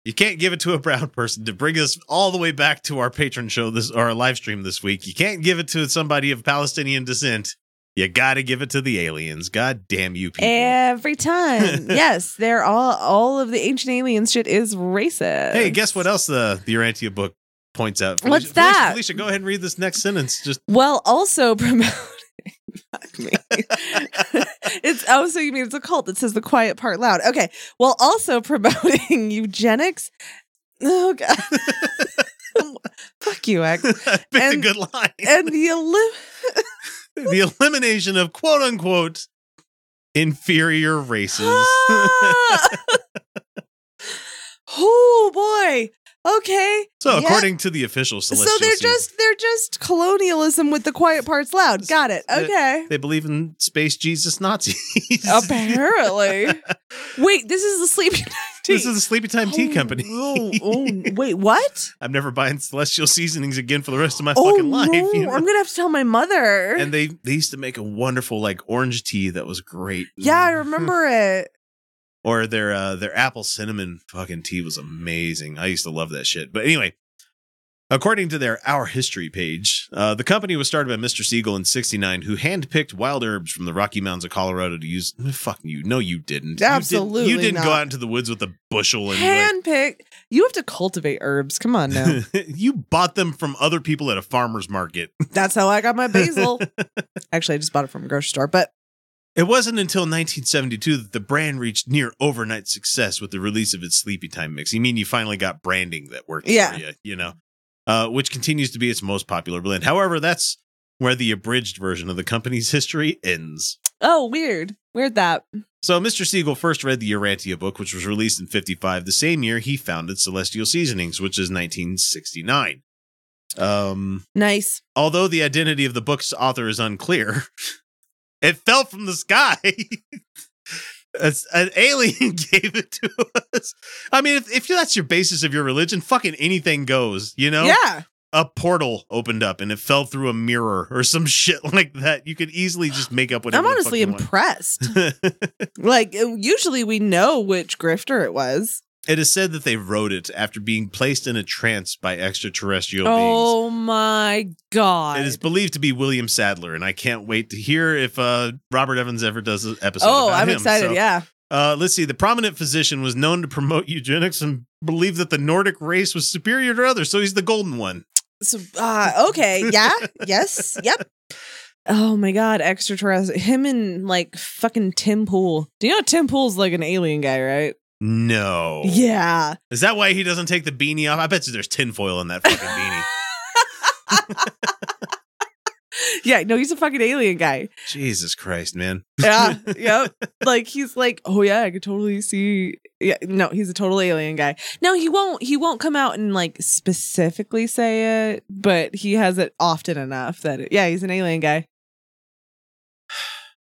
H: You can't give it to a brown person to bring us all the way back to our patron show this or our live stream this week. You can't give it to somebody of Palestinian descent. You got to give it to the aliens. God damn you people.
B: Every time. yes, they're all all of the ancient aliens shit is racist.
H: Hey, guess what else the the Urantia book points out? Felicia-
B: What's
H: Felicia-
B: that?
H: Felicia, go ahead and read this next sentence. Just
B: Well, also promoting Fuck me. it's oh, so you mean it's a cult that says the quiet part loud. Okay. Well, also promoting eugenics Oh god. Fuck you, X.
H: Picked a good line.
B: And the elim-
H: the elimination of quote unquote inferior races.
B: oh boy. Okay.
H: so,
B: Yeah.
H: according to the official celestial,
B: so they're
H: season,
B: just they're just colonialism with the quiet parts loud. Got it.
H: that
B: Okay.
H: they believe in space Jesus Nazis.
B: Apparently. Wait, this is the sleepy
H: this is the Sleepy Time Tea Company.
B: Oh, oh, wait, what?
H: I'm never buying celestial seasonings again for the rest of my
B: oh
H: fucking life.
B: no,
H: you know?
B: I'm gonna have to tell my mother.
H: and they they used to make a wonderful like orange tea that was great.
B: yeah, I remember it.
H: Or their uh their apple cinnamon fucking tea was amazing. I used to love that shit. But anyway, according to their Our History page, uh, the company was started by Mr. Siegel in '69, who handpicked wild herbs from the Rocky Mountains of Colorado to use. Fuck you! No, you didn't. You didn't-
B: Absolutely
H: you, didn't go
B: not.
H: out into the woods with a bushel and like,
B: Handpicked. You have to cultivate herbs. Come on now.
H: you bought them from other people at a farmer's market.
B: That's how I got my basil. Actually, I just bought it from a grocery store, but
H: It wasn't until 1972 that the brand reached near overnight success with the release of its Sleepy Time mix. You mean you finally got branding that worked
B: Yeah.
H: for you, you know, uh, which continues to be its most popular blend. However, that's where the abridged version of the company's history ends.
B: oh, weird. Weird that.
H: So Mr. Siegel first read the Urantia book, which was released in 55, the same year he founded Celestial Seasonings, which is 1969. Um,
B: Nice.
H: although the identity of the book's author is unclear, it fell from the sky. As- An alien gave it to us. I mean, if, if that's your basis of your religion, fucking anything goes, you know?
B: Yeah.
H: A portal opened up and it fell through a mirror or some shit like that. You could easily just make up whatever.
B: I'm honestly
H: the fuck you want.
B: impressed. like uh, usually we know which grifter it was.
H: It is said that they wrote it after being placed in a trance by extraterrestrial beings.
B: Oh my god.
H: It is believed to be William Sadler, and I can't wait to hear if uh, Robert Evans ever does an episode.
B: oh,
H: about
B: I'm
H: him.
B: excited.
H: So,
B: Yeah.
H: Uh, let's see. The prominent physician was known to promote eugenics and believed that the Nordic race was superior to others, so he's the golden one.
B: So uh okay, yeah. yes. Yep. Oh my god, extraterrestrial. Him and like fucking Tim Pool. Do you know Tim Pool's like an alien guy, right?
H: No.
B: Yeah.
H: Is that why he doesn't take the beanie off? I bet you there's tinfoil in that fucking beanie.
B: Yeah, no, he's a fucking alien guy.
H: Jesus Christ, man.
B: Yeah, yep. Like he's like, oh yeah, I could totally see. Yeah, no, he's a total alien guy. No, he won't. He won't come out and like specifically say it, but he has it often enough that it, yeah, he's an alien guy.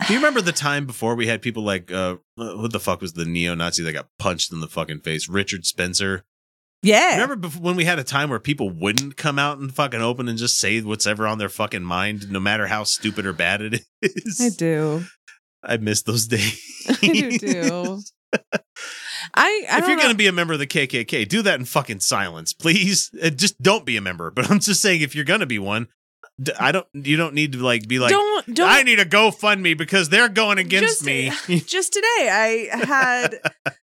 H: Do you remember the time before we had people like, uh, what the fuck was the neo Nazi that got punched in the fucking face? Richard Spencer.
B: Yeah,
H: Remember bef- when we had a time where people wouldn't come out and fucking open and just say what's ever on their fucking mind, no matter how stupid or bad it is?
B: I do.
H: I miss those days.
B: I do too. I, I
H: if
B: don't
H: you're
B: know.
H: going to be a member of the KKK, do that in fucking silence, please. Uh, just don't be a member. But I'm just saying, if you're going to be one, d- I don't. You don't need to like be like.
B: don't don't
H: I need a GoFundMe because they're going
B: Just-
H: against me.
B: just today i had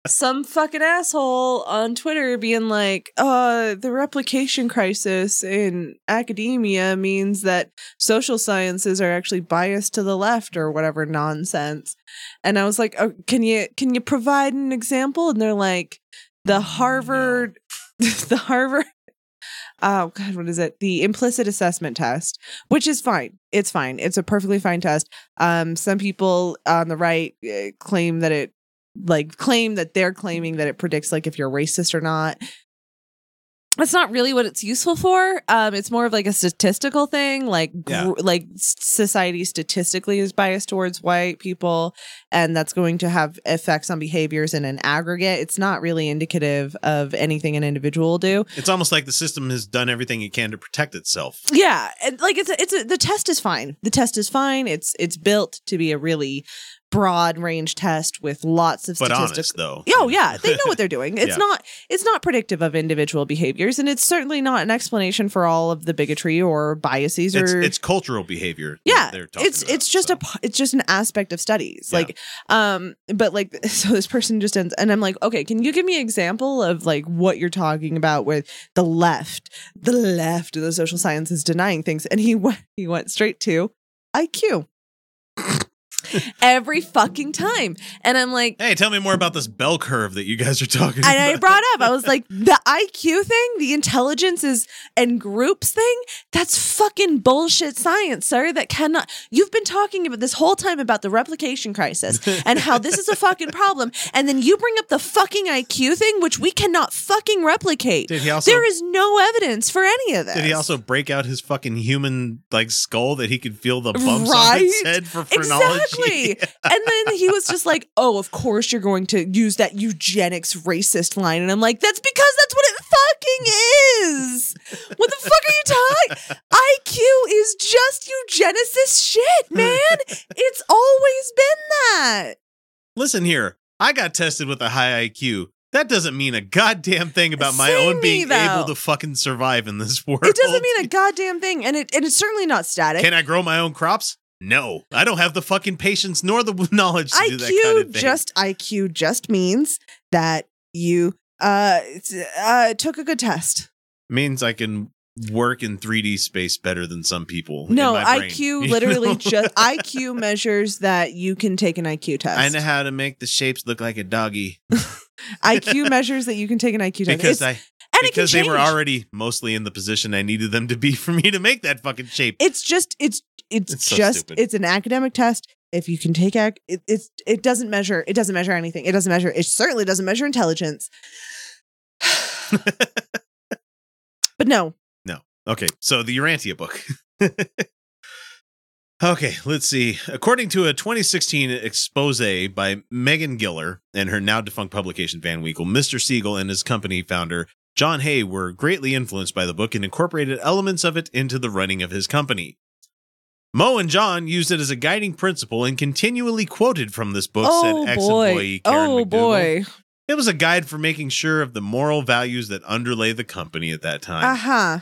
B: some fucking asshole on twitter being like uh the replication crisis in academia means that social sciences are actually biased to the left or whatever nonsense and i was like oh, can you can you provide an example and they're like the harvard the harvard oh god what is it the implicit assessment test which is fine it's fine it's a perfectly fine test um some people on the right uh, claim that it like claim that they're claiming that it predicts like if you're racist or not that's not really what it's useful for um it's more of like a statistical thing like gr-
H: Yeah.
B: like s- society statistically is biased towards white people and that's going to have effects on behaviors in an aggregate it's not really indicative of anything an individual will do
H: It's almost like the system has done everything it can to protect itself.
B: yeah, and like it's a, it's a, the test is fine. The test is fine. It's it's built to be a really broad range test with lots of
H: But
B: statistics.
H: honest though.
B: Oh yeah, they know what they're doing. It's
H: Yeah.
B: not it's not predictive of individual behaviors, and it's certainly not an explanation for all of the bigotry or biases
H: it's,
B: or
H: it's cultural behavior. that
B: yeah
H: they're talking
B: it's it's
H: about,
B: just
H: so.
B: a p- it's just an aspect of studies
H: Yeah.
B: like um but like so this person just ends and i'm like okay can you give me an example of like what you're talking about with the left the left of the social sciences denying things and he went he went straight to iq every fucking time. And I'm like,
H: Hey, tell me more about this bell curve that you guys are
B: and
H: talking
B: I
H: about.
B: brought up, I was like, the IQ thing, the intelligence is and groups thing, that's fucking bullshit science, sir. That cannot. You've been talking about this whole time about the replication crisis and how this is a fucking problem, and then you bring up the fucking IQ thing, which we cannot fucking replicate.
H: Did he also-
B: there is no evidence for any of this.
H: Did he also break out his fucking human like skull that he could feel the bumps on his
B: Right?
H: head for phrenology?
B: Exactly. and then he was just like, "Oh, of course you're going to use that eugenics racist line," and I'm like, "That's because that's what it fucking is." What the fuck are you talking? IQ is just eugenicist shit, man. It's always been that.
H: Listen here, I got tested with a high IQ. That doesn't mean a goddamn thing about my
B: Same
H: own being
B: me, though.
H: able to fucking survive in this world.
B: It doesn't mean a goddamn thing, and it and it's certainly not static.
H: Can I grow my own crops? No, I don't have the fucking patience nor the knowledge to do that
B: IQ
H: kind of thing.
B: just IQ just means that you uh, t- uh took a good test.
H: means I can work in 3D space better than some people. in
B: No,
H: my brain,
B: IQ
H: you
B: literally
H: know?
B: just IQ measures that you can take an IQ test.
H: I know how to make the shapes look like a doggy
B: IQ measures that you can take an IQ test.
H: because
B: It's-
H: I
B: and it can
H: because they were
B: change.
H: already mostly in the position I needed them to be for me to make that fucking shape.
B: It's just it's it's,
H: It's so
B: just
H: stupid.
B: it's an academic test. If you can take ac- it, it's it doesn't measure it doesn't measure anything. It doesn't measure it certainly doesn't measure intelligence. but no,
H: Okay, so the Urantia book. okay, let's see. According to a 2016 expose by Megan Giller and her now defunct publication Van Winkle, Mr. Siegel and his company founder John Hay were greatly influenced by the book and incorporated elements of it into the running of his company. Mo and John used it as a guiding principle and continually quoted from this book,
B: oh
H: said ex
B: boy,
H: employee Karen
B: oh
H: McDougal.
B: boy,
H: It was a guide for making sure of the moral values that underlay the company at that time.
B: uh huh.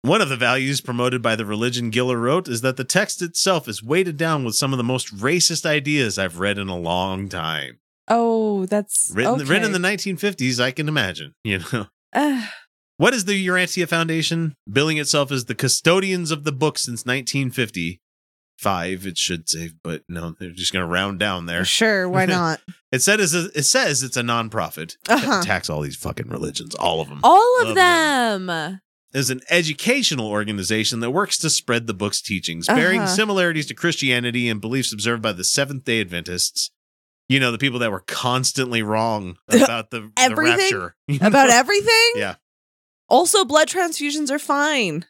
H: One of the values promoted by the religion Giller wrote is that the text itself is weighted down with some of the most racist ideas I've read in a long time.
B: Oh, that's
H: Written,
B: okay.
H: written in the 1950s, I can imagine, you know.
B: Ah,
H: What is the Urantia Foundation? Billing itself as the custodians of the book since 1955, it should say, but no, they're just going to round down there.
B: sure, why not?
H: It said is it says it's a nonprofit that
B: Uh-huh.
H: attacks all these fucking religions, all of them.
B: All of
H: Love
B: them.
H: is an educational organization that works to spread the book's teachings, bearing
B: Uh-huh.
H: similarities to Christianity and beliefs observed by the Seventh day Adventists. You know, the people that were constantly wrong about the, the
B: Everything?
H: rapture. You
B: About
H: know?
B: everything?
H: Yeah.
B: Also, blood transfusions are fine.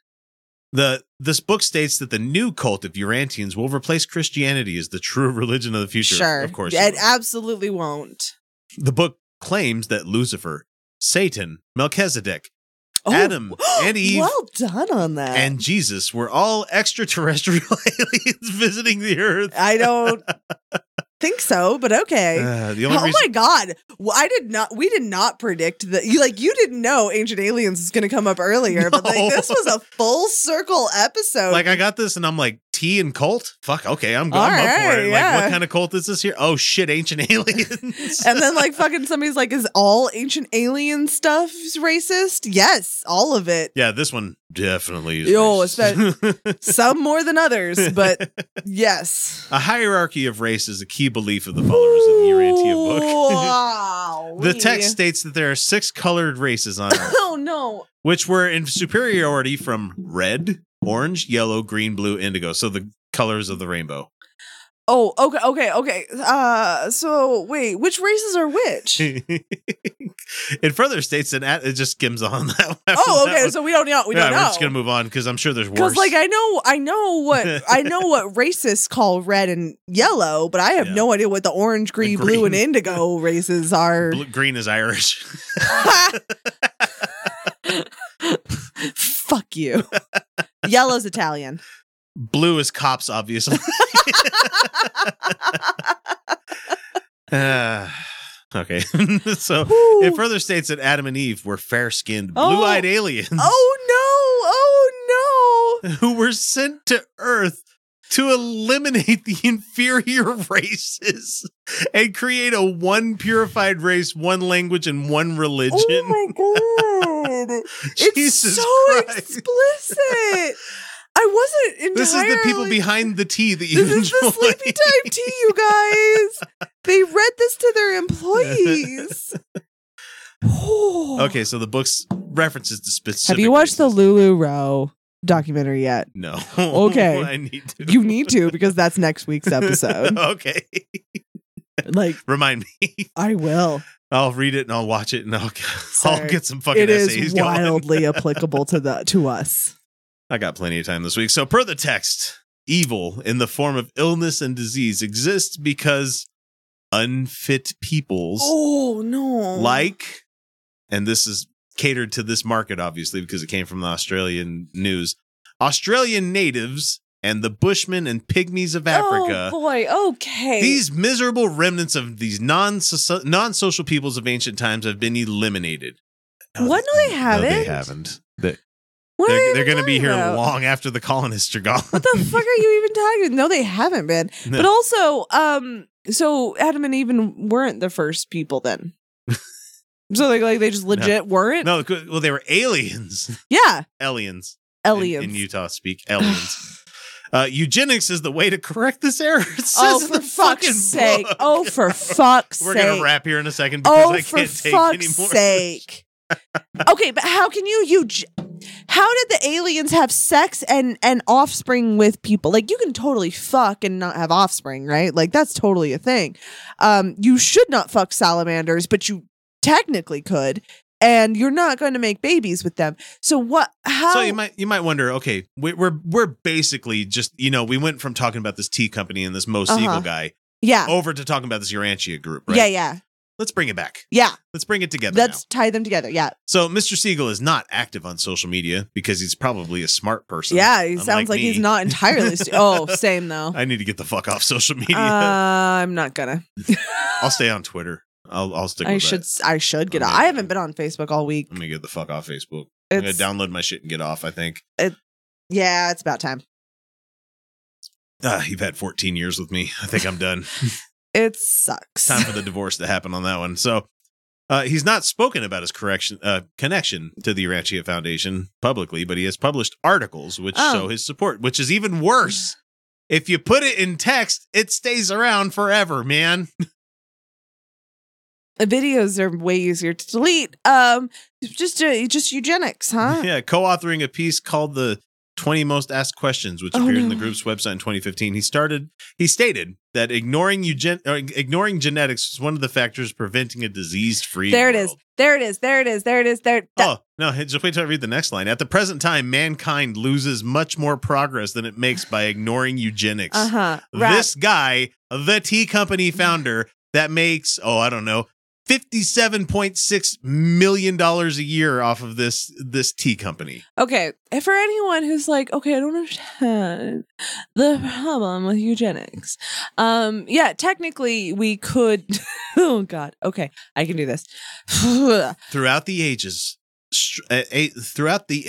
H: The this book states that the new cult of Urantians will replace Christianity as the true religion of the future.
B: Sure.
H: Of course. it
B: It
H: will.
B: absolutely won't.
H: the book claims that Lucifer, Satan, Melchizedek,
B: Oh,
H: Adam, and Eve
B: Well done on that.
H: and Jesus were all extraterrestrial aliens visiting the earth.
B: I don't think so, but okay.
H: Uh, the
B: oh
H: only reason
B: my god. Well, I did not we did not predict that you like you didn't know Ancient Aliens is gonna come up earlier, but
H: No.
B: like this was a full circle episode.
H: like I got this and I'm like tea and cult. Fuck, okay, I'm going
B: All
H: I'm up for
B: right,
H: it. Like
B: yeah.
H: what kind of cult is this here? Oh shit, ancient aliens.
B: and then like fucking somebody's like, is all ancient alien stuff racist? Yes, all of it.
H: yeah, this one definitely is.
B: Yo,
H: racist.
B: Some more than others, but yes.
H: a hierarchy of race is a key belief of the followers of the Urantia book.
B: Wow.
H: the text states that there are six colored races on Earth,
B: Oh no.
H: which were in superiority from red, orange, yellow, green, blue, indigo. So the colors of the rainbow.
B: Oh, okay, okay, okay. Uh so wait, which races are which?
H: it further states that at- it just skims on that.
B: oh,
H: that
B: okay.
H: one.
B: So we don't know. We
H: yeah,
B: don't
H: we're just
B: know.
H: gonna move on because I'm sure there's worse.
B: Because like I know, I know what I know what racists call red and yellow, but I have
H: Yeah.
B: no idea what the orange, green, blue,
H: green.
B: and indigo races are.
H: Blue- green is Irish.
B: Fuck you. Yellow's Italian.
H: Blue is cops, obviously. Ah, okay. so
B: Whew.
H: it further states that Adam and Eve were fair skinned,
B: Oh.
H: blue eyed aliens
B: Oh no! Oh no!
H: who were sent to Earth to eliminate the inferior races and create a one purified race, one language, and one religion.
B: Oh my god! It's
H: Jesus
B: so
H: Christ.
B: explicit. I wasn't entirely.
H: This is the people behind the tea that you
B: This is the
H: enjoy.
B: sleepy time tea, you guys. they read this to their employees. Oh.
H: okay, so the book's references to specific.
B: Have you watched the Lulu Row documentary yet?
H: No.
B: Okay.
H: I need to.
B: You need to because that's next week's episode.
H: okay.
B: Like
H: Remind me.
B: I will.
H: I'll read it and I'll watch it and I'll, I'll
B: Sorry.
H: get some fucking
B: It is
H: essays going.
B: wildly applicable to the to us.
H: I got plenty of time this week. So, per the text, evil in the form of illness and disease exists because unfit peoples
B: Oh no!
H: like, and this is catered to this market, obviously, because it came from the Australian news, Australian natives and the Bushmen and pygmies of Africa.
B: Oh boy. Okay.
H: These miserable remnants of these non non social peoples of ancient times have been eliminated.
B: what? No, they
H: No,
B: haven't.
H: they haven't. They-
B: What are
H: they're
B: you
H: they're
B: even
H: going to be
B: talking
H: here
B: about?
H: long after the colonists are gone.
B: What the fuck are you even talking? No, they haven't been.
H: No.
B: But also, um, so Adam and Eve weren't the first people then. so like, like they just legit weren't.
H: No, c- well, they were aliens.
B: Yeah,
H: Aliens. In-
B: aliens.
H: In, Utah speak, aliens. uh, eugenics is the way to correct this error. It says
B: oh,
H: in
B: for
H: the fucking
B: fuck's sake!
H: book.
B: Oh, for fuck's
H: We're
B: sake!
H: gonna wrap here in a second because
B: oh,
H: I
B: for
H: can't take
B: fuck's
H: anymore.
B: sake! okay, but how can you you? How did the aliens have sex and and offspring with people? Like you can totally fuck and not have offspring, right? Like that's totally a thing. Um, you should not fuck salamanders, but you technically could, and you're not going to make babies with them. So what? How?
H: So you might you might wonder, okay, we, we're we're basically just you know we went from talking about this tea company and this Mo Siegel
B: Uh-huh.
H: guy
B: yeah,
H: over to talking about this Urantia group, Oh, right?
B: yeah, yeah,
H: Let's bring it back.
B: yeah.
H: Let's bring it together. now.
B: Let's tie them together. Yeah,
H: So Mr. Siegel is not active on social media because he's probably a smart person.
B: yeah. He
H: unlike
B: sounds like
H: me.
B: he's not entirely. Stu- oh, same though.
H: I need to get the fuck off social media.
B: Uh, I'm not gonna.
H: I'll stay on Twitter. I'll I'll stick.
B: I
H: with
B: should.
H: That.
B: s I should get.
H: I'm
B: off.
H: gonna-
B: I haven't been on Facebook all week.
H: I'm gonna get the fuck off Facebook. I'm Mm, gonna
B: It's
H: download my shit and get off. I think.
B: yeah. It's about time.
H: Ah, you've had 14 years with me. I think I'm done.
B: It sucks.
H: Time for the divorce to happen on that one. So. Uh, he's not spoken about his correction uh, connection to the Urachia Foundation publicly, but he has published articles which
B: Oh.
H: show his support, which is even worse. If you put it in text, it stays around forever, man.
B: The Videos are way easier to delete. Um, just uh, just eugenics, huh?
H: Yeah, co-authoring a piece called the 20 most asked questions which
B: Oh,
H: appeared in
B: no.
H: the group's website in 2015. He started he stated that ignoring eugen- or ignoring genetics is one of the factors preventing a disease-free
B: There it is.
H: world.
B: There it is. There it is. There it is. There. that-
H: Oh, no, hey, just wait till I read the next line. At the present time, mankind loses much more progress than it makes by ignoring eugenics.
B: uh huh. Right.
H: This guy, the tea company founder that makes, oh, I don't know, $57.6 million a year off of this this tea company.
B: Okay, and for anyone who's like, okay, I don't understand the problem with eugenics. Um, yeah, technically we could. oh God. Okay, I can do this.
H: throughout the ages, str- uh, a- throughout the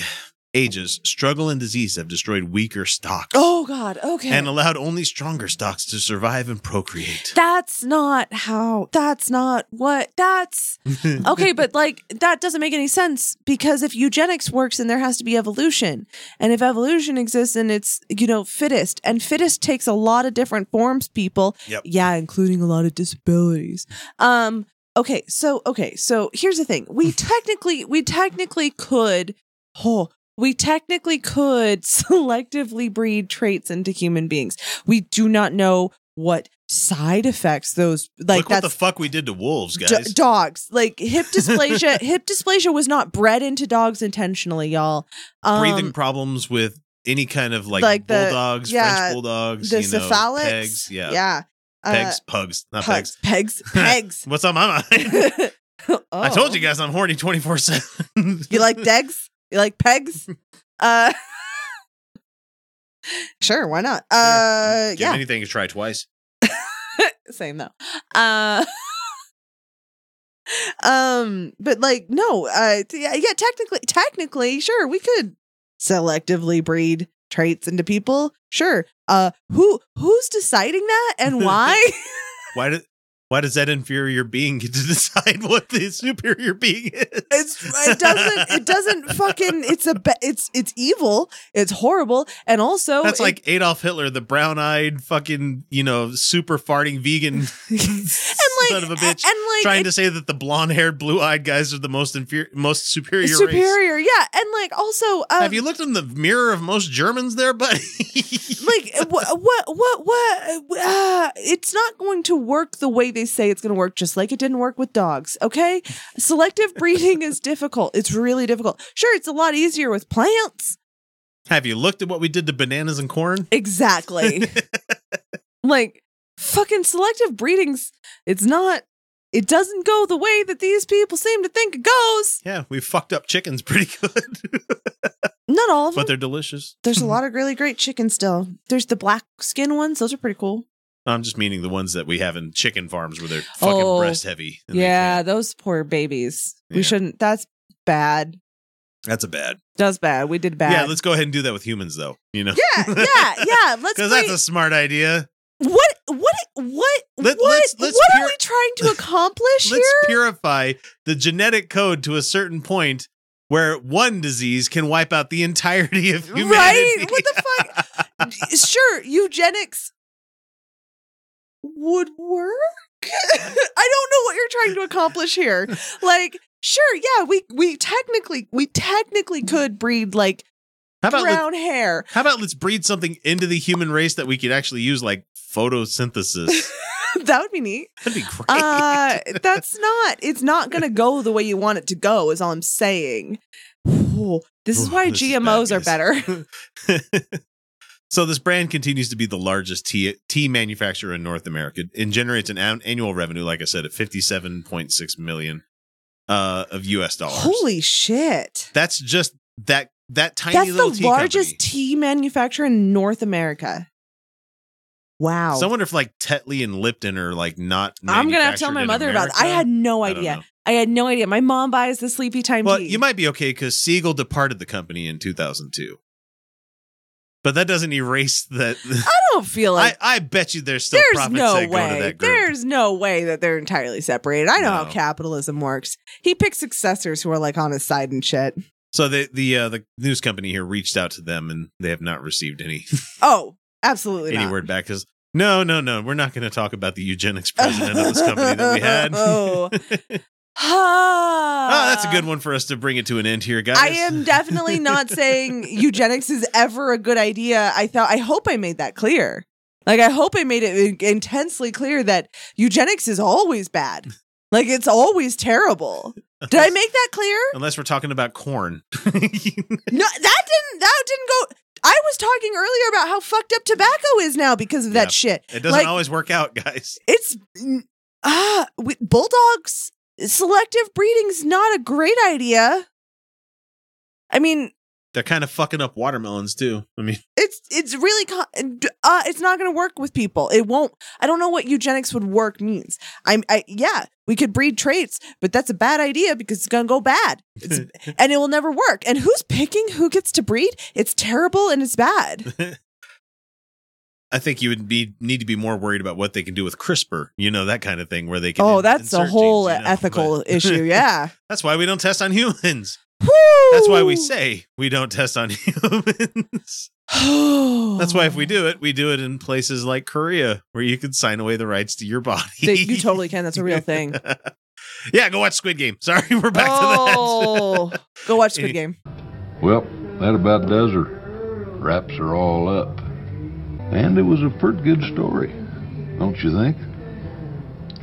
H: ages, struggle and disease have destroyed weaker stocks
B: oh God. Okay.
H: and allowed only stronger stocks to survive and procreate.
B: that's not how that's not what that's okay but like that doesn't make any sense because if eugenics works then there has to be evolution and if evolution exists then it's you know fittest and fittest takes a lot of different forms people
H: Yep.
B: yeah including a lot of disabilities um okay so okay so here's the thing we technically we technically could oh we technically could selectively breed traits into human beings we do not know what side effects those like
H: Look what the
B: that's
H: fuck we did to wolves, guys.
B: do- dogs like hip dysplasia hip dysplasia was not bred into dogs intentionally y'all um
H: Breathing problems with any kind of like,
B: like the-
H: bulldogs,
B: yeah,
H: French bulldogs,
B: the
H: you know,
B: cephalics
H: pegs, yeah,
B: yeah Uh,
H: pegs, pugs, not
B: pugs,
H: pegs.
B: pegs pegs
H: What's on my mind? I told you guys I'm horny 24 seven.
B: Oh. you like degs you like pegs uh sure why not uh
H: Give
B: yeah
H: anything to try twice.
B: same though. Uh, um, but like no, uh, t- yeah, yeah, technically, technically, sure, we could selectively breed traits into people. Sure. Uh, who who's deciding that and why?
H: Why did Why does that inferior being get to decide what the superior being is?
B: It's it doesn't it doesn't fucking it's a ba- it's it's evil. It's horrible, and also
H: That's
B: Oh, it-
H: like Adolf Hitler, the brown-eyed fucking, you know, super farting vegan
B: and like
H: son of a bitch,
B: and like
H: trying
B: it-
H: to say that the blonde-haired, blue-eyed guys are the most inferior, most superior. race.
B: superior, yeah, and like also um,
H: Have you looked in the mirror of most Germans there, buddy?
B: like eh, what what what what uh, it's not going to work the way they say it's going to work just like it didn't work with dogs okay selective breeding is difficult it's really difficult sure it's a lot easier with plants
H: Have you looked at what we did to bananas and corn?
B: exactly like fucking selective breeding's it's not it doesn't go the way that these people seem to think it goes
H: Yeah, we fucked up chickens pretty good,
B: Oh, not all of them
H: but they're delicious.
B: there's a lot of really great chickens still there's the black skin ones those are pretty cool
H: I'm just meaning the ones that we have in chicken farms where they're fucking
B: Oh,
H: breast heavy. and they
B: yeah
H: can't.
B: those poor babies
H: Yeah.
B: we shouldn't that's bad
H: that's a bad.
B: does bad. We did bad.
H: Yeah, let's go ahead and do that with humans, though. You know,
B: yeah, yeah, yeah. Let's
H: because
B: play.
H: that's a smart idea.
B: what, what, what,
H: Let-
B: what,
H: let's- let's
B: what
H: pure-
B: are we trying to accomplish here?
H: Let's purify the genetic code to a certain point where one disease can wipe out the entirety of humanity.
B: Right? What the fuck? sure, eugenics would work. I don't know what you're trying to accomplish here. Like, sure, yeah, we we technically we technically could breed like
H: How about let,
B: brown hair.
H: how about let's breed something into the human race that we could actually use, like photosynthesis?
B: that would be neat.
H: That'd be great.
B: Uh, that's not. It's not going to go the way you want it to go. Is all I'm saying. Ooh, this is
H: Ooh,
B: why
H: this is bad
B: GMOs are
H: news.
B: better.
H: so this brand continues to be the largest tea tea manufacturer in North America and generates an an- annual revenue, like I said, of fifty seven point six million uh, of U.S. dollars.
B: Holy shit!
H: That's just that that tiny
B: That's
H: little
B: the
H: tea
B: largest
H: company.
B: tea manufacturer in North America. Wow.
H: So I wonder if like Tetley and Lipton are like not.
B: I'm gonna have to tell my mother about that. I had no
H: I don't
B: idea.
H: know.
B: I, had no idea. My mom buys the Sleepy Time
H: Well,
B: tea.
H: you might be okay because Siegel departed the company in 2002, but that doesn't erase that.
B: I don't feel like
H: I, I bet you there's still
B: there's
H: profits
B: no
H: that go to
B: way.
H: that group.
B: There's no way that they're entirely separated. I know how
H: No.
B: capitalism works. He picks successors who are like on his side and shit.
H: So the the uh, the news company here reached out to them and they have not received any
B: Oh, absolutely
H: any
B: not.
H: word back because no no no we're not going to talk about the eugenics president of this company that we had.
B: Oh. uh,
H: oh, that's a good one for us to bring it to an end here, guys.
B: I am definitely not saying eugenics is ever a good idea. I thought I hope I made that clear. Like I hope I made it in- intensely clear that eugenics is always bad. Like it's always terrible. Did I make that clear?
H: Unless we're talking about corn.
B: No, that didn't that didn't go I was talking earlier about how fucked up tobacco is now because of that shit.
H: It doesn't
B: Like-
H: always work out, guys.
B: It's ah we bulldogs selective breeding's not a great idea. I mean,
H: They're kind of fucking up watermelons too. I mean,
B: it's it's really con- uh, it's not going to work with people. It won't. I don't know what eugenics would work means. I'm I yeah, we could breed traits, but that's a bad idea because it's going to go bad. It's, and it will never work. And who's picking who gets to breed? It's terrible and it's bad.
H: I think you would be need to be more worried about what they can do with CRISPR, you know, that kind of thing where they can
B: Oh,
H: in-
B: that's a
H: insert
B: whole
H: genes, you know,
B: ethical
H: but-
B: issue. Yeah.
H: That's why we don't test on humans.
B: Woo!
H: That's why we say we don't test on humans. That's why if we do it, we do it in places like Korea where you can sign away the rights to your body.
B: That you totally can. That's a real thing.
H: yeah, go watch Squid Game. Sorry, we're back to that.
B: oh, go watch Squid Game.
K: Well, that about does her. Wraps her all up. And it was a pretty good story, don't you think?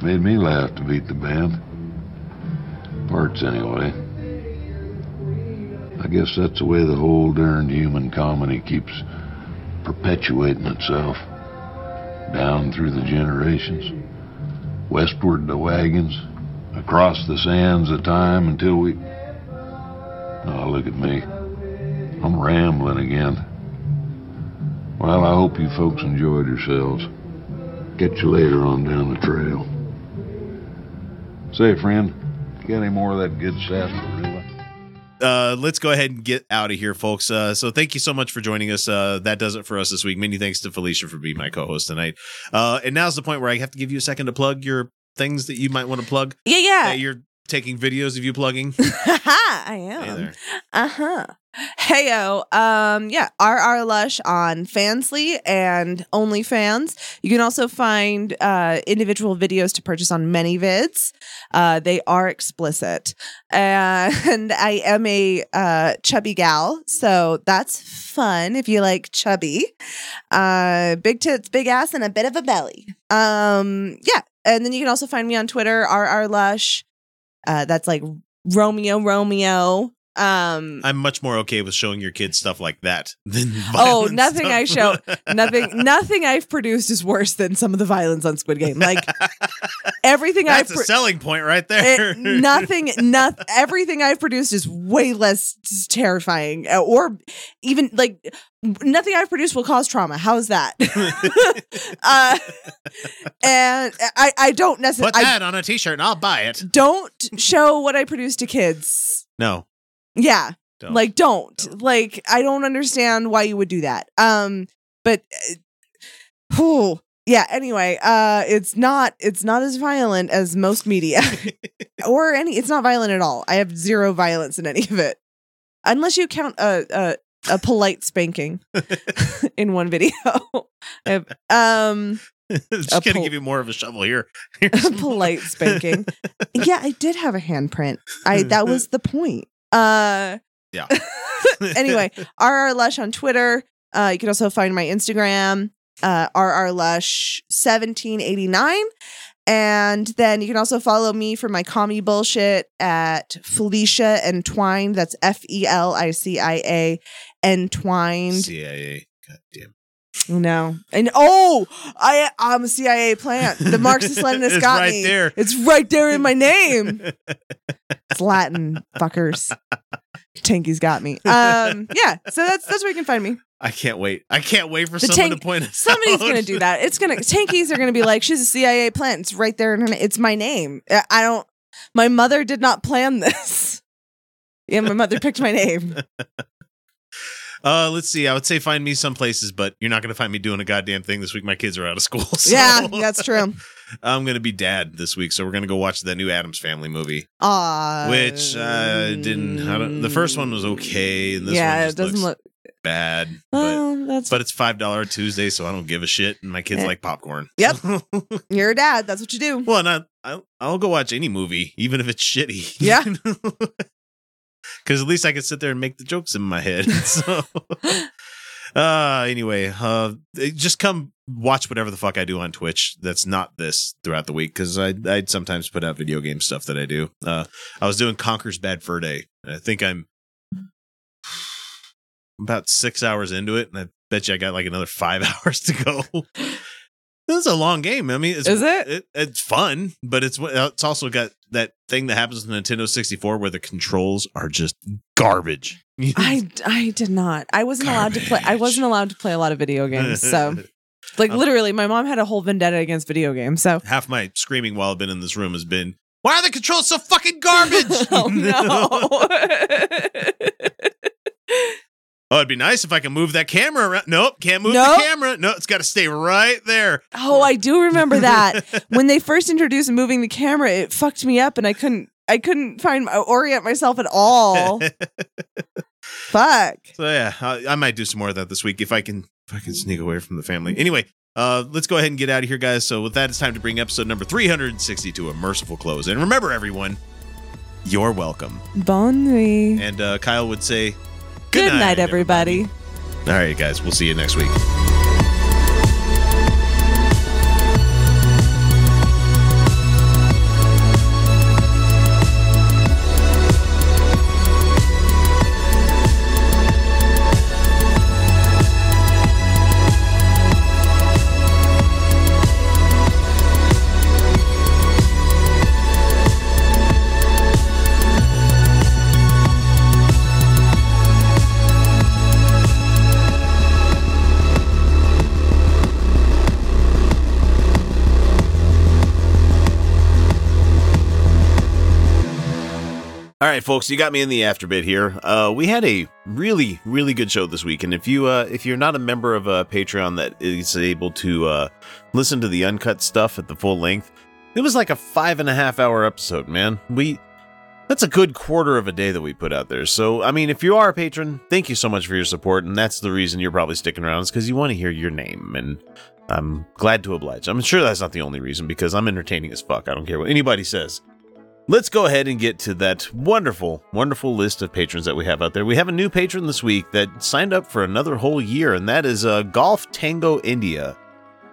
K: Made me laugh to beat the band. Parts, anyway. I guess that's the way the whole darned human comedy keeps perpetuating itself. Down through the generations, westward the wagons, across the sands of time until we. Oh, look at me. I'm rambling again. Well, I hope you folks enjoyed yourselves. Catch you later on down the trail. Say, friend, got any more of that good sarsaparilla?
H: uh, let's go ahead and get out of here, folks. Uh, so thank you so much for joining us. Uh, that does it for us this week. Many thanks to Felicia for being my co-host tonight. Uh, and now's the point where I have to give you a second to plug your things that you might want to plug?
B: Yeah, yeah.
H: That you're taking videos of you plugging?
B: Haha, I am. uh huh. Heyo. Um, yeah, RR Lush on Fansly and OnlyFans. You can also find uh, individual videos to purchase on many vids. Uh, they are explicit. And I am a uh, chubby gal, so that's fun if you like chubby. Uh, big tits, big ass, and a bit of a belly. Um, yeah. And then you can also find me on Twitter, RR Lush. Uh, that's like Romeo, Romeo. Um,
H: I'm much more okay with showing your kids stuff like that than
B: oh,
H: violent
B: nothing
H: stuff.
B: I show, nothing, nothing I've produced is worse than some of the violence on Squid Game. Like everything
H: That's
B: I've
H: a selling point
B: Eh,
H: right there.
B: it- nothing, nothing, everything I've produced is way less s- terrifying, uh, or even like nothing I've produced will cause trauma. How's that? uh, and eh, I, I don't necessarily
H: Put that on a T-shirt and I'll buy it.
B: don't show what I produce to kids.
H: No,
B: Yeah.
H: Don't.
B: Like don't. Like I don't understand why you would do that. Um but uh, whew. yeah, anyway, uh it's not it's not as violent as most media or any it's not violent at all. I have zero violence in any of it. Unless you count a a, a polite spanking in one video. I have, um
H: just
B: A
H: gonna
B: pol-
H: give you more of a shovel here.
B: a polite spanking. yeah, I did have a handprint. I that was the point. Uh
H: Yeah.
B: anyway, RR Lush on Twitter. Uh, you can also find my Instagram, uh, RR Lush 1789. And then you can also follow me for my commie bullshit at Felicia Entwined. That's F E L I C I A Entwined.
H: CIA. Goddamn.
B: No. And oh, I I'm a CIA plant. The Marxist Leninist
H: It's
B: got
H: right
B: me.
H: there.
B: It's right there in my name. it's Latin fuckers. Tanky's got me. Um yeah, so that's that's where you can find me.
H: I can't wait. I can't wait for
B: The
H: someone
B: tank-
H: to point us
B: Somebody's
H: out.
B: going to do that. It's going to Tankies are going to be like she's a CIA plant. It's right there in her na- it's my name. I- I don't my mother did not plan this. Yeah, my mother picked my name.
H: Uh, let's see. I would say find me some places, but you're not going to find me doing a goddamn thing this week. My kids are out of school. So
B: Yeah, that's true.
H: I'm going to be dad this week, so we're going to go watch the new Adams Family movie,
B: Aw.
H: which uh, didn't. I don't, the first one was okay, and this
B: yeah,
H: one
B: it
H: just
B: doesn't
H: looks
B: look
H: bad. But,
B: well, Oh, that's
H: but it's five dollar Tuesday, so I don't give a shit, and my kids
B: Eh.
H: like popcorn.
B: Yep. You're a dad. That's what you do.
H: Well, and I, I'll, I'll go watch any movie, even if it's shitty.
B: Yeah.
H: Because at least I can sit there and make the jokes in my head. So, uh, anyway, uh, just come watch whatever the fuck I do on Twitch. That's not this throughout the week because I I sometimes put out video game stuff that I do. Uh, I was doing Conker's Bad Fur Day. And I think I'm about six hours into it, and I bet you I got like another five hours to go. this is a long game. I mean, it's,
B: Is it?
H: It's fun, but it's it's also got that thing that happens in Nintendo 64 where the controls are just garbage.
B: I, I did not. I wasn't allowed to play. I wasn't allowed to play a lot of video games. So, like
H: Um,
B: literally, my mom had a whole vendetta against video games. So,
H: Half my screaming while I've been in this room has been, "Why are the controls so fucking garbage?"
B: oh no,
H: Oh, it'd be nice if I could move that camera around. Nope, can't move
B: Nope.
H: the camera. No, it's got to stay right there.
B: oh, I do remember that when they first introduced moving the camera, it fucked me up, and I couldn't. I couldn't find uh, orient myself at all. Fuck.
H: So yeah, I, I might do some more of that this week if I can if I can sneak away from the family. Anyway, uh, let's go ahead and get out of here, guys. So with that, it's time to bring episode number 360 to a merciful close. And remember, everyone, you're welcome.
B: Bon nuit.
H: And uh, Kyle would say,
B: Good
H: "Good,
B: night, everybody.
H: All right, guys, we'll see you next week. All right, folks, you got me in the after bit here. Uh, we had a really, really good show this week, and if you uh, if you're not a member of uh, Patreon that is able to uh, listen to the uncut stuff at the full length,
A: It was like a five and a half hour episode, man. We that's a good quarter of a day that we put out there. So, I mean, if you are a patron, thank you so much for your support, and that's the reason you're probably sticking around is because you want to hear your name, and I'm glad to oblige. I'm sure that's not the only reason because I'm entertaining as fuck. I don't care what anybody says. Let's go ahead and get to that wonderful, wonderful list of patrons that we have out there. We have a new patron this week that signed up for another whole year, and that is uh, Golf Tango India,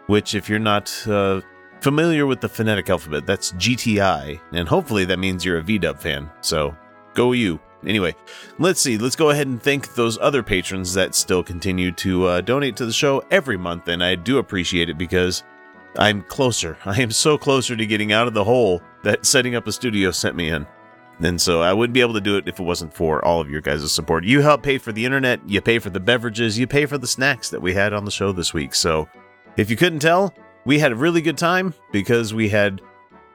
A: which, if you're not uh, familiar with the phonetic alphabet, that's GTI, and hopefully that means you're a VDub fan. So go you. Anyway, let's see. Let's go ahead and thank those other patrons that still continue to uh, donate to the show every month, and I do appreciate it because I'm closer. I am so closer to getting out of the hole that setting up a studio sent me in. And so I wouldn't be able to do it if it wasn't for all of your guys' support. You help pay for the internet, you pay for the beverages, you pay for the snacks that we had on the show this week. So if you couldn't tell, we had a really good time because we had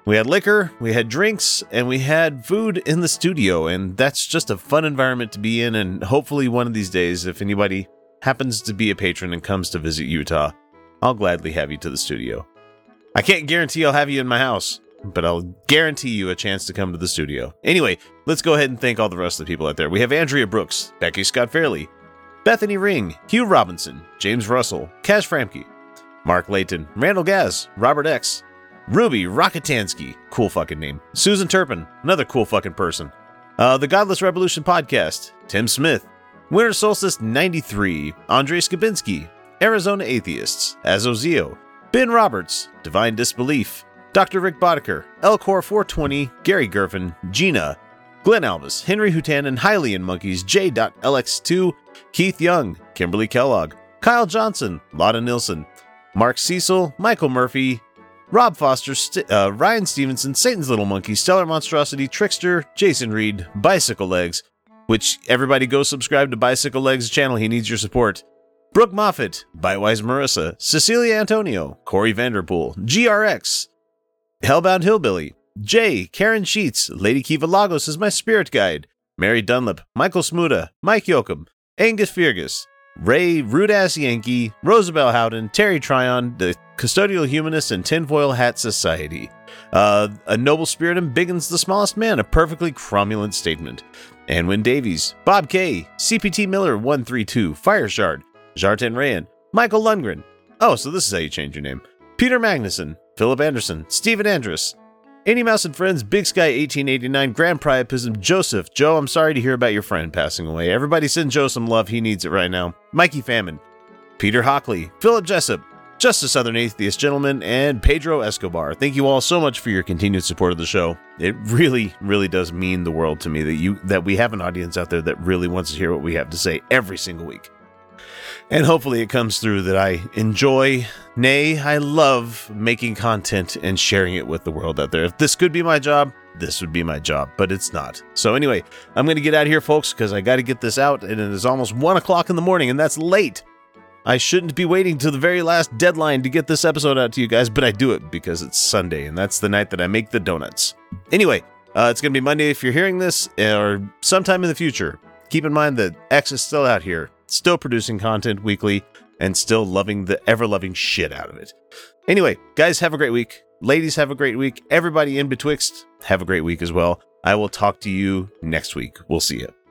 A: we had liquor, we had drinks, and we had food in the studio, and that's just a fun environment to be in. And hopefully, one of these days, if anybody happens to be a patron and comes to visit Utah, I'll gladly have you to the studio. I can't guarantee I'll have you in my house, but I'll guarantee you a chance to come to the studio. Anyway, let's go ahead and thank all the rest of the people out there. We have Andrea Brooks, Becky Scott Fairley, Bethany Ring, Hugh Robinson, James Russell, Cash Framke, Mark Layton, Randall Gaz, Robert X, Ruby Rockatansky, cool fucking name, Susan Turpin, another cool fucking person, uh, the Godless Revolution podcast, Tim Smith, Winter Solstice 93, Andre Skabinski, Arizona Atheists, Azozio, Ben Roberts, Divine Disbelief, Dr. Rick Boddicker, Elcor 420, Gary Gervin, Gina, Glenn Albus, Henry Hutan and Hylian Monkeys, J.LX2, Keith Young, Kimberly Kellogg, Kyle Johnson, Lotta Nilsson, Mark Cecil, Michael Murphy, Rob Foster, St- uh, Ryan Stevenson, Satan's Little Monkey, Stellar Monstrosity, Trickster, Jason Reed, Bicycle Legs, which everybody go subscribe to Bicycle Legs' channel. He needs your support. Brooke Moffat, Bitewise Marissa, Cecilia Antonio, Corey Vanderpool, GRX, Hellbound Hillbilly, Jay, Karen Sheets, Lady Kiva Lagos is my spirit guide, Mary Dunlap, Michael Smuda, Mike Yoakum, Angus Fergus, Ray, Rude Ass Yankee, Roosevelt Howden, Terry Tryon, the Custodial Humanist, and Tinfoil Hat Society. Uh, a noble spirit and biggins the smallest man, a perfectly cromulent statement. Anwin Davies, Bob K, CPT Miller 132, Fire Shard, Jartan Rayan, Michael Lundgren. Oh, so this is how you change your name. Peter Magnuson, Philip Anderson, Stephen Andrus, Any Mouse and Friends, Big Sky 1889, Grand Priapism, Joseph. Joe, I'm sorry to hear about your friend passing away. Everybody send Joe some love. He needs it right now. Mikey Famine, Peter Hockley, Philip Jessup, Justice Southern Atheist Gentleman, and Pedro Escobar. Thank you all so much for your continued support of the show. It really, really does mean the world to me that you that we have an audience out there that really wants to hear what we have to say every single week. And hopefully it comes through that I enjoy, nay, I love making content and sharing it with the world out there. If this could be my job, this would be my job, but it's not. So anyway, I'm gonna get out of here, folks, because I gotta get this out, and it is almost one o'clock in the morning, and that's late. I shouldn't be waiting to the very last deadline to get this episode out to you guys, but I do it because it's Sunday, and that's the night that I make the donuts. Anyway, uh, it's going to be Monday if you're hearing this, or sometime in the future. Keep in mind that X is still out here, still producing content weekly, and still loving the ever loving shit out of it. Anyway, guys, have a great week. Ladies, have a great week. Everybody in betwixt, have a great week as well. I will talk to you next week. We'll see you.